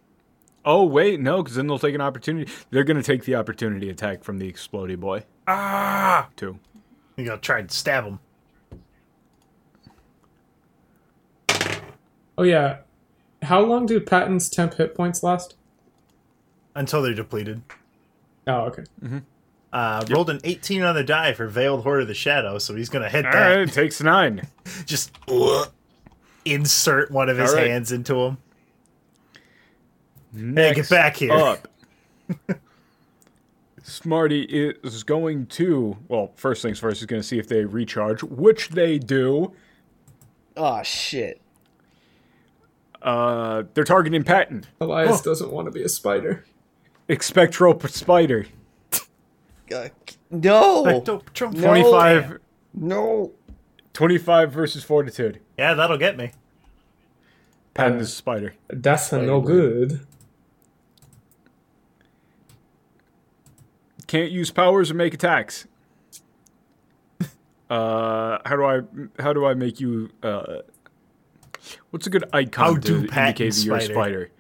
Oh wait, no, because then they'll take an opportunity. They're gonna take the opportunity attack from the Explody Boy. Ah, two. You know, try and stab him. Oh, yeah. How long do Patton's temp hit points last? Until they're depleted. Oh, okay. Uh, Rolled an 18 on the die for Veiled Horde of the Shadow, so he's gonna hit All that. right, it takes nine. Just uh, insert one of his All right. hands into him. Hey, Next get back here. up. Smarty is going to, well, first things first, is going to see if they recharge, which they do. Oh shit. Uh, they're targeting Patton. Elias doesn't want to be a spider. Expectro Spider. Uh, No. Ectopatron- No. 25, No. 25 versus Fortitude. Yeah, that'll get me. Patton is a spider. That's no good. Can't use powers or make attacks. Uh, how do I how do I make you uh? What's a good icon How to do indicate that Patton you're a spider? spider?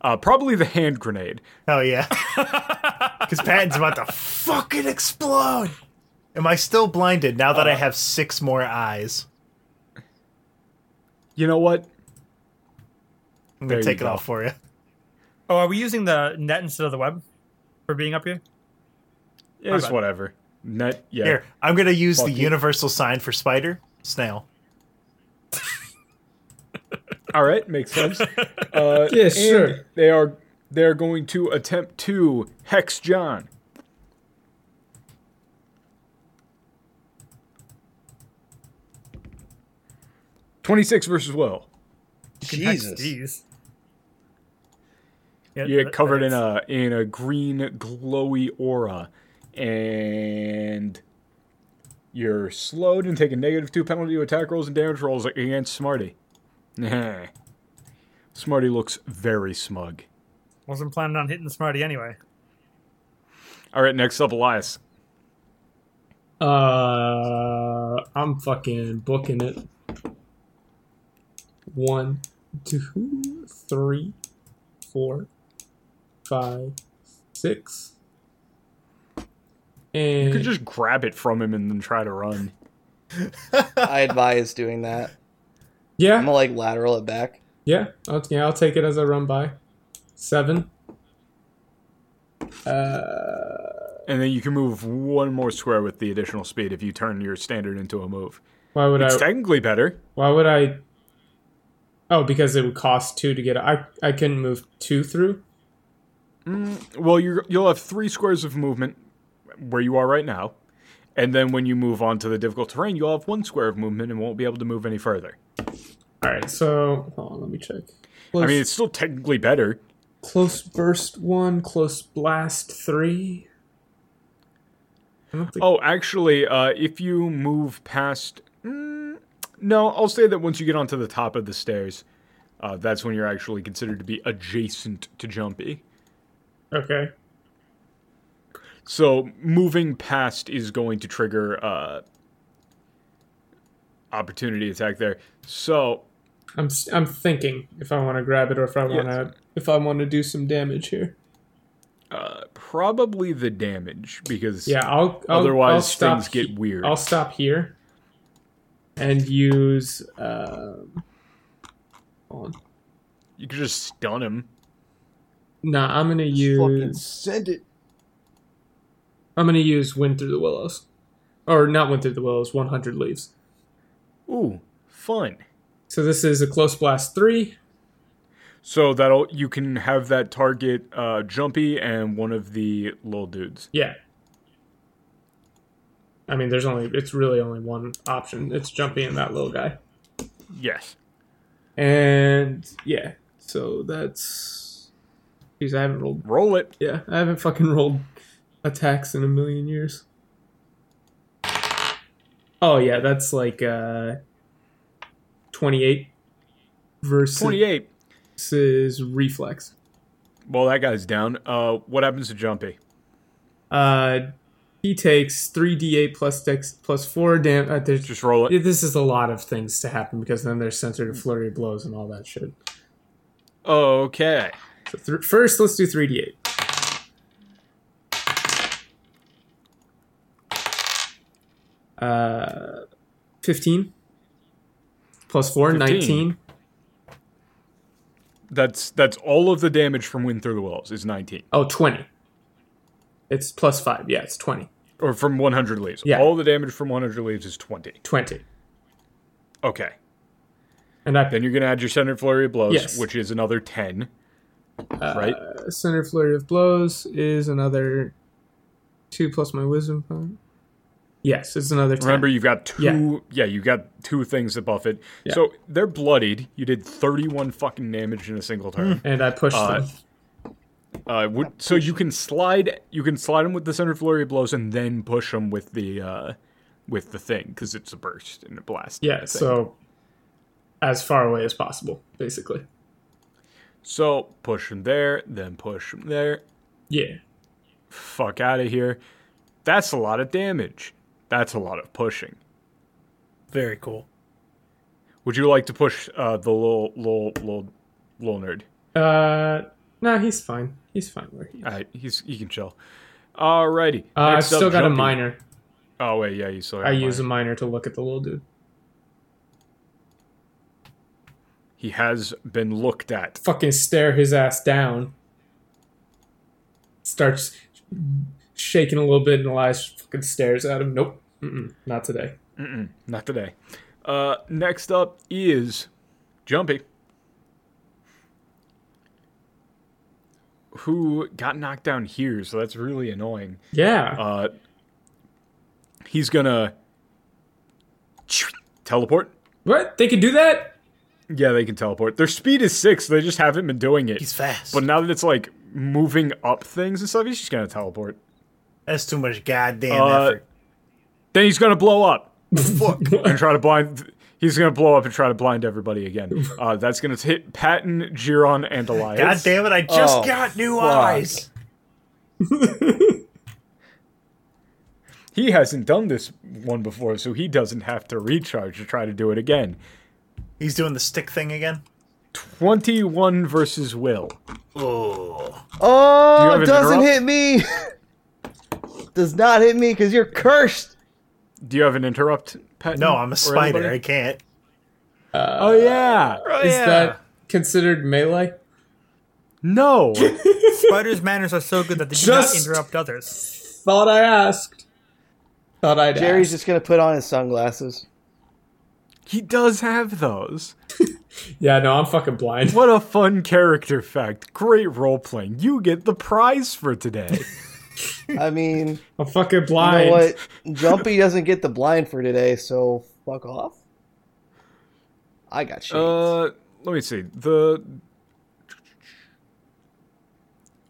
Uh, probably the hand grenade. Oh yeah. Because Patton's about to fucking explode. Am I still blinded now Uh, that I have six more eyes? You know what? I'm gonna there you take it go. off for you. Oh, are we using the net instead of the web for being up here? It's bad. whatever. Net, yeah. Here, I'm gonna use Fuck the you. universal sign for spider, snail. All right, makes sense. Uh, Yes, and sir. They are they are going to attempt to hex John. Twenty six versus Will. Jesus. Jeez. You're that- covered that in uh, is- a in a green glowy aura, and you're slowed and take a negative two penalty to attack rolls and damage rolls against Smarty. Smarty looks very smug. Wasn't planning on hitting Smarty anyway. All right, next up, Elias. Uh, I'm fucking booking it. One, two, three, four, five, six. And You could just grab it from him and then try to run. I advise doing that. I'm yeah, gonna like lateral it back. yeah, I'll, yeah. I'll take it as I run by. Seven. And then you can move one more square with the additional speed if you turn your standard into a move. Why would It's I? technically better. Why would I? Oh, because it would cost two to get. I I couldn't move two through. Well, you're, you'll have three squares of movement where you are right now. And then when you move on to the difficult terrain, you'll have one square of movement and won't be able to move any further. All right, so hold on, let me check. I mean, it's still technically better. Close burst one, close blast three. I don't think- Oh, actually, uh, if you move past. Mm, no, I'll say that once you get onto the top of the stairs, uh, that's when you're actually considered to be adjacent to Jumpy. Okay. So moving past is going to trigger uh, opportunity attack there. So I'm s- I'm thinking if I want to grab it or if I want to if I want to do some damage here. uh, probably the damage because Yeah, I'll, I'll Otherwise, I'll stop things get he- weird. I'll stop here and use um hold on. you could just stun him. Nah, I'm going to Fucking use send it. I'm going to use wind through the willows. Or not wind through the willows, 100 leaves. Ooh, fun. So this is a close blast 3. So that'll you can have that target uh, jumpy and one of the little dudes. Yeah. I mean, there's only it's really only one option. It's jumping in that little guy, Yes. and yeah. So that's. Jeez, I haven't rolled. Roll it. Yeah, I haven't fucking rolled attacks in a million years. Oh yeah, that's like uh, twenty-eight versus Twenty-eight. versus reflex. Well, that guy's down. Uh, what happens to Jumpy? Uh, he takes three d8 plus dex plus four damage. Uh, there's Just roll Yeah, it. this is a lot of things to happen because then there's censored flurry of blows and all that shit. Okay. So th- first, let's do 3d8. Uh, 15 plus 4, 19. That's that's all of the damage from Wind Through the Walls is nineteen. Oh, 20. It's plus 5. Yeah, it's 20. or from 100 leaves. Yeah. All the damage from 100 leaves is 20. 20. Okay. And I Then you're going to add your center flurry of blows, Yes. which is another 10. right? center flurry of blows is another 2 plus my wisdom. point. Yes, it's another 10. Remember, you've got two. Yeah. you got two things that buff it. Yeah. So they're bloodied. You did 31 fucking damage in a single turn. and I pushed Uh, them. Uh, would, so you can slide. You can slide them with the center flurry of blows, and then push them with the uh, with the thing because it's a burst and a blast. Yeah, thing. so as far away as possible, basically. so push them there, then push them there, Yeah. fuck out of here. That's a lot of damage. That's a lot of pushing. Very cool. Would you like to push uh, the little little little little nerd? Uh, no, he's fine. He's fine where he is. All right, he's he can chill. Alrighty. Uh, I've next up, still got a Jumpy. minor. Oh wait, yeah, you still. Got I a use a minor. minor to look at the little dude. He has been looked at. Fucking stare his ass down. Starts shaking a little bit, and Elias fucking stares at him. Nope, Mm-mm, not today. Not today. Uh, next up is Jumpy. who got knocked down here, so that's really annoying. Yeah. Uh, he's gonna teleport. what? They could do that? Yeah, they can teleport. Their speed is six. They just haven't been doing it. He's fast. But now that it's like moving up things and stuff, he's just gonna teleport. That's too much goddamn Uh, effort. Then he's gonna blow up. and try to blind. He's gonna blow up and try to blind everybody again. Uh, that's gonna hit Patton, Giron, and Elias. God damn it! I just Oh, got new fuck. eyes. He hasn't done this one before, so he doesn't have to recharge to try to do it again. He's doing the stick thing again. Twenty-one versus Will. Oh, you Oh, have an doesn't interrupt? hit me. Does not hit me because you're cursed. Do you have an interrupt, Patton? no! I'm or a spider. I anybody? can't. Oh yeah. Is that considered melee? No. Spiders' manners are so good that they do Just- not interrupt others. Thought I asked. Thought I'd Jerry's just gonna put on his sunglasses. he does have those. ask. Yeah, no, I'm fucking blind. What a fun character fact. Great role playing. You get the prize for today. I mean, I'm fucking you blind. know what? Jumpy doesn't get the blind for today, so fuck off. I got shades. Uh, let me see. The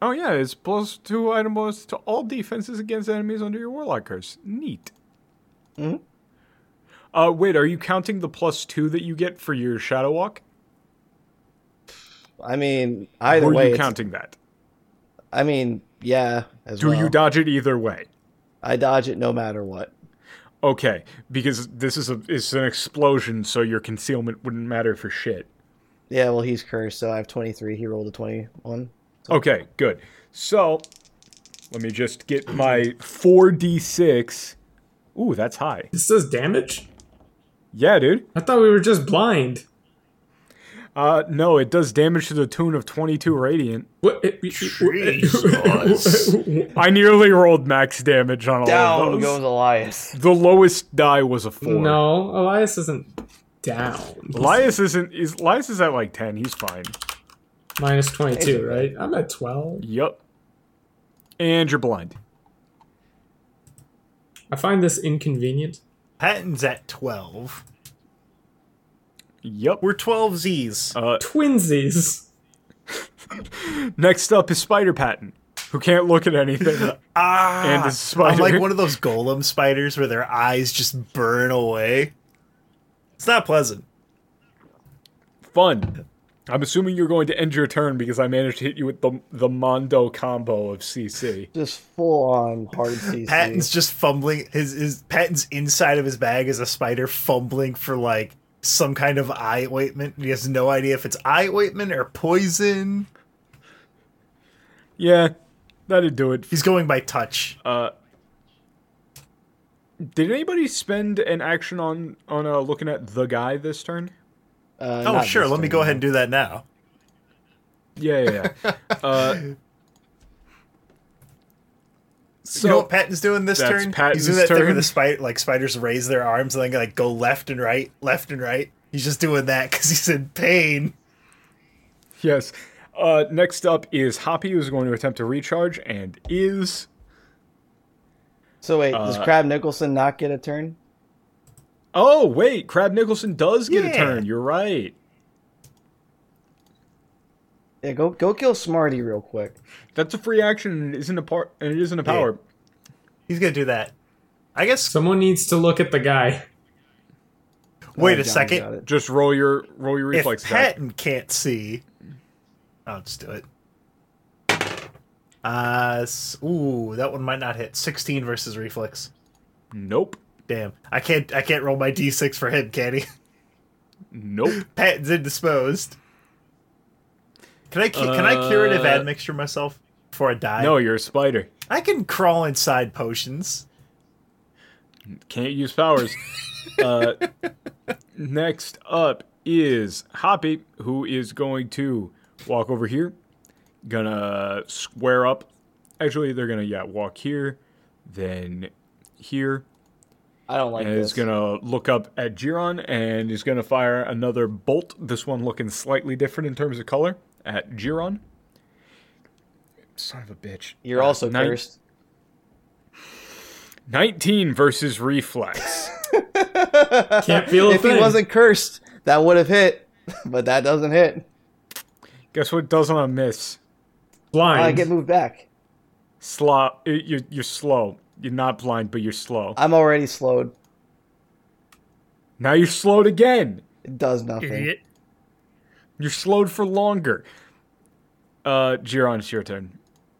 oh yeah, it's plus two item bonus to all defenses against enemies under your warlock curse. Neat. Hmm. Uh, wait, are you counting the plus two that you get for your shadow walk? I mean, either or are way, you it's- counting that? I mean, yeah. As Do well. you dodge it either way? I dodge it no matter what. Okay, because this is a it's an explosion, so your concealment wouldn't matter for shit. Yeah, well, he's cursed, so I have 23. He rolled a 21. Okay, good. So let me just get my four d six. Ooh, that's high. This does damage? Yeah, dude. I thought we were just blind. Uh, no, it does damage to the tune of 22 radiant. What? it- Jesus. I nearly rolled max damage on all Oh, Down of those. goes Elias. The lowest die was a four. no, Elias isn't down. Elias isn't. Is Elias is at like 10. He's fine. Minus 22, right? I'm at 12. Yup. And you're blind. I find this inconvenient. Patton's at twelve. Yup. We're twelve Z's. Uh, Twinsies. Next up is Spider Patton, who can't look at anything. ah, and is spider. I'm like one of those golem spiders where their eyes just burn away. It's not pleasant. Fun. I'm assuming you're going to end your turn because I managed to hit you with the the Mondo combo of CC. Just full on hard CC. Patton's just fumbling his his Patton's inside of his bag is a spider fumbling for like some kind of eye ointment. He has no idea if it's eye ointment or poison. Yeah, that'd do it. He's going by touch. Did anybody spend an action on on uh, looking at the guy this turn? Uh, oh not sure, this let me turn. go ahead and do that now. Yeah, yeah. yeah. uh, So you know what Patton's doing this That's turn? Patton's He's doing that thing where turn. the spider like spiders raise their arms and then like go left and right, left and right. He's just doing that because he's in pain. yes. Uh, next up is Hoppy, who's going to attempt to recharge and is. So wait, does Uh, Crab Nicholson not get a turn? Oh wait, Crab Nicholson does get a Yeah. turn. You're right. Yeah, go go kill Smarty real quick. That's a free action. And it isn't a part. And it isn't a power. He's gonna do that. I guess. Someone needs to look at the guy. wait Oh, a Johnny got second. it. Just roll your roll your If reflex attack. Patton can't see, I'll just do it. Uh, s- ooh, that one might not hit. Sixteen versus reflex. Nope. Damn, I can't. I can't roll my d6 for him, can he? Nope. Patton's indisposed. Can I cu- can I curative Uh, admixture myself before I die? no, you're a spider. I can crawl inside potions. Can't use powers. uh, next up is Hoppy, who is going to walk over here. Gonna square up. Actually, they're gonna yeah walk here, then here, I don't like and this. is gonna look up at Giron and is gonna fire another bolt. This one looking slightly different in terms of color at Giron. Son of a bitch. You're also nine- cursed. 19 versus reflex. Can't feel a If he thing. wasn't cursed, that would have hit, but that doesn't hit. Guess what doesn't I miss? blind. I get moved back. Slow. You're, you're slow. You're not blind, but you're slow. I'm already slowed. Now you're slowed again. It does nothing. Idiot. You're slowed for longer. Uh, Giron, it's your turn.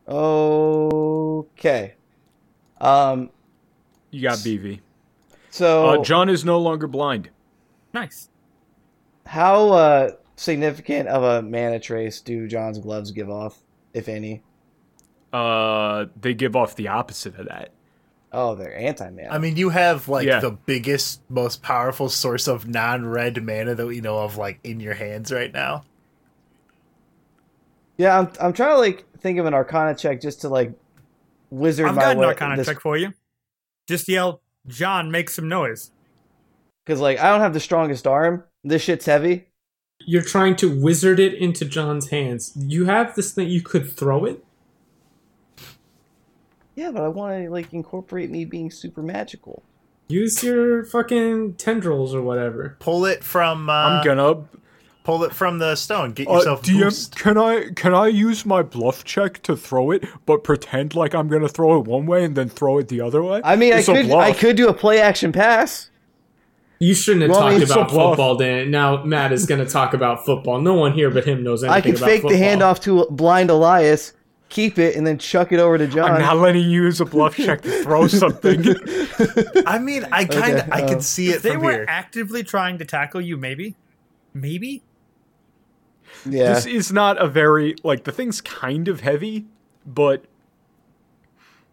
Okay. Um. You got BV. So Oh. Uh, John is no longer blind. Nice. how uh, significant of a mana trace do John's gloves give off, if any? Uh, they give off the opposite of that. Oh, they're anti-mana. I mean, you have like Yeah. the biggest, most powerful source of non-red mana that we know of, like in your hands right now. yeah, I'm, I'm trying to like think of an Arcana check just to like wizard I've my got an way. arcana check for you. Just yell, John, make some noise. because like I don't have the strongest arm. This shit's heavy. You're trying to wizard it into John's hands. You have this thing. You could throw it. Yeah, but I want to like incorporate me being super magical. Use your fucking tendrils or whatever. Pull it from. Uh, I'm gonna. pull it from the stone. Get Uh, yourself DM, boost. can I can I use my bluff check to throw it, but pretend like I'm gonna throw it one way and then throw it the other way? I mean, It's a I could bluff. I could do a play action pass. You shouldn't have Well, talked it's about a bluff. football, Dan. Now Matt is going to talk about football. No one here but him knows anything I could about fake football. the handoff to blind Elias, keep it, and then chuck it over to John. I'm not letting you use a bluff check to throw something. I mean, I kind of, Okay, I uh, can see it They from were here. actively trying to tackle you, maybe. Maybe? yeah. This is not a very like the thing's kind of heavy, but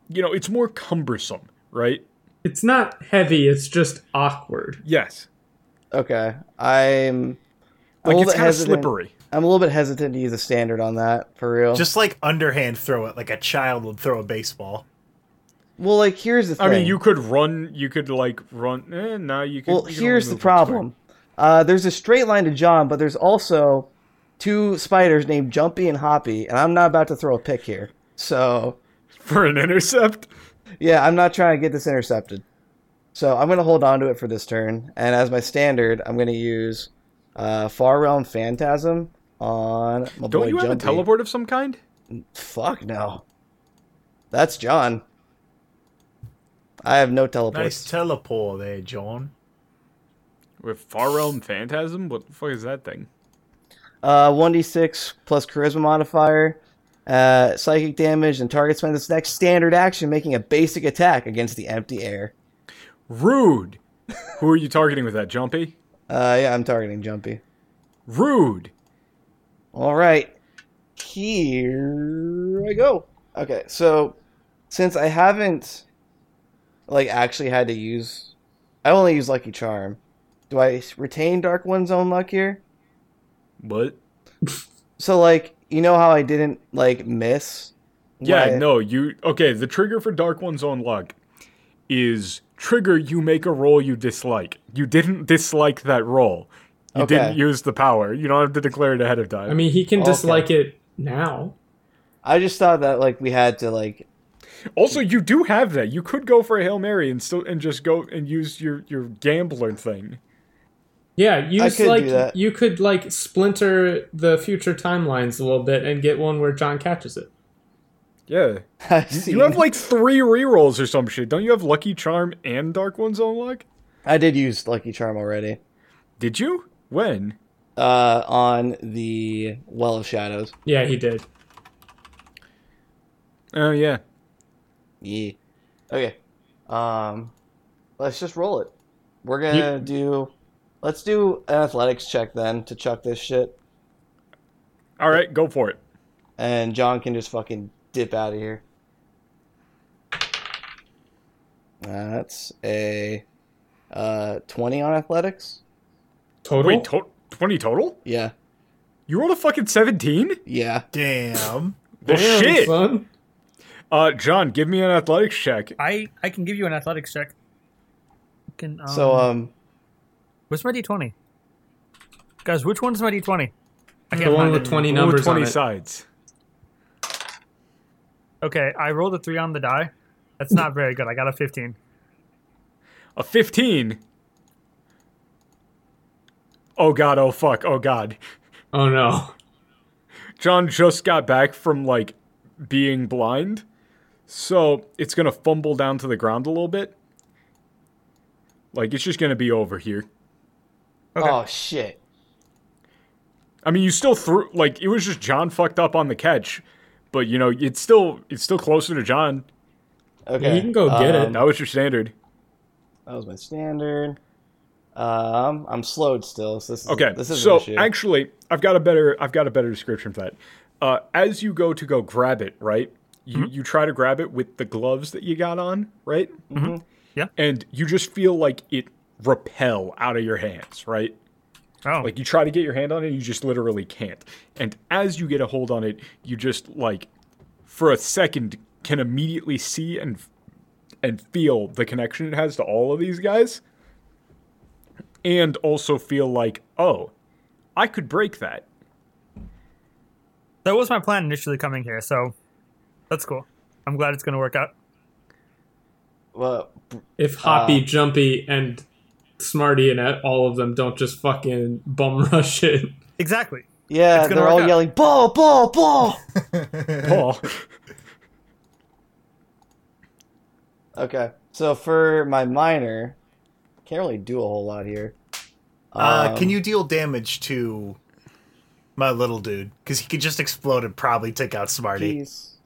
you know, it's more cumbersome, right? It's not heavy. It's just awkward. Yes. okay. I'm. I'm Like a little it's bit kind of hesitant- slippery. I'm a little bit hesitant to use a standard on that for real. Just like underhand throw it, like a child would throw a baseball. well, like here's the thing. I mean, you could run, you could like run. Eh, now you could. Well, you can only here's the move one square. problem. Uh, there's a straight line to John, but there's also two spiders named Jumpy and Hoppy, and I'm not about to throw a pick here. So for an intercept. yeah, I'm not trying to get this intercepted. So I'm gonna hold on to it for this turn, and as my standard, I'm gonna use uh, Far Realm Phantasm on my Don't boy you have Jumpy. a teleport of some kind? Fuck no. That's John. I have no Nice teleports. teleport there, John. With Far Realm Phantasm? What the fuck is that thing? Uh, 1d6 plus charisma modifier, uh, psychic damage, and target spends its next standard action making a basic attack against the empty air. Rude. Who are you targeting with that, Jumpy? Uh, yeah, I'm targeting Jumpy. Rude. All right. Here I go. Okay, so since I haven't like actually had to use I only use Lucky Charm. Do I retain Dark One's own luck here? What? So like, you know how I didn't like miss? Yeah, Why- no, you okay, the trigger for Dark One's own luck is trigger you make a roll you dislike. You didn't dislike that roll. You Okay. didn't use the power. You don't have to declare it ahead of time. I mean, he can Okay. dislike it now. I just thought that like we had to like also, you do have that. You could go for a Hail Mary and still and just go and use your your gambler thing. Yeah, use could do like that. you could like splinter the future timelines a little bit and get one where John catches it. Yeah. You have like three rerolls or some shit. Don't you have Lucky Charm and Dark One's own luck? I did use Lucky Charm already. Did you? When? Uh on the Well of Shadows. Yeah, he did. Oh yeah. Yeah. Okay. Um, let's just roll it. We're gonna do. Let's do an athletics check then to chuck this shit, All right, go for it. and John can just fucking dip out of here. That's a uh twenty on athletics. Total. Wait, to- twenty total? Yeah. You rolled a fucking seventeen? Yeah. Damn. Well, Damn, shit. son. Uh, John, give me an athletics check. I, I can give you an athletics check. Can, um, So um. Where's my d20? Guys, which one's my d20? I The one with find it. twenty Roll with numbers twenty on it. sides. Okay, I rolled a three on the die. That's not very good. I got a 15. A 15. Oh god, oh fuck, oh god. Oh no. John just got back from like being blind. So it's gonna fumble down to the ground a little bit. Like it's just gonna be over here. Oh shit. I mean you still threw like it was just John fucked up on the catch, but you know, it's still it's still closer to John. Okay. Yeah, you can go get um, That was your standard. That was my standard. Um, I'm slowed still. So this is, Okay. This is so an issue. actually, I've got a better I've got a better description for that. Uh, as you go to go grab it, right? You you try to grab it with the gloves that you got on, right? Mm-hmm. Yeah. And you just feel like it repel out of your hands, right? Oh, Like you try to get your hand on it, you just literally can't. And as you get a hold on it, you just like for a second can immediately see and and feel the connection it has to all of these guys. And also feel like, "Oh, I could break that." that was my plan initially coming here, so that's cool. I'm glad it's going to work out. Well, If Uh, Hoppy, Jumpy, and Smarty and all of them don't just fucking bum rush it. Exactly. yeah, gonna they're work all out. yelling ball, ball, ball. Paul. okay. So for my minor, can't really do a whole lot here. Um, Uh, can you deal damage to my little dude? Because he could just explode and probably take out Smarty. He's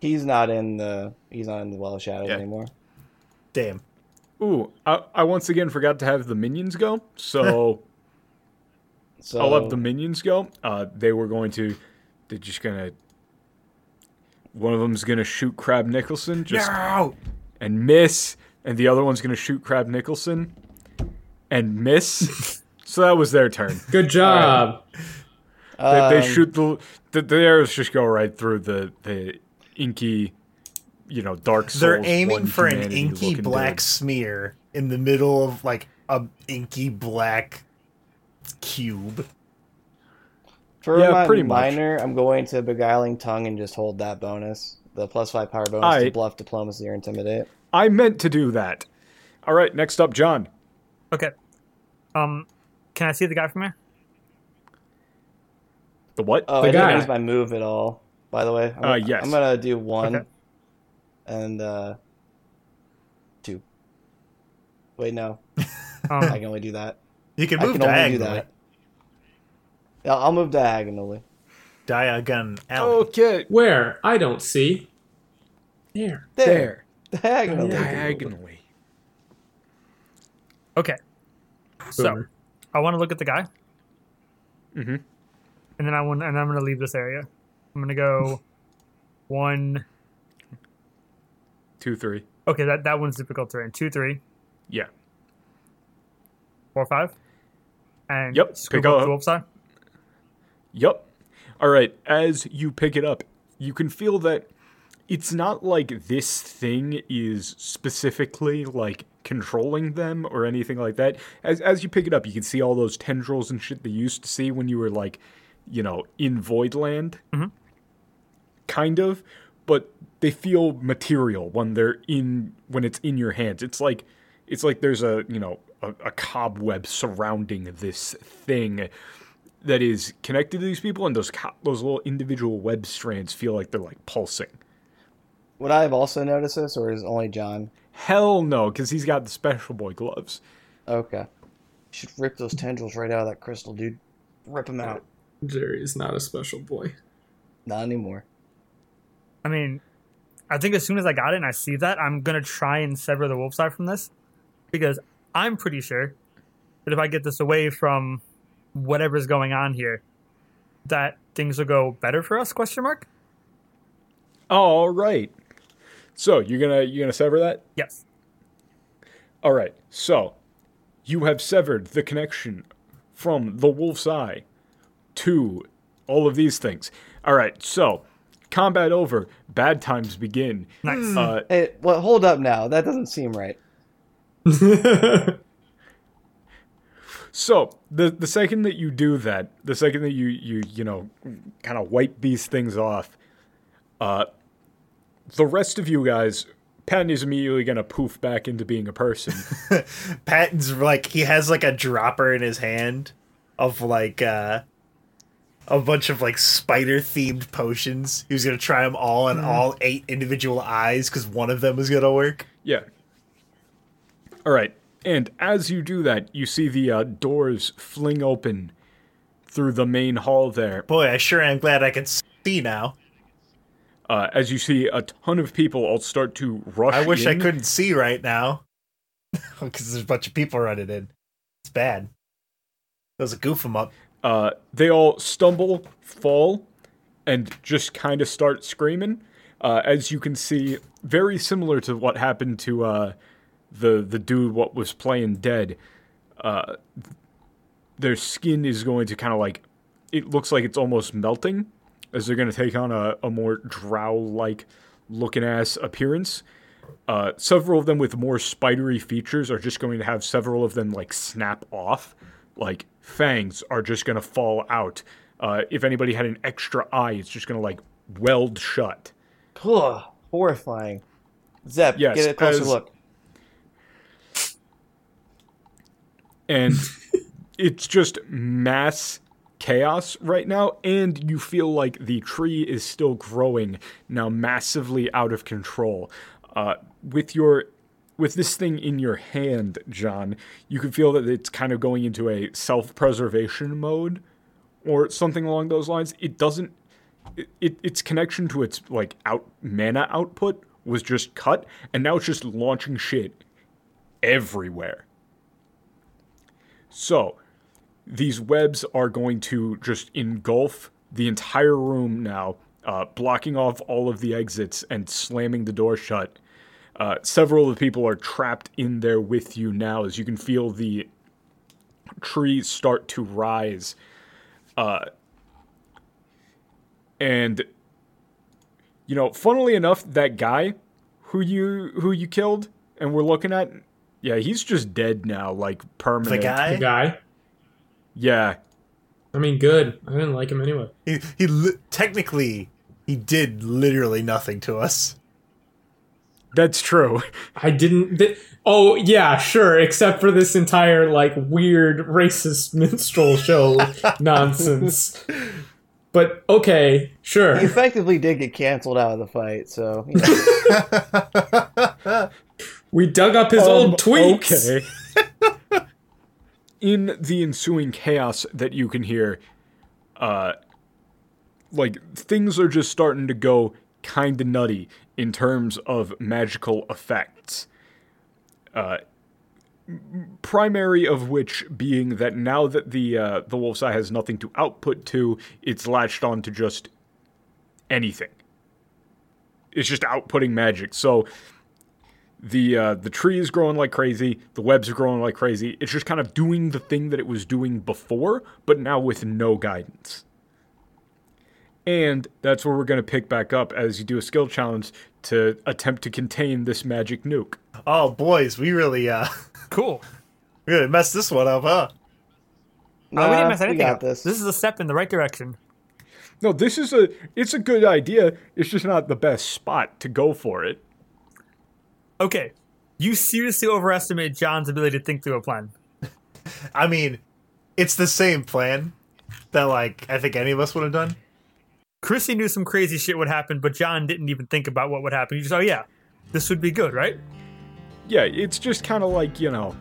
he's not in the he's not in the well of shadows Yeah. anymore. Damn. Ooh, I, I once again forgot to have the minions go, so So I'll have the minions go. Uh, they were going to, they're just gonna. One of them's gonna shoot Crab Nicholson just No! and miss, and the other one's gonna shoot Crab Nicholson and miss. so that was their turn. Good job. They, they Um, shoot the, the the arrows just go right through the the inky, you know, dark. Souls They're aiming one for an humanity inky looking black dude. smear in the middle of like a inky black cube. for yeah, my pretty much. minor, I'm going to beguiling tongue and just hold that bonus, the plus five power bonus to Alright. bluff, diplomacy, or intimidate. I meant to do that. All right, next up, John. Okay. Um, can I see the guy from here? The what? Oh, The I guy. didn't use my move at all. By the way, I'm, Uh, yes. I'm gonna do one Okay. and uh, two. Wait, no, I Um, can only do that. You can I move can only do diagonally. that. Yeah, I'll move diagonally. Diagonally. Oh, okay. Where? I don't see. There. There, diagonally. Diagonally. okay. So, Boomer. I want to look at the guy, Mhm. and then I want, and I'm going to leave this area. I'm going to go one. Two, three. Okay, that that one's difficult terrain. Two, three, Yeah. four, five, and Yep, scoop pick up up. the wolf's eye. Yup. All right. As you pick it up, you can feel that it's not like this thing is specifically like controlling them or anything like that. As as you pick it up, you can see all those tendrils and shit they used to see when you were like, you know, in Voidland. Kind of, but they feel material when they're in when it's in your hands. It's like it's like there's a you know a, a cobweb surrounding this thing that is connected to these people, and those co- those little individual web strands feel like they're like pulsing. Would I have also noticed this, or is it only John? Hell no, because he's got the special boy gloves. Okay. Should rip those tendrils right out of that crystal, dude. Rip them out. Jerry is not a special boy. Not anymore. I mean, I think as soon as I got it and I see that, I'm gonna try and sever the wolf's eye from this because I'm pretty sure that if I get this away from whatever's going on here, that things will go better for us? Question mark. All right, so you're gonna you're gonna sever that. Yes. All right, so you have severed the connection from the wolf's eye to all of these things. All right, so combat over. Bad times begin. Nice. Uh, Hey, well, hold up now. That doesn't seem right. So the the second that you do that, the second that you you you know kind of wipe these things off, uh, the rest of you guys, Patton is immediately going to poof back into being a person. Patton's like he has like a dropper in his hand of like uh a bunch of like spider themed potions. He was gonna try them all on all eight individual eyes because one of them was gonna work. yeah. All right. And as you do that, you see the uh, doors fling open through the main hall there. Boy, I sure am glad I can see now. Uh, as you see a ton of people all start to rush I wish I in. couldn't see right now because there's a bunch of people running in. It's bad. That was a goof 'em up. uh, they all stumble, fall, and just kind of start screaming. Uh, as you can see, very similar to what happened to uh, the the dude what was playing dead. Uh, their skin is going to kind of like it looks like it's almost melting as they're going to take on a, a more drow like looking ass appearance. Uh, several of them with more spidery features are just going to have several of them like snap off. Like fangs are just going to fall out. Uh, if anybody had an extra eye, it's just going to like weld shut. Ugh, horrifying. Zep, Yes, get a closer as- look. and it's just mass chaos right now and you feel like the tree is still growing now massively out of control uh, with your with this thing in your hand john you can feel that it's kind of going into a self-preservation mode or something along those lines it doesn't it, it, its connection to its like out mana output was just cut and now it's just launching shit everywhere so these webs are going to just engulf the entire room now, uh, blocking off all of the exits and slamming the door shut. Uh, several of the people are trapped in there with you now, as you can feel the trees start to rise. Uh, and you know, funnily enough, that guy who you who you killed and we're looking at, yeah, he's just dead now, like The permanent. guy, The guy. Yeah, I mean, good. I didn't like him anyway. he, he li- technically he did literally nothing to us. that's true. I didn't. Th- oh yeah, sure. Except for this entire like weird racist minstrel show nonsense. But okay, sure. He effectively did get canceled out of the fight, so you know, We dug up his old tweets. Okay. In the ensuing chaos that you can hear, uh, like things are just starting to go kind of nutty in terms of magical effects. Uh, m- primary of which being that now that the uh, the wolf's eye has nothing to output to, it's latched on to just anything. It's just outputting magic. So the uh, the tree is growing like crazy. The webs are growing like crazy. It's just kind of doing the thing that it was doing before, but now with no guidance. And that's where we're going to pick back up as you do a skill challenge to attempt to contain this magic nuke. Oh boys, we really uh Cool. we really messed this one up, huh? Uh, we nah, didn't mess anything got up. this. is a step in the right direction. No, this is a it's a good idea. It's just not the best spot to go for it. Okay, you seriously overestimate John's ability to think through a plan. I mean, it's the same plan that like I think any of us would have done. Chrissy knew some crazy shit would happen, but John didn't even think about what would happen. He just, oh yeah, this would be good, right? yeah, it's just kind of like, you know,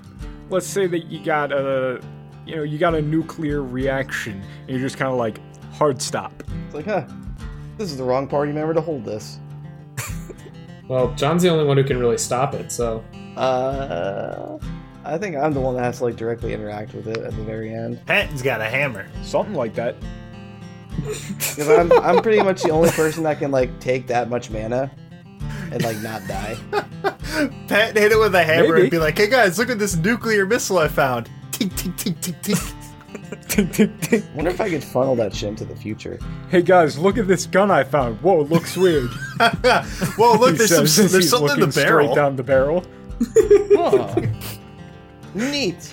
let's say that you got a, you know, you got a nuclear reaction and you're just kind of like, hard stop. It's like, huh, this is the wrong party member to hold this. Well, John's the only one who can really stop it. So Uh, I think I'm the one that has to like directly interact with it at the very end Patton's got a hammer. Something like that. because I'm I'm pretty much the only person that can like take that much mana and like not die. Patton hit it with a hammer Maybe. and be like, "Hey guys, look at this nuclear missile I found." Tink tink tink tink tink. Wonder if I could funnel that shit into the future. Hey guys, look at this gun I found. Whoa, looks weird. Whoa, look, He there's says some as there's he's something in the looking straight barrel. down the barrel. Huh. Neat.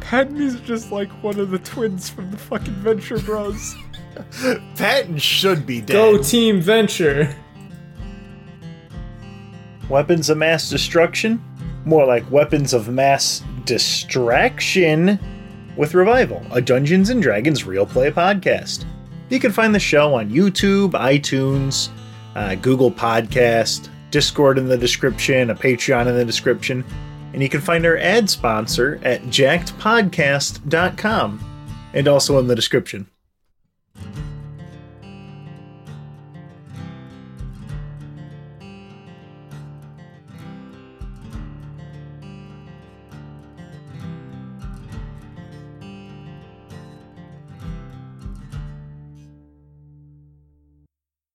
Patton is just like one of the twins from the fucking Venture Bros. Patton should be dead. go team venture. Weapons of mass destruction? More like weapons of mass distraction with Revival, a Dungeons and Dragons real play podcast. You can find the show on YouTube, iTunes, uh, Google Podcast, Discord in the description, a Patreon in the description, and you can find our ad sponsor at jackedpodcast.com and also in the description.